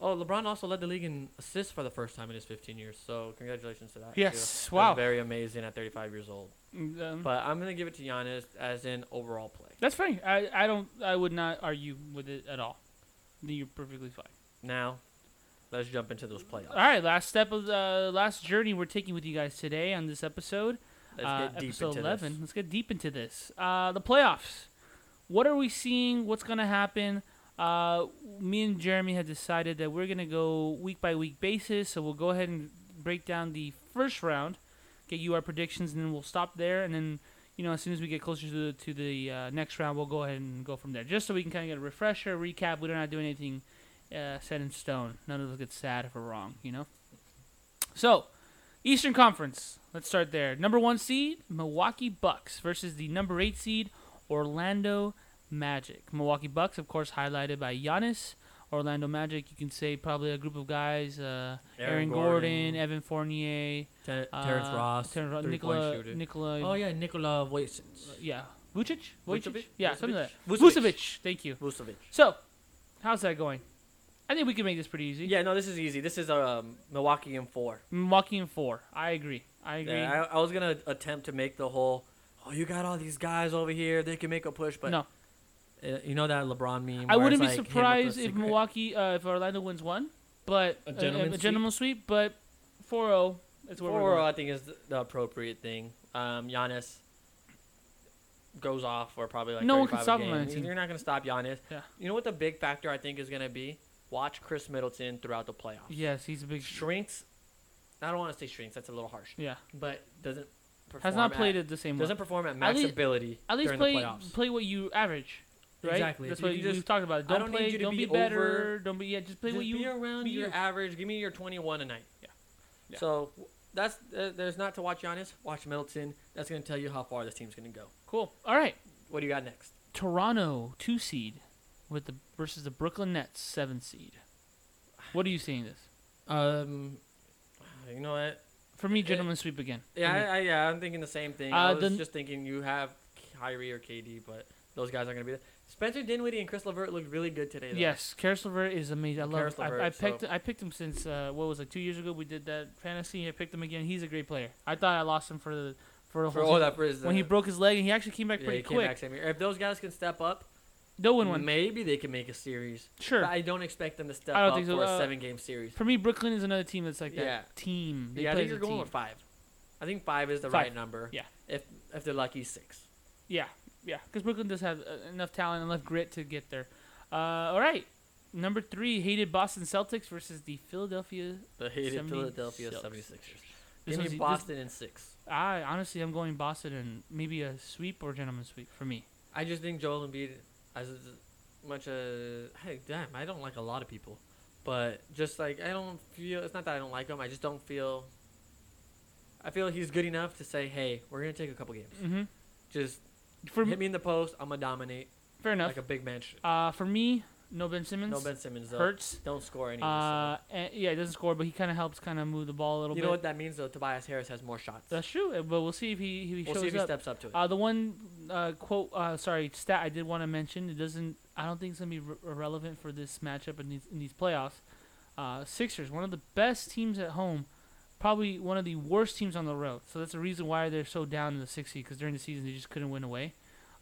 S5: Oh, LeBron also led the league in assists for the first time in his 15 years. So congratulations to that. too.
S1: Yes,
S5: That's
S1: wow.
S5: Very amazing at 35 years old.
S1: Um,
S5: But I'm gonna give it to Giannis as in overall play.
S1: that's fine. I, I don't. I would not argue with it at all. You're perfectly fine.
S5: Now, let's jump into those playoffs.
S1: All right, last step of the last journey we're taking with you guys today on this episode.
S5: Let's
S1: uh,
S5: get deep
S1: episode
S5: into
S1: 11.
S5: this.
S1: Let's get deep into this. Uh, the playoffs. What are we seeing? What's going to happen? Uh, me and Jeremy had decided that we're going to go week by week basis, so we'll go ahead and break down the first round, get you our predictions, and then we'll stop there. And then, you know, as soon as we get closer to the, to the uh, next round, we'll go ahead and go from there, just so we can kind of get a refresher, recap. We're not doing anything uh, set in stone. None of us get sad if we're wrong, you know. So, Eastern Conference. Let's start there. Number one seed, Milwaukee Bucks versus the number eight seed, Orlando Magic. Milwaukee Bucks, of course, highlighted by Giannis. Orlando Magic, you can say probably a group of guys: uh, Aaron,
S5: Aaron
S1: Gordon,
S5: Gordon.
S1: Evan Fournier,
S5: Ter-
S1: uh,
S5: Terrence Ross,
S1: Terrence Ross,
S5: three-point
S1: Nikola,
S5: shooter.
S1: Nikola,
S5: Oh yeah, Nikola Vucevic.
S1: yeah, Vucic, Vucic,
S5: Vucevic?
S1: yeah, something like that.
S5: Vucevic.
S1: Vucevic, thank you.
S5: Vucevic.
S1: So, how's that going? I think we can make this pretty easy.
S5: Yeah, no, this is easy. This is um, Milwaukee in four.
S1: Milwaukee in four. I agree. I agree.
S5: Yeah, I, I was gonna attempt to make the whole. Oh, you got all these guys over here. They can make a push, but
S1: no,
S5: uh, you know that LeBron meme.
S1: I
S5: where
S1: wouldn't be
S5: it's like him with the
S1: surprised if
S5: secret-
S1: Milwaukee, uh, if Orlando wins one, but
S7: A
S1: uh,
S7: gentleman's
S1: a
S7: sweep?
S1: gentleman's sweep. But oh. 4-0, that's where we're
S5: Four,
S1: going.
S5: I think, is the, the appropriate thing. Um, Giannis goes off for probably like
S1: No one
S5: 35
S1: can stop
S5: a
S1: him
S5: game.
S1: on that team.
S5: You're not going to stop Giannis.
S1: Yeah.
S5: You know what the big factor I think is going to be? Watch Chris Middleton throughout the playoffs.
S1: Yes, he's a big.
S5: Shrinks. I don't want to say shrinks. That's a little harsh.
S1: Yeah,
S5: But doesn't perform
S1: has not played
S5: at,
S1: it the same way.
S5: doesn't perform at
S1: At
S5: max
S1: least-
S5: ability
S1: At least
S5: during the
S1: play
S5: playoffs.
S1: play what you average, right?
S5: Exactly.
S1: That's
S5: You
S1: what
S5: can
S1: we've
S5: just-
S1: talked about.
S5: I
S1: Don't,
S5: don't need
S1: play.
S5: you to
S1: don't be,
S5: be
S1: better.
S5: over-
S1: don't be. Yeah, just play
S5: Just
S1: what you.
S5: be around
S1: be
S5: your
S1: you.
S5: average. Give me your 21 a night.
S1: Yeah. Yeah.
S5: So that's uh, there's not to watch Giannis. Watch Middleton. That's going to tell you how far this team's going to go.
S1: Cool. All right.
S5: What do you got next?
S1: Toronto two seed, with the versus the Brooklyn Nets seven seed. What are you seeing this?
S7: Um,
S5: You know what?
S1: For me,
S5: Eh,
S1: gentleman's sweep again.
S5: Yeah,
S1: For me.
S5: I, I, yeah, I'm thinking the same thing. I
S1: Mm-hmm. Uh,
S5: was
S1: the-
S5: just thinking you have Kyrie or KD, but those guys aren't gonna be there. Spencer Dinwiddie and Chris Levert looked really good today. Though.
S1: Yes, Karis LeVert is amazing. I
S5: And
S1: love.
S5: Karis LeVert,
S1: I, I picked.
S5: so-
S1: I picked him since uh, what was it? Two years ago we did that fantasy. I picked him again. He's a great player. I thought I lost him for the for the
S5: For
S1: whole
S5: all
S1: season.
S5: that for his,
S1: when he
S5: uh,
S1: broke his leg and he actually came back
S5: yeah,
S1: pretty
S5: he came
S1: quick.
S5: back same year. If those guys can step up,
S1: They'll win one.
S5: maybe they can make a series.
S1: Sure.
S5: But I don't expect them to step
S1: I don't
S5: up
S1: think so.
S5: for
S1: Uh,
S5: a seven game series.
S1: for me, Brooklyn is another team that's like that.
S5: Yeah.
S1: Team. They
S5: Yeah, I
S1: play
S5: think
S1: as a
S5: you're going
S1: team.
S5: with five. I think five is the
S1: Five.
S5: right number.
S1: Yeah.
S5: If if they're lucky, six.
S1: Yeah, yeah, because Brooklyn does have uh, enough talent, enough grit to get there. Uh, all right, number three, hated Boston Celtics versus the Philadelphia.
S5: The hated
S1: 70
S5: Philadelphia
S1: Celtics.
S5: 76ers.
S1: This
S5: Give
S1: was-
S5: me
S1: this-
S5: Boston in six.
S1: I honestly, I'm going Boston and maybe a sweep or gentleman sweep for me.
S5: I just think Joel Embiid, as much as hey, damn, I don't like a lot of people, but just like I don't feel it's not that I don't like him. I just don't feel. I feel he's good enough to say, "Hey, we're gonna take a couple games.
S1: Mm-hmm.
S5: Just
S1: For
S5: hit
S1: me,
S5: me in the post. I'm gonna dominate
S1: fair enough.
S5: like a big man should."
S1: Uh, for me, no Ben Simmons.
S5: No Ben Simmons though.
S1: Hurts.
S5: Don't score any.
S1: Uh, and, yeah, he doesn't score, but he kind of helps kind of move the ball a
S5: so.
S1: little
S5: You
S1: bit.
S5: know what that means though. Tobias Harris has more shots.
S1: That's true, uh, but we'll see if he, he
S5: We'll
S1: shows
S5: see if he
S1: up.
S5: steps up to it.
S1: Uh, the one uh, quote, uh, sorry, stat I did want to mention. It doesn't. I don't think it's gonna be re- relevant for this matchup in these, in these playoffs. Uh, Sixers, one of the best teams at home, probably one of the worst teams on the road. So that's the reason why they're so down in the six because during the season they just couldn't win away.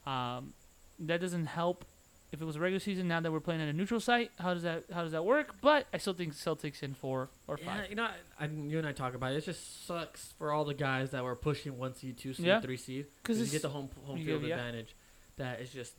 S1: Um, that doesn't help. If it was a regular season, now that we're playing at a neutral site, how does that how does that work? But I still think Celtics in four or
S5: Yeah,
S1: five.
S5: you know, I, I, you and I talk about it. It just sucks for all the guys that were pushing one seed, two seed,
S1: Yeah.
S5: three seed
S1: 'Cause
S5: because you
S1: it's-
S5: get the home home
S1: you
S5: field
S1: get- yeah.
S5: advantage. That is just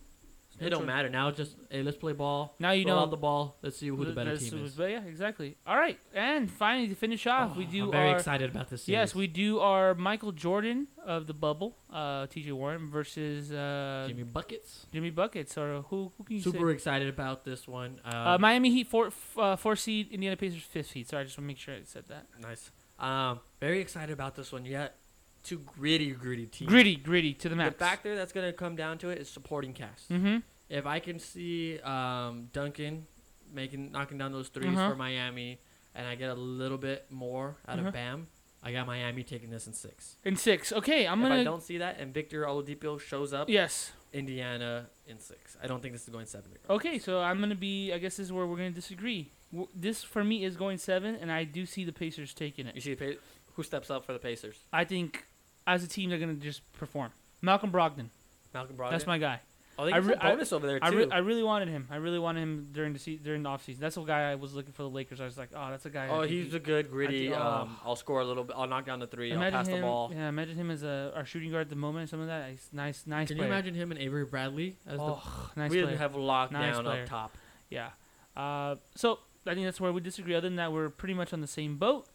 S1: It's
S5: it don't
S1: neutral.
S5: matter now. It's just hey, let's play ball.
S1: Now you
S5: roll
S1: know
S5: out the ball. Let's see who the
S1: th-
S5: better
S1: that's-
S5: team is.
S1: but yeah, exactly. All right, and finally to finish off,
S5: Oh,
S1: we do
S5: I'm very
S1: our-
S5: excited about this.
S1: Yes,
S5: series.
S1: we do our Michael Jordan of the bubble, uh, T.J. Warren versus uh, Jimmy.
S5: Jimmy buckets.
S1: Buckets, or who, who can you
S5: Super
S1: say?
S5: excited about this one. Um,
S1: Uh, Miami Heat four f- uh, four seed, Indiana Pacers fifth seed. Sorry, I just want to make sure I said that.
S5: nice. Um, very excited about this one. You got two gritty, gritty teams.
S1: Gritty, gritty to the
S5: The
S1: max.
S5: factor that's gonna come down to it is supporting cast.
S1: mm-hmm.
S5: If I can see um, Duncan making knocking down those 3s
S1: Uh-huh.
S5: for Miami, and I get a little bit more out
S1: Uh-huh.
S5: of Bam, I got Miami taking this in six.
S1: And six. Okay, I'm
S5: if
S1: gonna.
S5: I don't see that, and Victor Oladipo shows up,
S1: yes.
S5: Indiana in six. I don't think this is going seven.
S1: Okay, so I'm gonna be. I guess this is where we're gonna disagree. w- this for me is going seven, and I do see the Pacers taking
S5: You
S1: it.
S5: see, the pa- who steps up for the Pacers?
S1: I think as a team they're gonna just perform. Malcolm Brogdon,
S5: Malcolm Brogdon.
S1: that's my guy.
S5: Oh, they
S1: I
S5: got
S1: re- I-
S5: bonus over there too.
S1: I, re- I really wanted him. I really wanted him during the se- during the offseason. That's the guy I was looking for the Lakers. I was like, oh, that's a guy. I
S5: oh,
S1: think
S5: he's
S1: he-
S5: a good gritty.
S1: think- oh.
S5: Um, I'll score a little bit. I'll knock down the three. I'll pass
S1: him,
S5: the ball.
S1: Yeah, imagine him as a our shooting guard at the moment. Some of that He's nice, nice
S8: Can you
S1: player.
S8: imagine him and Avery Bradley as
S1: Oh, nice
S5: we
S1: player.
S5: have locked
S1: Nice
S5: down
S1: player.
S5: up top.
S1: yeah. Uh, so I think that's where we disagree. Other than that, we're pretty much on the same boat.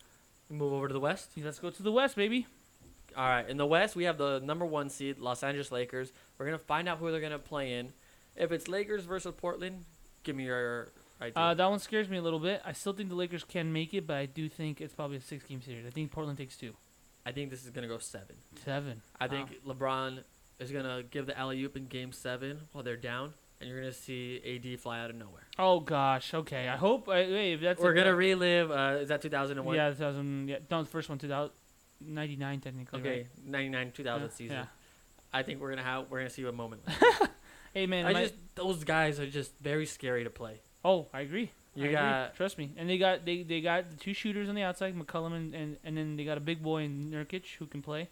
S5: Move over to the West.
S1: Let's go to the West, baby.
S5: All right, in the West, we have the number one seed, Los Angeles Lakers. We're gonna find out who they're gonna play in. If it's Lakers versus Portland, give me your idea.
S1: Uh, that one scares me a little bit. I still think the Lakers can make it, but I do think it's probably a six-game series. I think Portland takes two,
S5: I think this is gonna go seven.
S1: seven.
S5: I
S1: Wow.
S5: think LeBron is gonna give the alley oop in Game Seven while they're down, and you're gonna see AD fly out of nowhere.
S1: Oh gosh. Okay. I hope. I, wait, if that's
S5: We're
S1: a-
S5: gonna relive. Uh, is that 2001?
S1: Yeah, 2000. Yeah, no, the first one, 2099 technically.
S5: Okay,
S1: right?
S5: 99 2000
S1: Yeah,
S5: season.
S1: yeah.
S5: I think we're gonna have we're gonna see a moment. Like
S1: Hey man,
S5: I
S1: my-
S5: just those guys are just very scary to play.
S1: Oh, I agree.
S5: You
S1: I agree.
S5: got-
S1: trust me, and they got they, they got the two shooters on the outside, McCullum and, and and then they got a big boy in Nurkic who can play.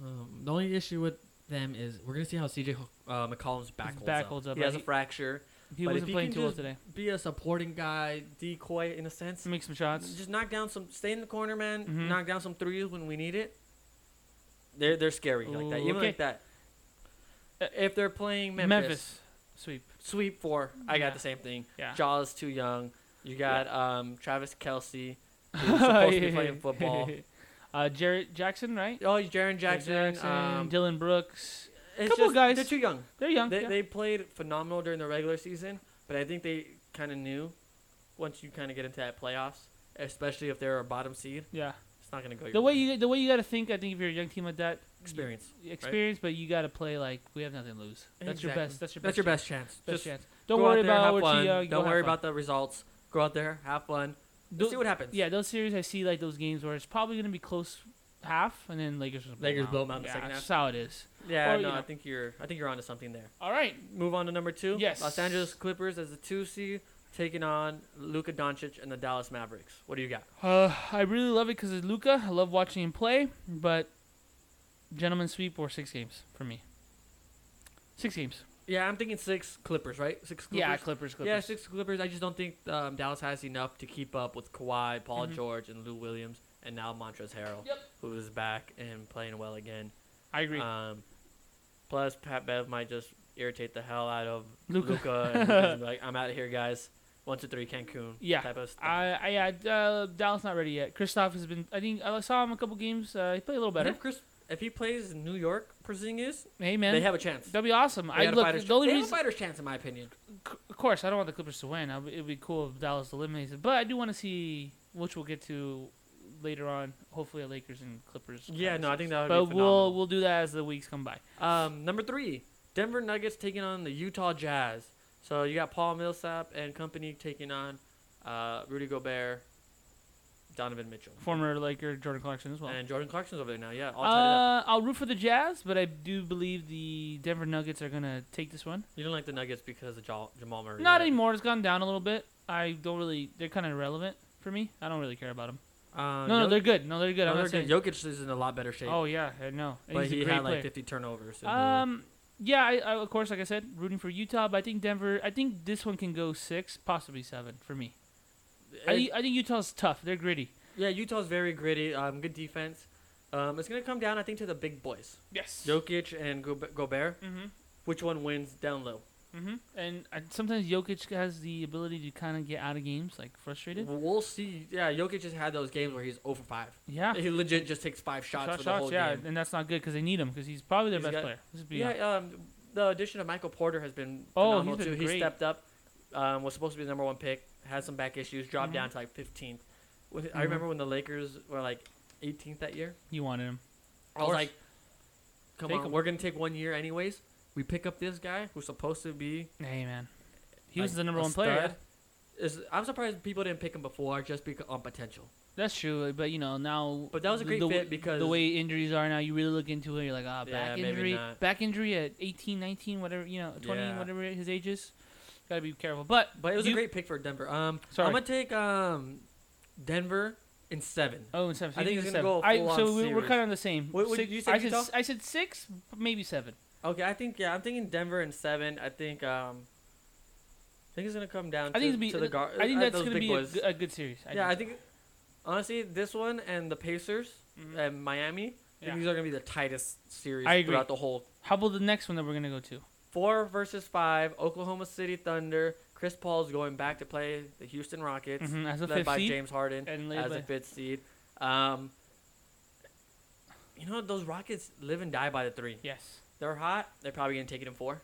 S8: the um, the only issue with them is we're gonna see how CJ Ho-
S5: Uh, McCollum's back holds
S1: back
S5: up.
S1: holds up,
S5: He has a
S1: right?
S5: fracture.
S1: He
S5: But if
S1: wasn't
S5: he
S1: playing
S5: can
S1: too well
S5: just
S1: today.
S8: be a supporting guy.
S5: Decoy in a sense.
S1: Make some Mm-hmm. shots.
S5: Just knock down some. Stay in the corner, man.
S1: Mhm.
S5: Knock down some threes when we need it. They're they're scary like that.
S1: Ooh,
S5: Even
S1: okay.
S5: like that. Uh, If they're playing Memphis,
S1: Memphis sweep.
S5: sweep four. I got
S1: Yeah.
S5: the same thing.
S1: Yeah.
S5: Jaw's too young. You got um Travis Kelsey, who's supposed to be playing football.
S1: uh, Jarrett Jackson, right?
S5: Oh, Jaron Jackson.
S1: Jackson,
S5: um,
S1: Dylan Brooks.
S5: it's
S1: Couple
S5: just-
S1: guys.
S5: They're too young.
S1: They're young.
S5: They,
S1: yeah.
S5: they played phenomenal during the regular season, but I think they kind of knew once you kind of get into that playoffs, especially if they're a bottom seed,
S1: yeah.
S5: it's not going to go.
S1: The way you the way you got to think, I think, if you're a young team like that,
S5: experience.
S1: experience, but you got to play like we have nothing to lose. That's your
S5: Exactly.
S1: best. That's your best.
S5: That's your best chance.
S1: Best
S5: Just
S1: chance. Don't
S5: go
S1: worry
S5: out there, have
S1: about what
S5: fun.
S1: you. Uh, go
S5: Don't
S1: have
S5: worry
S1: fun.
S5: about the results. Go out there, have fun. Let's
S1: Do-
S5: see what happens.
S1: Yeah, those series I see like those games where it's probably gonna be close half, and then Lakers just blow 'em
S5: Lakers
S1: out.
S5: blow 'em out in the
S1: yeah,
S5: second
S1: That's how it is.
S5: yeah.
S1: Or, you
S5: no,
S1: know.
S5: I think you're. I think you're onto something there.
S1: All right,
S5: Move on to number two.
S1: Yes.
S5: Los Angeles Clippers as the two seed, taking on Luka Doncic and the Dallas Mavericks. What do you got?
S1: uh, I really love it because it's Luca. I love watching him play, but gentlemen sweep or six games for me. Six games.
S5: Yeah, I'm thinking six Clippers, right? Six Clippers.
S1: Yeah, Clippers. Clippers.
S5: Yeah, six Clippers. I just don't think um, Dallas has enough to keep up with Kawhi, Paul
S1: Mhm.
S5: George, and Lou Williams, and now Montrezl Harrell,
S1: Yep.
S5: who is back and playing well again.
S1: I agree.
S5: Um, plus, Pat Bev might just irritate the hell out of
S1: Luka.
S5: Luca. and Luka's gonna be like, I'm out of here, guys. One, two, three, Cancun.
S1: Yeah.
S5: Type of stuff.
S1: I, I yeah, d- uh, Dallas not ready yet. Kristoff has been. I think I saw him a couple games. Uh, he played a little
S5: And
S1: better.
S5: If Chris, if he plays New York, Porzingis,
S1: Hey man,
S5: they have a chance.
S1: that'd be awesome.
S5: They
S1: I
S5: got a
S1: look.
S5: fighter's
S1: The only
S5: they have
S1: reason
S5: a fighter's chance, in my opinion.
S1: C- of course, I don't want the Clippers to win. I'll be- It'd be cool if Dallas eliminates it, but I do want to see, which we'll get to later on. Hopefully, a Lakers and Clippers.
S5: Yeah, no, I
S1: conversation.
S5: think that would
S1: But
S5: be
S1: we'll
S5: phenomenal.
S1: we'll do that as the weeks come by.
S5: Um, number three, Denver Nuggets taking on the Utah Jazz. So you got Paul Millsap and company taking on uh, Rudy Gobert, Donovan Mitchell,
S1: Former Laker Jordan Clarkson as well.
S5: and Jordan Clarkson's over there now. Yeah, all tied up.
S1: Uh, I'll root for the Jazz, but I do believe the Denver Nuggets are gonna take this one.
S5: You don't like the Nuggets because of Ja- Jamal Murray.
S1: Not
S5: right?
S1: anymore. It's gone down a little bit. I don't really. They're kind of irrelevant for me. I don't really care about them. no,
S5: Uh,
S1: no,
S5: Jok-
S1: they're good. No, they're good.
S5: no,
S1: I'm
S5: they're
S1: not saying.
S5: good. Jokic is in a lot better shape,
S1: Oh yeah, I know. And
S5: but
S1: he's
S5: he
S1: a great
S5: had like
S1: player.
S5: 50 turnovers. and-
S1: Um, yeah, I, I, of course, like I said, rooting for Utah, but I think Denver. I think this one can go six, possibly seven for me. I,
S5: And-
S1: thi- I think Utah's tough. They're gritty.
S5: yeah, Utah's very gritty. Um, good defense. Um, it's gonna come down, I think, to the big boys,
S1: Yes.
S5: Jokic and Gobe- Gobert.
S1: Mhm.
S5: Which one wins down low?
S1: Mhm. And I, sometimes Jokic has the ability to kind of get out of games, like frustrated.
S5: We'll see. Yeah, Jokic just had those games where he's 0 for 5.
S1: Yeah.
S5: He legit just takes five shots
S1: Shot-
S5: for the whole
S1: yeah,
S5: game.
S1: and that's not good because they need him because he's probably their
S5: He's
S1: best
S5: got-
S1: player. Let's be honest.
S5: Yeah, um, the addition of Michael Porter has been
S1: Oh,
S5: phenomenal
S1: he's been
S5: too. He
S1: great.
S5: stepped up. Um, was supposed to be the number one pick. Had some back issues. Dropped
S1: Mhm.
S5: down to like 15th. With, I
S1: Mhm.
S5: remember when the Lakers were like 18th that year.
S1: You wanted him.
S5: I was
S1: course.
S5: like, "Come
S1: Take
S5: on,
S1: him.
S5: we're gonna take one year anyways. We pick up this guy who's supposed to be.
S1: Hey man, he
S5: like,
S1: was the number
S5: a
S1: one player.
S5: stud." Is I'm surprised people didn't pick him before just because on potential.
S1: That's true, but you know now.
S5: But that was a
S1: the-
S5: great
S1: the,
S5: fit
S1: w-
S5: because-
S1: the way injuries are now, you really look into it. You're like, ah,
S5: Yeah,
S1: back
S5: maybe
S1: injury,
S5: not.
S1: back injury at 18, 19, whatever you know, 20,
S5: Yeah.
S1: whatever his age is. Got to be careful. But
S5: But it was
S1: you-
S5: a great pick for Denver. Um,
S1: Sorry.
S5: I'm gonna take um, Denver in seven.
S1: Oh, and seven. So
S5: I
S1: you
S5: think
S1: did
S5: it's gonna go a
S1: I,
S5: full-on
S1: so we- we're
S5: series.
S1: kind of on the same.
S5: What- what
S1: Six-
S5: did you say,
S1: I said,
S5: Utah?
S1: s- I said six, maybe seven.
S5: Okay, I think yeah, I'm thinking Denver in seven. I think um, I think it's gonna come down.
S1: I think
S5: to,
S1: it'd be.
S5: to the guard.
S1: I think that's
S5: those
S1: going to
S5: big
S1: be a,
S5: boys.
S1: g- a good series. I
S5: yeah, I
S1: think.
S5: think honestly this one and the Pacers
S1: Mhm.
S5: and Miami. I think
S1: Yeah.
S5: these are gonna be the tightest series
S1: I agree.
S5: throughout the whole
S1: How about the next one that we're going to go to?
S5: four versus five. Oklahoma City Thunder. Chris Paul's going back to play the Houston Rockets,
S1: Mhm, as a
S5: led
S1: fifth
S5: by
S1: seed.
S5: James Harden
S1: and led
S5: as
S1: by-
S5: a fifth seed. Um, you know those Rockets live and die by the three.
S1: Yes,
S5: They're hot. They're probably gonna take it in four.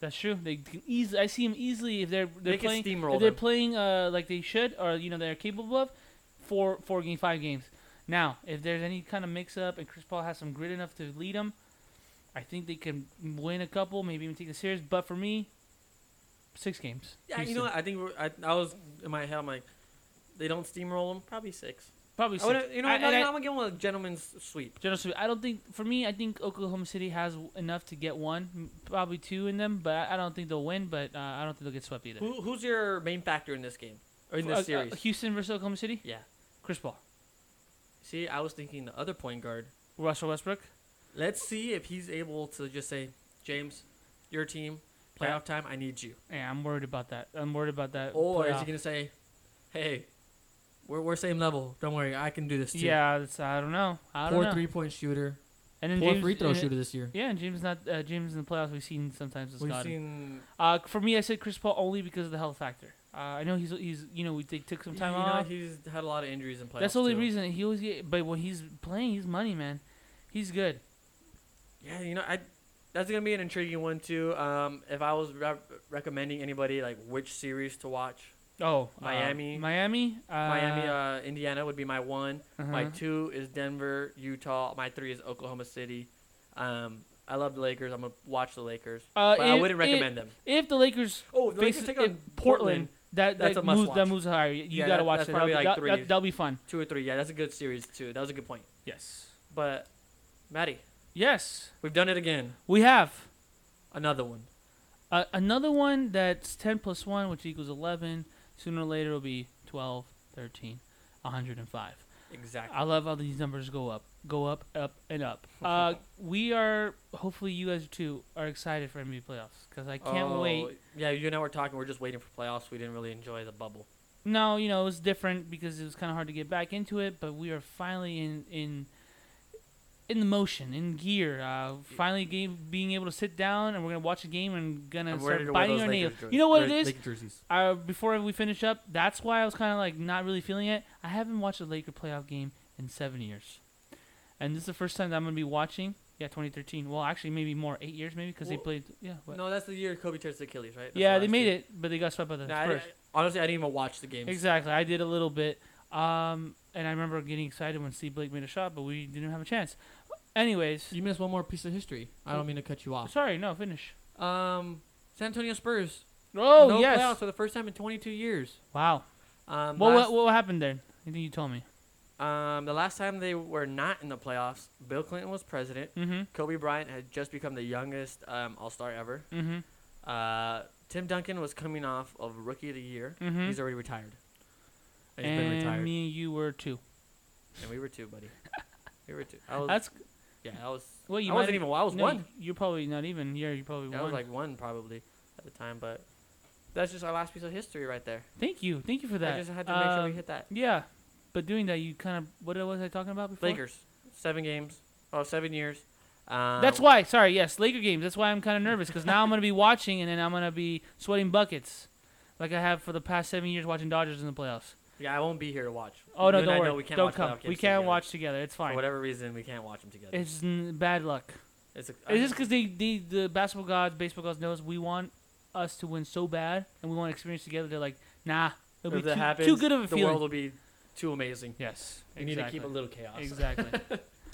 S1: that's true. They can easily. I see them easily if they're they're
S5: They can
S1: playing.
S5: steamroll
S1: if they're
S5: them.
S1: playing uh like they should or you know they're capable of, four four game five games. Now if there's any kind of mix up and Chris Paul has some grit enough to lead them, I think they can win a couple, maybe even take a series. But for me, six games.
S5: Yeah, you
S1: Houston.
S5: know what? I think we're, I, I was in my head. I'm like, they don't steamroll them. Probably six.
S1: Probably
S5: I
S1: six.
S5: would, you know,
S1: I-
S5: I, no,
S1: and
S5: no,
S1: I-
S5: I'm gonna give them a gentleman's sweep.
S1: General Sweep. I don't think for me. I think Oklahoma City has w- enough to get one, m- probably two in them. But I I don't think they'll win. But uh, I don't think they'll get swept either.
S5: Who, who's your main factor in this game or in
S1: Uh,
S5: this
S1: uh,
S5: series?
S1: Houston versus Oklahoma City.
S5: yeah.
S1: Chris Paul,
S5: See, I was thinking the other point guard.
S1: Russell Westbrook.
S5: Let's see if he's able to just say, James, your team, playoff time. I need you.
S1: Yeah, I'm worried about that. I'm worried about that.
S5: Or Oh, is
S1: playoff.
S5: he gonna say, Hey, we're we're same level. Don't worry, I can do this too.
S1: yeah, that's, I don't know. I don't
S5: Poor
S1: know.
S5: three point shooter.
S1: and then
S5: Poor
S1: James-
S5: free throw
S1: and-
S5: shooter this year.
S1: Yeah, and James not uh, James in the playoffs. We've seen sometimes it's
S5: We've
S1: gotten.
S5: seen
S1: Uh, for me, I said Chris Paul only because of the health factor. Uh, I know he's he's you know we they took some time
S5: you
S1: off.
S5: know, he's had a lot of injuries in playoffs.
S1: That's the only
S5: too.
S1: reason he always get. But when he's playing, he's money, man. He's good.
S5: Yeah, you know, I that's gonna be an intriguing one too. Um, if I was re- recommending anybody like which series to watch,
S1: Oh, uh,
S5: Miami.
S1: Miami, uh,
S5: Miami, uh, Indiana would be my one. My
S1: uh-huh.
S5: two is Denver, Utah. My three is Oklahoma City. Um, I love the Lakers. I'm gonna watch the Lakers,
S1: Uh,
S5: but I
S1: if-
S5: wouldn't
S1: if-
S5: recommend them.
S1: If the Lakers
S5: Oh, the Lakers
S1: face
S5: take
S1: it-
S5: on
S1: Portland,
S5: Portland.
S1: that
S5: That's
S1: that
S5: a must
S1: moves, that
S5: watch.
S1: moves higher. You
S5: Yeah,
S1: gotta
S5: that-
S1: watch
S5: that's
S1: that.
S5: probably
S1: That'll,
S5: like
S1: that,
S5: three.
S1: that, that'll be fun.
S5: Two or three. Yeah, that's a good series too. That was a good point.
S1: Yes.
S5: But Maddie,
S1: Yes,
S5: we've done it again.
S1: we have.
S5: Another one.
S1: Uh, another one that's 10 plus 1, which equals 11. Sooner or later, it'll be 12, 13, 105.
S5: Exactly.
S1: I love how these numbers go up, go up, up, and up. Uh, we are, hopefully, you guys too are excited for NBA playoffs because I can't
S5: Oh,
S1: wait.
S5: Yeah, you and I were talking. We're just waiting for playoffs. We didn't really enjoy the bubble.
S1: No, you know, it was different because it was kind of hard to get back into it, but we are finally in in in the motion, in gear. Uh, finally, game, being able to sit down and we're gonna watch a game and gonna
S5: I'm ready
S1: start
S5: to wear
S1: biting
S5: those
S1: our nails.
S5: Lakers jer-
S1: You know what
S5: or
S1: it is?
S5: Lakers jerseys.
S1: Uh, before we finish up, that's why I was kind of like not really feeling it. I haven't watched a Laker playoff game in seven years, and this is the first time that I'm gonna be watching. Yeah, 2013. Well, actually, maybe more, eight years, maybe because they
S5: Well,
S1: played. Yeah, what?
S5: No, that's the year Kobe tears his Achilles, right? That's
S1: yeah, they
S5: the last
S1: made
S5: year.
S1: it, but they got swept by the
S5: No, I
S1: Spurs.
S5: didn't- honestly, I didn't even watch the game.
S1: Exactly. I did a little bit. Um, and I remember getting excited when Steve Blake made a shot, but we didn't have a chance. Anyways,
S9: You missed one more piece of history. I don't mean to cut you off.
S1: sorry, no, finish.
S5: Um, San Antonio Spurs.
S1: Oh,
S5: no
S1: yes.
S5: playoffs for the first time in 22 years.
S1: Wow.
S5: Um,
S1: Well,
S5: last,
S1: what, what happened there? I think you told me.
S5: um, the last time they were not in the playoffs, Bill Clinton was president.
S1: Mm-hmm.
S5: Kobe Bryant had just become the youngest um, All Star ever.
S1: Mm-hmm.
S5: Uh, Tim Duncan was coming off of Rookie of the Year.
S1: Mhm.
S5: He's already retired. And he's been
S1: And
S5: retired.
S1: me and you were too.
S5: And we were two, buddy. we were two. I was,
S1: That's
S5: yeah, I was.
S1: well, you
S5: I
S1: might-
S5: wasn't even. I was
S1: no,
S5: one.
S1: You're probably not even. Yeah, you probably
S5: Yeah, I
S1: won.
S5: was like one probably at the time, but that's just our last piece of history right there.
S1: Thank you, thank you for that.
S5: I just had to make sure we
S1: Um,
S5: hit that.
S1: Yeah, but doing that, you kind of what was I talking about before?
S5: Lakers, seven games, oh seven years. Um,
S1: That's why. Sorry, yes, Laker games. That's why I'm kind of nervous because now I'm gonna be watching and then I'm gonna be sweating buckets, like I have for the past seven years watching Dodgers in the playoffs.
S5: Yeah, I won't be here to watch.
S1: Oh no,
S5: You and I
S1: don't
S5: know
S1: worry.
S5: We can't
S1: don't
S5: watch
S1: come.
S5: playoff
S1: We
S5: games
S1: can't
S5: together.
S1: watch together. It's
S5: For
S1: fine.
S5: whatever reason, we can't watch them together.
S1: It's n- bad luck.
S5: It's a,
S1: It's just because they, they, the basketball gods, baseball gods knows we want us to win so bad and we want to experience together. They're like, nah,
S5: if
S1: it'll be
S5: that
S1: too,
S5: happens,
S1: too good of a
S5: the
S1: feeling.
S5: world will be too amazing.
S1: yes,
S5: We need to keep a little chaos.
S1: Exactly.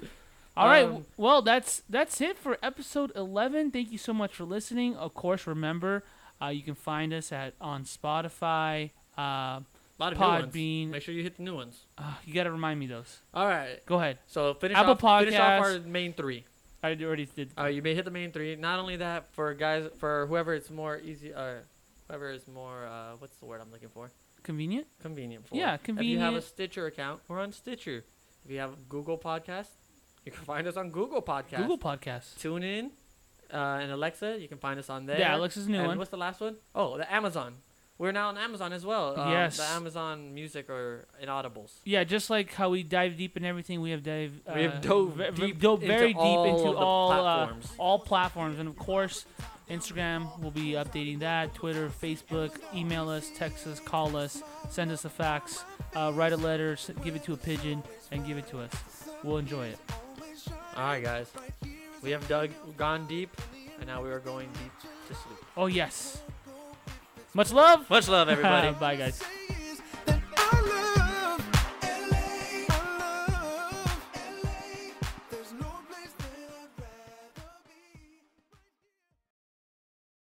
S1: All right. w-
S5: Um,
S1: well, that's that's it for episode 11. Thank you so much for listening. Of course, remember uh, you can find us at on Spotify. Uh,
S5: A lot of new ones.
S1: Podbean.
S5: Make sure you hit the new ones.
S1: uh, you got to remind me those.
S5: All right.
S1: Go ahead.
S5: So finish
S1: Apple
S5: off, finish off our
S1: Podcasts.
S5: main three.
S1: I already did.
S5: Uh, you may hit the main three. Not only that, for guys, for whoever it's more easy, uh, uh, Clever is more. Uh, what's the word I'm looking for?
S1: Convenient.
S5: Convenient for.
S1: Yeah,
S5: If you have a
S1: convenient.
S5: Stitcher account, we're on Stitcher. If you have Google Podcast, you can find us on Google Podcast.
S1: Google Podcasts.
S5: Tune in, uh, and Alexa, you can find us on there.
S1: Yeah, Alexa's new
S5: and
S1: one.
S5: what's the last one? Oh, the Amazon. We're now on Amazon as well. Um,
S1: Yes.
S5: The Amazon Music or Inaudibles.
S1: Yeah, just like how we dive deep in everything, we have dive.
S5: We have
S1: uh,
S5: dove
S1: ve- ve-
S5: deep
S1: dove very deep
S5: into all
S1: into
S5: of the
S1: all
S5: platforms.
S1: Uh, all platforms, and of course, Instagram will be updating that. Twitter, Facebook, email us, text us, call us, send us a fax, uh, write a letter, s- give it to a pigeon, and give it to us. We'll enjoy it.
S5: All right, guys. We have dug gone deep, and now we are going deep to sleep.
S1: Oh yes. Much love.
S5: Much love, everybody.
S1: Bye guys.